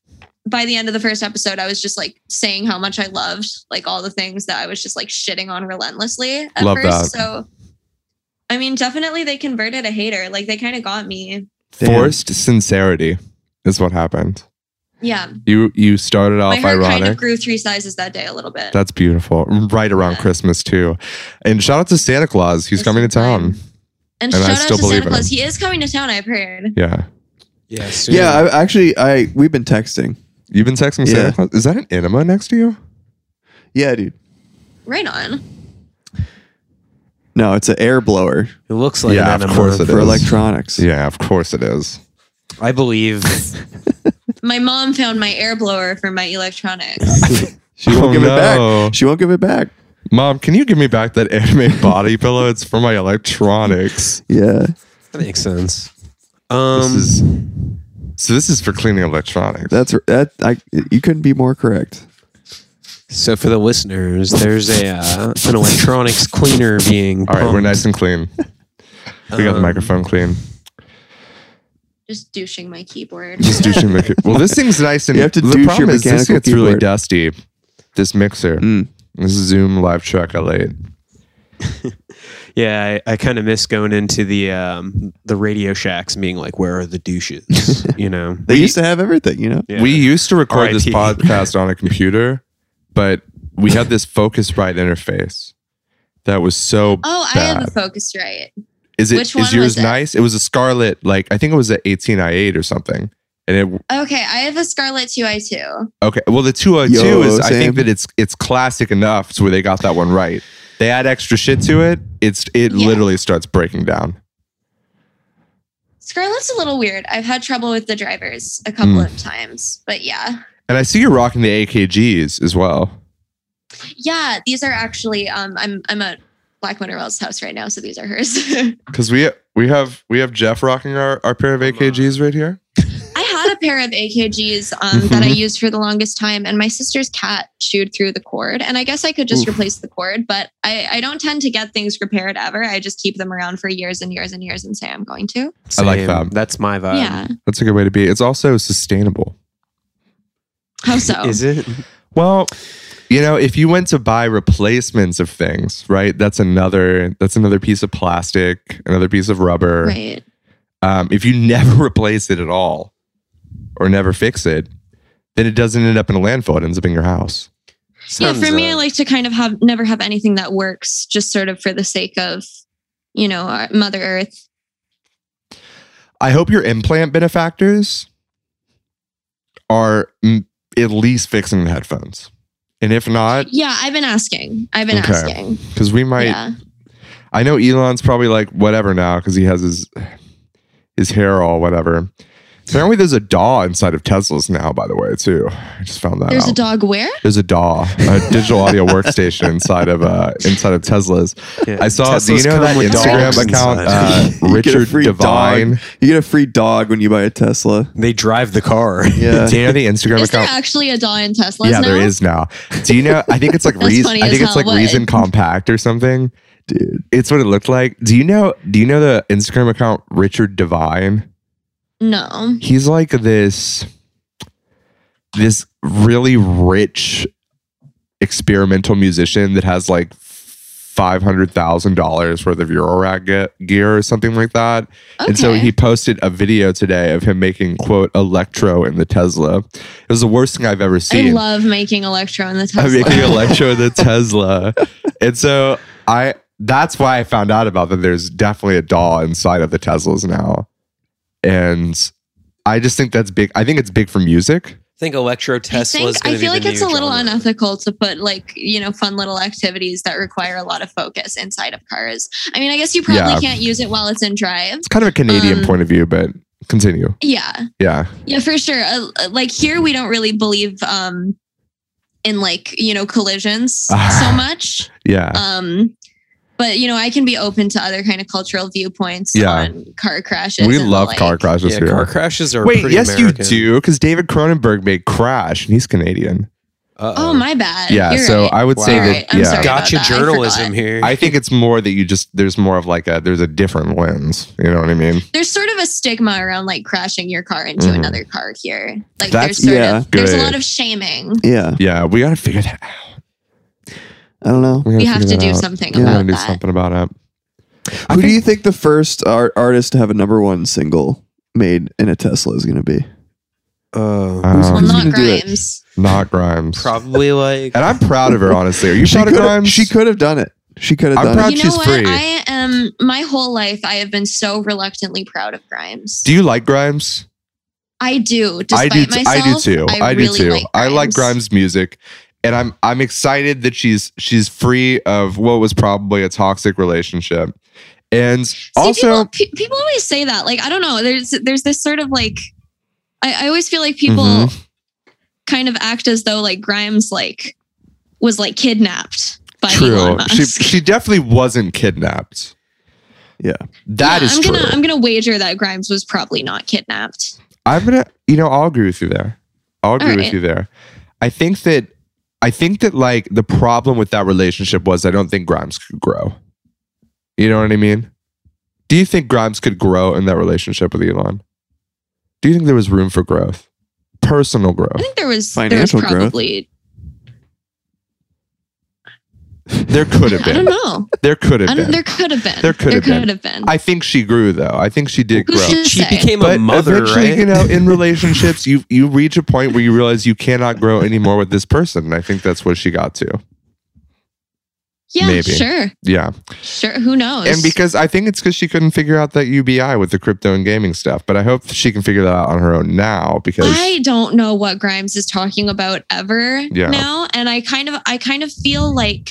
Speaker 2: by the end of the first episode i was just like saying how much i loved like all the things that i was just like shitting on relentlessly at
Speaker 3: Love
Speaker 2: first
Speaker 3: that.
Speaker 2: so i mean definitely they converted a hater like they kind of got me
Speaker 5: Damn.
Speaker 3: Forced sincerity is what happened.
Speaker 2: yeah
Speaker 3: You you started
Speaker 2: my
Speaker 3: off
Speaker 2: hair
Speaker 3: ironic.
Speaker 2: kind of grew three sizes that day a little bit
Speaker 3: That's beautiful. Right around
Speaker 2: Yeah.
Speaker 3: Christmas too. And shout out to Santa Claus. He's
Speaker 2: It's
Speaker 3: coming to town.
Speaker 2: fine. and,
Speaker 3: and I
Speaker 2: shout out
Speaker 3: still
Speaker 2: to
Speaker 3: believe
Speaker 2: santa
Speaker 3: in
Speaker 2: claus
Speaker 3: him.
Speaker 2: he is coming to town i've heard
Speaker 3: Yeah.
Speaker 4: Yeah. soon.
Speaker 5: Yeah, I, actually, I we've been texting.
Speaker 3: You've been texting
Speaker 5: Yeah.
Speaker 3: Santa Claus. Is that an enema next to you?
Speaker 5: Yeah, dude.
Speaker 2: right on
Speaker 5: No, it's an air blower
Speaker 4: it looks like
Speaker 3: Yeah, of
Speaker 4: an enema.
Speaker 3: course it
Speaker 5: for
Speaker 3: is.
Speaker 5: electronics.
Speaker 3: Yeah, of course it is.
Speaker 4: I believe.
Speaker 2: my mom found my air blower for my electronics
Speaker 5: She won't
Speaker 3: Oh,
Speaker 5: give it
Speaker 3: no.
Speaker 5: back. She won't give it back.
Speaker 3: Mom, can you give me back that anime body pillow? It's for my electronics.
Speaker 5: Yeah.
Speaker 4: That makes sense. Um,
Speaker 3: this is so this is for cleaning electronics.
Speaker 5: That's that I you couldn't be more correct.
Speaker 4: so for the listeners, there's a uh, an electronics cleaner being.
Speaker 3: All right, we're
Speaker 4: pumped.
Speaker 3: nice and clean. We got the
Speaker 4: Um,
Speaker 3: microphone clean.
Speaker 2: just douching my keyboard
Speaker 3: Just douching the. Well, this thing's nice and
Speaker 5: You have to
Speaker 3: the
Speaker 5: douche your
Speaker 3: problem is this
Speaker 5: mechanical
Speaker 3: gets really
Speaker 5: keyboard.
Speaker 3: dusty. This mixer,
Speaker 5: Mm.
Speaker 3: this Zoom live track I laid.
Speaker 4: Yeah, I, I kind of miss going into the um, the Radio Shacks and being like, "Where are the douches?" you know.
Speaker 5: They used to have everything, you know?
Speaker 4: Yeah.
Speaker 3: We used to record this
Speaker 4: RIP.
Speaker 3: podcast on a computer, but we had this Focusrite interface that was so
Speaker 2: oh i have
Speaker 3: bad.
Speaker 2: a focus right
Speaker 3: is it
Speaker 2: which
Speaker 3: is
Speaker 2: one
Speaker 3: yours
Speaker 2: was it?
Speaker 3: nice? It was a Scarlet, like I think it was an 18i8 or something. And it
Speaker 2: okay i have a scarlet 2i2
Speaker 3: okay, well the 202
Speaker 5: Yo,
Speaker 3: is I
Speaker 5: same.
Speaker 3: think that it's it's classic enough to where they got that one right. They add extra shit to it. It's it
Speaker 2: Yeah.
Speaker 3: literally starts breaking down.
Speaker 2: Scarlet's a little weird. I've had trouble with the drivers a
Speaker 4: Hmm.
Speaker 2: couple of times, but yeah.
Speaker 3: And I see you're rocking the AKGs as well.
Speaker 2: Yeah, these are actually um I'm I'm at Black Motorwell's house right now, so these are hers.
Speaker 3: Cause we we have we have Jeff rocking our, our pair of AKGs right here.
Speaker 2: I had a a pair of AKGs um,
Speaker 4: Mm-hmm.
Speaker 2: that I used for the longest time, and my sister's cat chewed through the cord. And I guess I could just
Speaker 5: Oof.
Speaker 2: replace the cord, but I, I don't tend to get things repaired ever. I just keep them around for years and years and years and say I'm going to.
Speaker 3: I like
Speaker 4: Same.
Speaker 3: that.
Speaker 4: That's my vibe.
Speaker 2: yeah.
Speaker 3: That's a good way to be. It's also sustainable.
Speaker 2: How so?
Speaker 4: Is it?
Speaker 3: Well, you know, if you went to buy replacements of things, right? That's another that's another piece of plastic, another piece of rubber.
Speaker 2: right.
Speaker 3: Um, if you never replace it at all or never fix it, then it doesn't end up in a landfill. It ends up in your house.
Speaker 2: Yeah, for
Speaker 4: Sounds,
Speaker 2: me,
Speaker 4: uh,
Speaker 2: I like to kind of have never have anything that works just sort of for the sake of, you know, our- Mother Earth.
Speaker 3: I hope your implant benefactors are mm, at least fixing the headphones. And if not,
Speaker 2: Yeah, I've been asking. I've been
Speaker 3: Okay.
Speaker 2: asking.
Speaker 3: because we might,
Speaker 2: Yeah.
Speaker 3: I know Elon's probably like whatever now because he has his his hair all whatever. Apparently, there's a DAW inside of Teslas now. By the way, too, I just found that
Speaker 2: There's
Speaker 3: out.
Speaker 2: a dog where?
Speaker 3: there's a DAW, a digital audio workstation inside of uh, inside of Teslas.
Speaker 4: yeah.
Speaker 3: I saw.
Speaker 4: Teslas
Speaker 3: do you know
Speaker 4: come
Speaker 3: that
Speaker 4: with dogs
Speaker 3: Instagram account, uh,
Speaker 4: inside.
Speaker 5: You get a
Speaker 3: Richard
Speaker 5: free dog.
Speaker 3: Devine?
Speaker 5: You get a free dog when you buy a Tesla.
Speaker 4: they drive the car.
Speaker 5: Yeah.
Speaker 3: Do you know the Instagram
Speaker 2: Is there
Speaker 3: account?
Speaker 2: actually a dog in Teslas
Speaker 3: yeah,
Speaker 2: now?
Speaker 3: there is now. Do you know? I think it's like
Speaker 2: That's
Speaker 3: reason.
Speaker 2: funny
Speaker 3: I
Speaker 2: as
Speaker 3: think it's
Speaker 2: hell.
Speaker 3: like
Speaker 2: What?
Speaker 3: Reason Compact or something.
Speaker 5: Dude.
Speaker 3: It's what it looked like. Do you know? Do you know the Instagram account Richard Devine?
Speaker 2: No.
Speaker 3: he's like this this really rich experimental musician that has like five hundred thousand dollars worth of Euro rag ge- gear or something like that.
Speaker 2: Okay.
Speaker 3: And so he posted a video today of him making quote electro in the Tesla. It was the worst thing I've ever
Speaker 2: I
Speaker 3: seen.
Speaker 2: love making electro in the Tesla.
Speaker 3: I'm making electro in the Tesla. And so I that's why I found out about that there's definitely a doll inside of the Teslas now. And I just think that's big. I think it's big for music.
Speaker 4: I think electro
Speaker 2: I
Speaker 4: Tesla
Speaker 2: think
Speaker 4: is.
Speaker 2: I feel like it's a little
Speaker 4: genre.
Speaker 2: unethical to put like you know fun little activities that require a lot of focus inside of cars. I mean, I guess you probably
Speaker 3: Yeah.
Speaker 2: can't use it while it's in drive.
Speaker 3: It's kind of a Canadian
Speaker 2: Um,
Speaker 3: point of view, but continue.
Speaker 2: Yeah,
Speaker 3: Yeah.
Speaker 2: yeah, for sure. Uh, uh, like here, we don't really believe um in like you know collisions so much.
Speaker 3: Yeah.
Speaker 2: Um, but you know, I can be open to other kind of cultural viewpoints
Speaker 3: Yeah.
Speaker 2: on car crashes.
Speaker 3: we
Speaker 2: and,
Speaker 3: love
Speaker 2: like-
Speaker 3: car crashes
Speaker 4: Yeah,
Speaker 3: here.
Speaker 4: car crashes are.
Speaker 3: Wait,
Speaker 4: pretty
Speaker 3: yes,
Speaker 4: American.
Speaker 3: you do, because David Cronenberg made Crash and he's Canadian.
Speaker 4: Uh-oh.
Speaker 2: Oh my bad.
Speaker 3: yeah.
Speaker 2: You're
Speaker 3: So
Speaker 2: right.
Speaker 3: I would
Speaker 4: Wow.
Speaker 3: say
Speaker 4: You're
Speaker 3: that
Speaker 2: right. I'm
Speaker 3: yeah.
Speaker 2: sorry. about
Speaker 4: Gotcha
Speaker 2: that. I
Speaker 4: journalism
Speaker 2: forgot.
Speaker 4: here.
Speaker 3: I think it's more that you just there's more of like a there's a different lens. You know what I mean?
Speaker 2: there's sort of a stigma around like crashing your car into
Speaker 3: Mhm.
Speaker 2: another car here. Like
Speaker 5: That's-
Speaker 2: there's sort
Speaker 5: yeah.
Speaker 2: of there's a
Speaker 3: Good.
Speaker 2: lot of shaming.
Speaker 5: Yeah.
Speaker 3: Yeah, we gotta figure that out.
Speaker 5: I don't know.
Speaker 3: gotta
Speaker 2: We have
Speaker 3: figure
Speaker 2: to
Speaker 3: that
Speaker 2: do
Speaker 3: out.
Speaker 2: something
Speaker 5: Yeah.
Speaker 3: We gotta
Speaker 2: about
Speaker 3: do
Speaker 2: that.
Speaker 3: something about it. I
Speaker 5: Who do
Speaker 3: think-
Speaker 5: you think the first art- artist to have a number one single made in a Tesla is going to be?
Speaker 4: Uh,
Speaker 5: Who's-
Speaker 2: Well,
Speaker 5: who's
Speaker 3: Um,
Speaker 2: not
Speaker 5: gonna do it?
Speaker 2: Grimes.
Speaker 3: not Grimes.
Speaker 4: probably like.
Speaker 3: And I'm proud of her, honestly. Are you
Speaker 5: She
Speaker 3: proud of
Speaker 5: could've-
Speaker 3: Grimes?
Speaker 5: She could have done it. She could have
Speaker 3: I'm
Speaker 5: done
Speaker 3: proud-
Speaker 5: it.
Speaker 2: You know
Speaker 3: she's
Speaker 2: what?
Speaker 3: free.
Speaker 2: I am my whole life I have been so reluctantly proud of Grimes.
Speaker 3: Do you like Grimes?
Speaker 2: I do, despite
Speaker 3: I do. t-
Speaker 2: myself.
Speaker 3: I do too. I, do
Speaker 2: really
Speaker 3: too.
Speaker 2: Like
Speaker 3: I like Grimes' music, and I'm I'm excited that she's she's free of what was probably a toxic relationship, and
Speaker 2: See,
Speaker 3: also
Speaker 2: people, pe- people always say that. Like, I don't know. There's there's this sort of like, I, I always feel like people
Speaker 3: Mhm.
Speaker 2: kind of act as though like Grimes like was like kidnapped by Elon
Speaker 3: true.
Speaker 2: Musk.
Speaker 3: She she definitely wasn't kidnapped.
Speaker 5: Yeah.
Speaker 3: that
Speaker 2: Yeah,
Speaker 3: is
Speaker 2: I'm
Speaker 3: true.
Speaker 2: Gonna, I'm gonna wager that Grimes was probably not kidnapped.
Speaker 3: I'm gonna, you know, I'll agree with you there. I'll agree with
Speaker 2: right.
Speaker 3: you there. I think that, I think that like the problem with that relationship was I don't think Grimes could grow. You know what I mean? Do you think Grimes could grow in that relationship with Elon? Do you think there was room for growth, personal
Speaker 2: I
Speaker 3: growth?
Speaker 2: think there was
Speaker 5: Financial
Speaker 2: there was
Speaker 5: growth.
Speaker 2: probably
Speaker 3: There could have
Speaker 2: I don't
Speaker 3: been.
Speaker 2: know.
Speaker 3: There could
Speaker 2: I don't,
Speaker 3: have been.
Speaker 2: there could have been.
Speaker 3: There could have been. I think she grew though. I think she did
Speaker 2: Who's
Speaker 3: grow.
Speaker 2: to
Speaker 4: she
Speaker 2: say?
Speaker 4: became a
Speaker 3: but
Speaker 4: mother,
Speaker 3: eventually,
Speaker 4: right?
Speaker 3: you know, in relationships, you you reach a point where you realize you cannot grow anymore with this person, and I think that's what she got to.
Speaker 2: yeah,
Speaker 3: maybe.
Speaker 2: sure,
Speaker 3: Yeah.
Speaker 2: sure. Who knows?
Speaker 3: And because I think it's because she couldn't figure out that UBI with the crypto and gaming stuff. But I hope that she can figure that out on her own now because
Speaker 2: I don't know what Grimes is talking about ever
Speaker 3: Yeah.
Speaker 2: now, and I kind of, I kind of feel like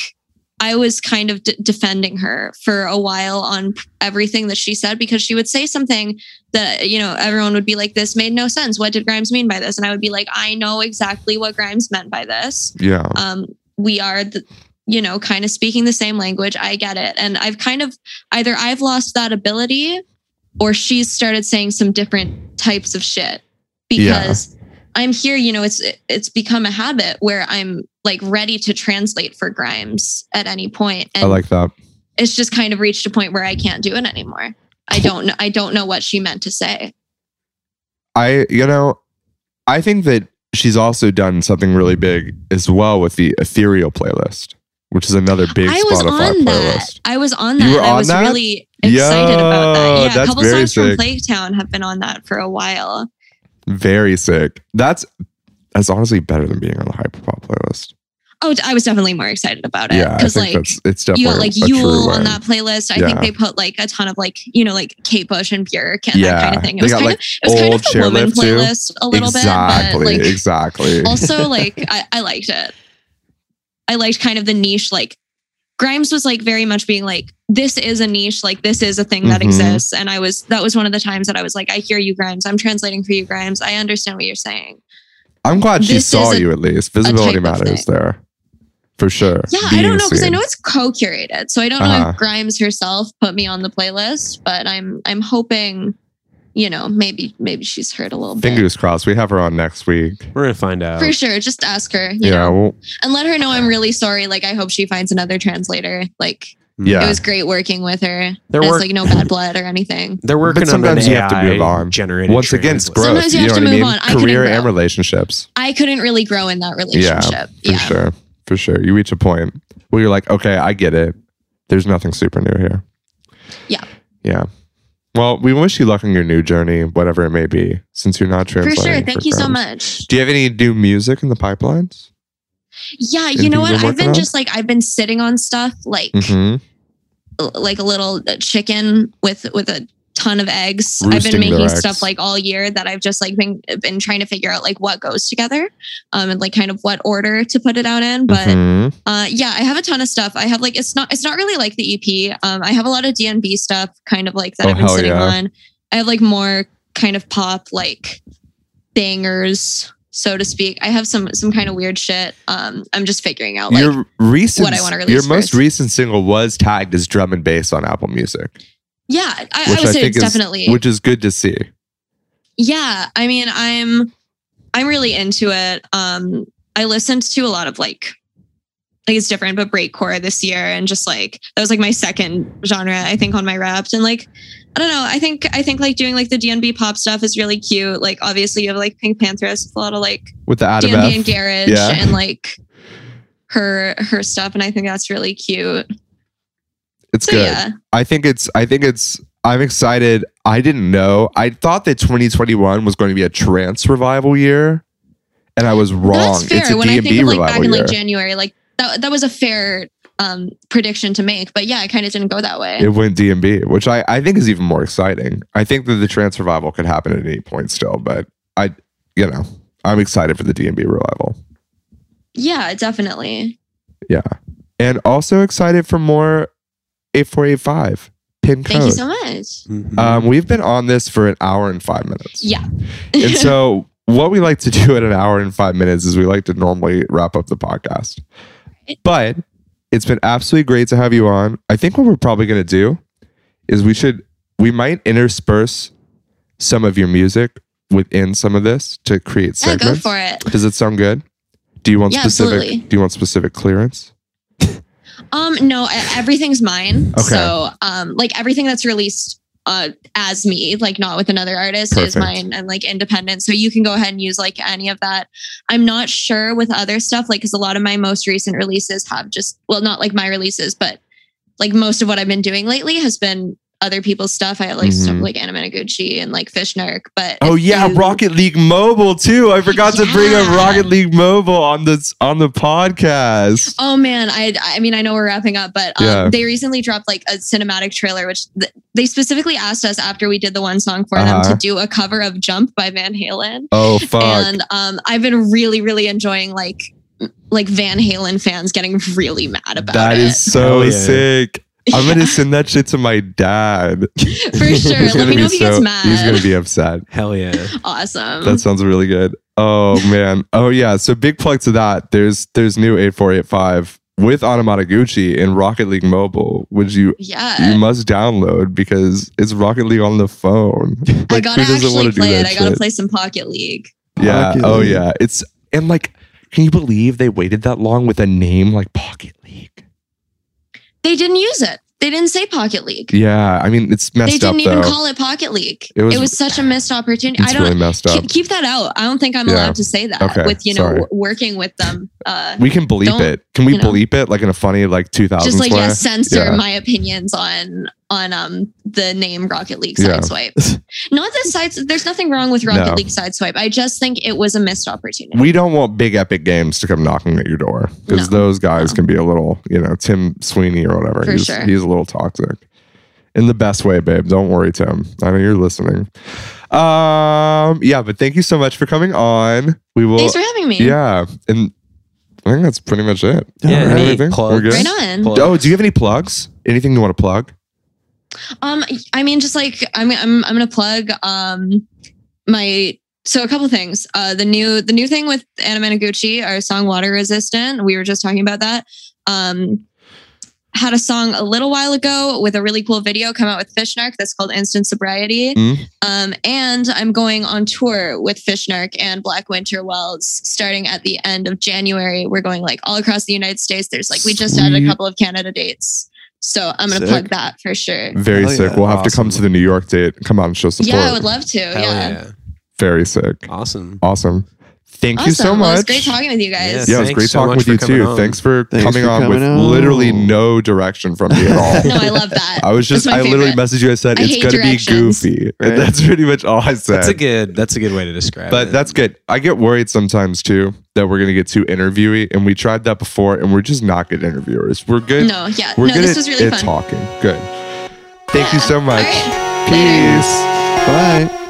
Speaker 2: I was kind of d- defending her for a while on p- everything that she said because she would say something that you know everyone would be like, "This made no sense. What did Grimes mean by this?" And I would be like, "I know exactly what Grimes meant by this."
Speaker 3: yeah,
Speaker 2: um, we are the, you know kind of speaking the same language i get it and i've kind of either i've lost that ability or she's started saying some different types of shit
Speaker 3: Yeah.
Speaker 2: because I'm here, you know, it's it's become a habit where I'm like ready to translate for Grimes at any point. And
Speaker 3: I like that.
Speaker 2: it's just kind of reached a point where I can't do it anymore. I don't know I don't know what she meant to say.
Speaker 3: I, you know, I think that she's also done something really big as well with the ethereal playlist, which is another big
Speaker 2: I was
Speaker 3: Spotify
Speaker 2: on that.
Speaker 3: playlist.
Speaker 2: I was on
Speaker 3: You
Speaker 2: that.
Speaker 3: were
Speaker 2: and I
Speaker 3: on
Speaker 2: was
Speaker 3: that?
Speaker 2: really excited about
Speaker 3: Yo,
Speaker 2: that. Yeah, a
Speaker 3: that's
Speaker 2: couple
Speaker 3: very
Speaker 2: songs
Speaker 3: sick.
Speaker 2: from Plague Town have been on that for a while.
Speaker 3: Very sick. That's that's honestly better than being on the hyperpop playlist.
Speaker 2: Oh, d- I was definitely more excited about it
Speaker 3: Yeah, I
Speaker 2: because like
Speaker 3: think that's it's
Speaker 2: you
Speaker 3: definitely
Speaker 2: got like
Speaker 3: a true
Speaker 2: Yule on
Speaker 3: win.
Speaker 2: that playlist. I
Speaker 3: Yeah.
Speaker 2: think they put like a ton of like you know like Kate Bush and Bjork and that kind
Speaker 3: Yeah,
Speaker 2: of thing.
Speaker 3: they
Speaker 2: It was
Speaker 3: got,
Speaker 2: kind
Speaker 3: like,
Speaker 2: of it was kind
Speaker 3: old
Speaker 2: of the woman
Speaker 3: Chairlift too.
Speaker 2: playlist a little
Speaker 3: exactly,
Speaker 2: bit, but like
Speaker 3: exactly.
Speaker 2: also like I, I liked it. I liked kind of the niche. Like Grimes was like very much being like, this is a niche. Like this is a thing that
Speaker 3: Mhm.
Speaker 2: exists. And I was that was one of the times that I was like, I hear you, Grimes. I'm translating for you, Grimes. I understand what you're saying.
Speaker 3: I'm glad she
Speaker 2: this
Speaker 3: saw
Speaker 2: is a-
Speaker 3: you at least. Visibility
Speaker 2: type of
Speaker 3: matters
Speaker 2: thing.
Speaker 3: there, for sure.
Speaker 2: Yeah, I
Speaker 3: Being
Speaker 2: don't know because I
Speaker 3: seen.
Speaker 2: know it's co-curated, so I don't know
Speaker 3: Uh-huh.
Speaker 2: if Grimes herself put me on the playlist. But I'm I'm hoping, you know, maybe maybe she's heard a little bit.
Speaker 3: Fingers crossed. We have her on next week.
Speaker 4: We're gonna find out.
Speaker 2: For sure, just ask her, you
Speaker 3: Yeah,
Speaker 2: know,
Speaker 3: well,
Speaker 2: and let her know I'm really sorry. Like, I hope she finds another translator. Like,
Speaker 3: yeah.
Speaker 2: it was great working with her.
Speaker 4: They're
Speaker 2: There's
Speaker 4: work-
Speaker 2: like no bad blood or anything.
Speaker 4: They're working
Speaker 3: But
Speaker 4: on an
Speaker 3: sometimes you have to
Speaker 4: AI
Speaker 3: move on.
Speaker 4: Generated
Speaker 3: Once again, it's
Speaker 4: translate.
Speaker 3: growth.
Speaker 2: Sometimes you have
Speaker 3: know
Speaker 2: to
Speaker 3: what
Speaker 2: move
Speaker 3: I mean?
Speaker 2: on. I couldn't
Speaker 3: Career
Speaker 2: grow.
Speaker 3: and relationships.
Speaker 2: I couldn't really grow in that relationship.
Speaker 3: For
Speaker 2: Yeah.
Speaker 3: sure. For sure. You reach a point where you're like, okay, I get it. There's nothing super new here.
Speaker 2: Yeah.
Speaker 3: Yeah. Well, we wish you luck on your new journey, whatever it may be, since you're not
Speaker 2: For
Speaker 3: translating.
Speaker 2: sure. Thank you so
Speaker 3: Grimes.
Speaker 2: much.
Speaker 3: Do you have any new music in the pipelines?
Speaker 2: Yeah, you
Speaker 3: Anything
Speaker 2: know what?
Speaker 3: you've been
Speaker 2: I've been
Speaker 3: working
Speaker 2: just like I've been sitting on stuff like
Speaker 3: Mm-hmm.
Speaker 2: l- like a little chicken with with a ton of eggs. I've
Speaker 3: Roosting their
Speaker 2: been making
Speaker 3: eggs.
Speaker 2: stuff like all year that I've just like been been trying to figure out like what goes together um and like kind of what order to put it out in, but
Speaker 3: Mm-hmm.
Speaker 2: Uh, yeah, I have a ton of stuff. I have like it's not it's not really like the EP. Um, I have a lot of DNB stuff, kind of like that
Speaker 3: Oh,
Speaker 2: I've been
Speaker 3: hell
Speaker 2: sitting
Speaker 3: yeah.
Speaker 2: on. I have like more kind of pop like bangers, so to speak. I have some some kind of weird shit. Um, I'm just figuring out like
Speaker 3: your recent,
Speaker 2: what I wanna
Speaker 3: your
Speaker 2: release
Speaker 3: most
Speaker 2: first.
Speaker 3: recent single was tagged as drum and bass on Apple Music,
Speaker 2: yeah, I, I
Speaker 3: which
Speaker 2: would
Speaker 3: I,
Speaker 2: say
Speaker 3: think
Speaker 2: it's
Speaker 3: is
Speaker 2: definitely
Speaker 3: which is good to see.
Speaker 2: yeah. I mean, I'm I'm really into it. Um, I listened to a lot of like like it's different, but breakcore this year, and just like that was like my second genre, I think, on my wrapped. And like, I don't know, I think I think like doing like the DNB pop stuff is really cute. Like, obviously, you have like Pink Panthers, with a lot of like
Speaker 3: With the Adam
Speaker 2: DNB and
Speaker 3: F.
Speaker 2: Garage,
Speaker 3: Yeah.
Speaker 2: and like her her stuff, and I think that's really cute.
Speaker 3: It's
Speaker 2: So
Speaker 3: good.
Speaker 2: yeah,
Speaker 3: I think it's I think it's I'm excited. I didn't know. I thought that 2021 was going to be a trance revival year, and I was wrong.
Speaker 2: that's fair.
Speaker 3: It's a
Speaker 2: when I think
Speaker 3: D&B
Speaker 2: of like
Speaker 3: revival
Speaker 2: back in
Speaker 3: year.
Speaker 2: like January, like that that was a fair um prediction to make, but yeah, it kind of didn't go that way.
Speaker 3: it went DMB, which I, I think is even more exciting. I think that the trance revival could happen at any point still, but I, you know, I'm excited for the DMB revival.
Speaker 2: yeah, definitely.
Speaker 3: And also excited for more 8485 pin code.
Speaker 2: Thank you so much.
Speaker 4: Mhm.
Speaker 3: um, we've been on this for an hour and five minutes.
Speaker 2: Yeah.
Speaker 3: and so what we like to do at an hour and five minutes is we like to normally wrap up the podcast but it's been absolutely great to have you on i think what we're probably going to do is we should we might intersperse some of your music within some of this to create
Speaker 2: yeah, go
Speaker 3: segments
Speaker 2: for it.
Speaker 3: does it sound good do you want
Speaker 2: Yeah,
Speaker 3: specific
Speaker 2: absolutely.
Speaker 3: do you want specific clearance
Speaker 2: Um, no, e- everything's mine.
Speaker 3: Okay.
Speaker 2: So, um, like everything that's released uh as me, like not with another artist,
Speaker 3: Perfect.
Speaker 2: is mine and like independent. So you can go ahead and use like any of that. I'm not sure with other stuff, like because a lot of my most recent releases have just well, not like my releases, but like most of what I've been doing lately has been other people's stuff. I like stuff
Speaker 3: Mhm.
Speaker 2: like Anna Managuchi and like Fish Nerk, but
Speaker 3: oh
Speaker 2: if
Speaker 3: yeah
Speaker 2: you-
Speaker 3: rocket league mobile too i forgot to bring up
Speaker 2: Yeah.
Speaker 3: rocket league mobile on this on the podcast
Speaker 2: Oh man, I I mean I know we're wrapping up, but um,
Speaker 3: Yeah.
Speaker 2: they recently dropped like a cinematic trailer, which th- they specifically asked us after we did the one song for them
Speaker 3: Uh-huh.
Speaker 2: to do a cover of "Jump" by Van Halen,
Speaker 3: oh fuck
Speaker 2: and um, I've been really really enjoying like m- like Van Halen fans getting really mad about
Speaker 3: That
Speaker 2: it.
Speaker 3: is so
Speaker 4: Hell yeah.
Speaker 3: sick. I'm gonna send that shit to my dad.
Speaker 2: for sure.
Speaker 3: He's
Speaker 2: Let
Speaker 3: gonna
Speaker 2: me
Speaker 3: be
Speaker 2: know if he gets
Speaker 3: so-
Speaker 2: mad.
Speaker 3: He's gonna be upset.
Speaker 4: Hell yeah.
Speaker 2: awesome.
Speaker 3: That sounds really good. Oh man. Oh yeah. So big plug to that. There's there's new 8485 with Anamataguchi in Rocket League Mobile, which you you
Speaker 2: Yeah.
Speaker 3: must download because it's Rocket League on the phone.
Speaker 2: I
Speaker 3: Like,
Speaker 2: gotta
Speaker 3: who doesn't
Speaker 2: actually
Speaker 3: wanna do
Speaker 2: play it.
Speaker 3: that
Speaker 2: I gotta
Speaker 3: shit?
Speaker 2: play some Pocket League.
Speaker 3: Yeah.
Speaker 5: Pocket
Speaker 3: oh
Speaker 5: League.
Speaker 3: yeah. It's and like, can you believe they waited that long with a name like Pocket League?
Speaker 2: They didn't use it. They didn't say Pocket League.
Speaker 3: Yeah. I mean, it's messed
Speaker 2: they didn't
Speaker 3: up
Speaker 2: even
Speaker 3: though.
Speaker 2: call it Pocket League.
Speaker 3: It
Speaker 2: It
Speaker 3: was-
Speaker 2: was, such a missed opportunity.
Speaker 3: it's
Speaker 2: I don't
Speaker 3: really messed
Speaker 2: ke-
Speaker 3: up.
Speaker 2: keep that out. I don't think I'm
Speaker 3: Yeah.
Speaker 2: allowed to say that
Speaker 3: Okay,
Speaker 2: with you know
Speaker 3: sorry.
Speaker 2: w- working with them. Uh,
Speaker 3: We can bleep
Speaker 2: don't-
Speaker 3: it. Can we
Speaker 2: you know.
Speaker 3: bleep it like in a funny like 2000s
Speaker 2: just like
Speaker 3: way?
Speaker 2: yeah, censor
Speaker 3: Yeah.
Speaker 2: my opinions on on um the name Rocket League
Speaker 3: Yeah.
Speaker 2: Sideswipe. Not the sides. There's nothing wrong with Rocket
Speaker 3: No.
Speaker 2: League Sideswipe. I just think it was a missed opportunity.
Speaker 3: We don't want big epic games to come knocking at your door because
Speaker 2: No.
Speaker 3: those guys
Speaker 2: No.
Speaker 3: can be a little, you know, Tim Sweeney or whatever.
Speaker 2: For
Speaker 3: he's,
Speaker 2: sure.
Speaker 3: he's a little toxic in the best way, babe. Don't worry, Tim. I know you're listening. Um, yeah, but thank you so much for coming on. We will,
Speaker 2: Thanks for having me.
Speaker 3: yeah, and I think that's pretty much it.
Speaker 4: Yeah,
Speaker 5: All
Speaker 3: Right,
Speaker 5: right.
Speaker 4: any
Speaker 3: everything?
Speaker 4: plugs?
Speaker 3: We're good?
Speaker 2: Right on.
Speaker 4: Plugs.
Speaker 3: Oh, do you have any plugs? Anything you want to plug?
Speaker 2: Um, I mean, just like I'm, I'm, I'm gonna plug um my so a couple things. Uh, the new the new thing with Anna Managuchi, our song "Water Resistant." We were just talking about that. Um, had a song a little while ago with a really cool video come out with Fishnark that's called Instant Sobriety.
Speaker 3: Mm.
Speaker 2: Um, and I'm going on tour with Fishnark and Black Winter Wells starting at the end of January. We're going like all across the United States. There's like we just added
Speaker 3: Sweet.
Speaker 2: a couple of Canada dates. So I'm gonna
Speaker 5: Sick.
Speaker 2: plug that for sure.
Speaker 3: Very
Speaker 5: Hell
Speaker 3: sick.
Speaker 5: yeah.
Speaker 3: We'll have to come
Speaker 4: Awesome.
Speaker 3: to the New York date. Come on, show support.
Speaker 2: Yeah, I would love to.
Speaker 4: Hell
Speaker 2: yeah.
Speaker 4: yeah.
Speaker 3: Very sick.
Speaker 4: Awesome.
Speaker 3: Awesome. Thank
Speaker 2: Awesome.
Speaker 3: you so much.
Speaker 2: Well, it was great talking with you guys.
Speaker 3: Yeah, it was
Speaker 4: Thanks
Speaker 3: great
Speaker 4: so
Speaker 3: talking with
Speaker 4: much
Speaker 3: you
Speaker 4: for coming
Speaker 3: too.
Speaker 4: on.
Speaker 3: Thanks for
Speaker 5: Thanks
Speaker 3: coming
Speaker 5: for
Speaker 3: on with
Speaker 5: coming on.
Speaker 3: literally no direction from me at all.
Speaker 2: No, I love that.
Speaker 3: I was
Speaker 2: That's
Speaker 3: just,
Speaker 2: my
Speaker 3: I literally
Speaker 2: favorite.
Speaker 3: messaged you. I said,
Speaker 2: I
Speaker 3: it's
Speaker 2: hate
Speaker 3: going to be
Speaker 2: directions.
Speaker 3: goofy.
Speaker 5: Right.
Speaker 3: And that's pretty much all I said.
Speaker 4: That's a good. That's a good way to describe it.
Speaker 3: but that's good. I get worried sometimes too that we're going to get too interviewy. And we tried that before and we're just not good interviewers. We're good.
Speaker 2: no, yeah.
Speaker 3: We're
Speaker 2: no,
Speaker 3: good
Speaker 2: this
Speaker 3: at,
Speaker 2: was really
Speaker 3: at
Speaker 2: fun.
Speaker 3: talking. Good. Thank you
Speaker 2: Yeah.
Speaker 3: so much.
Speaker 2: All right.
Speaker 3: Peace.
Speaker 5: Bye.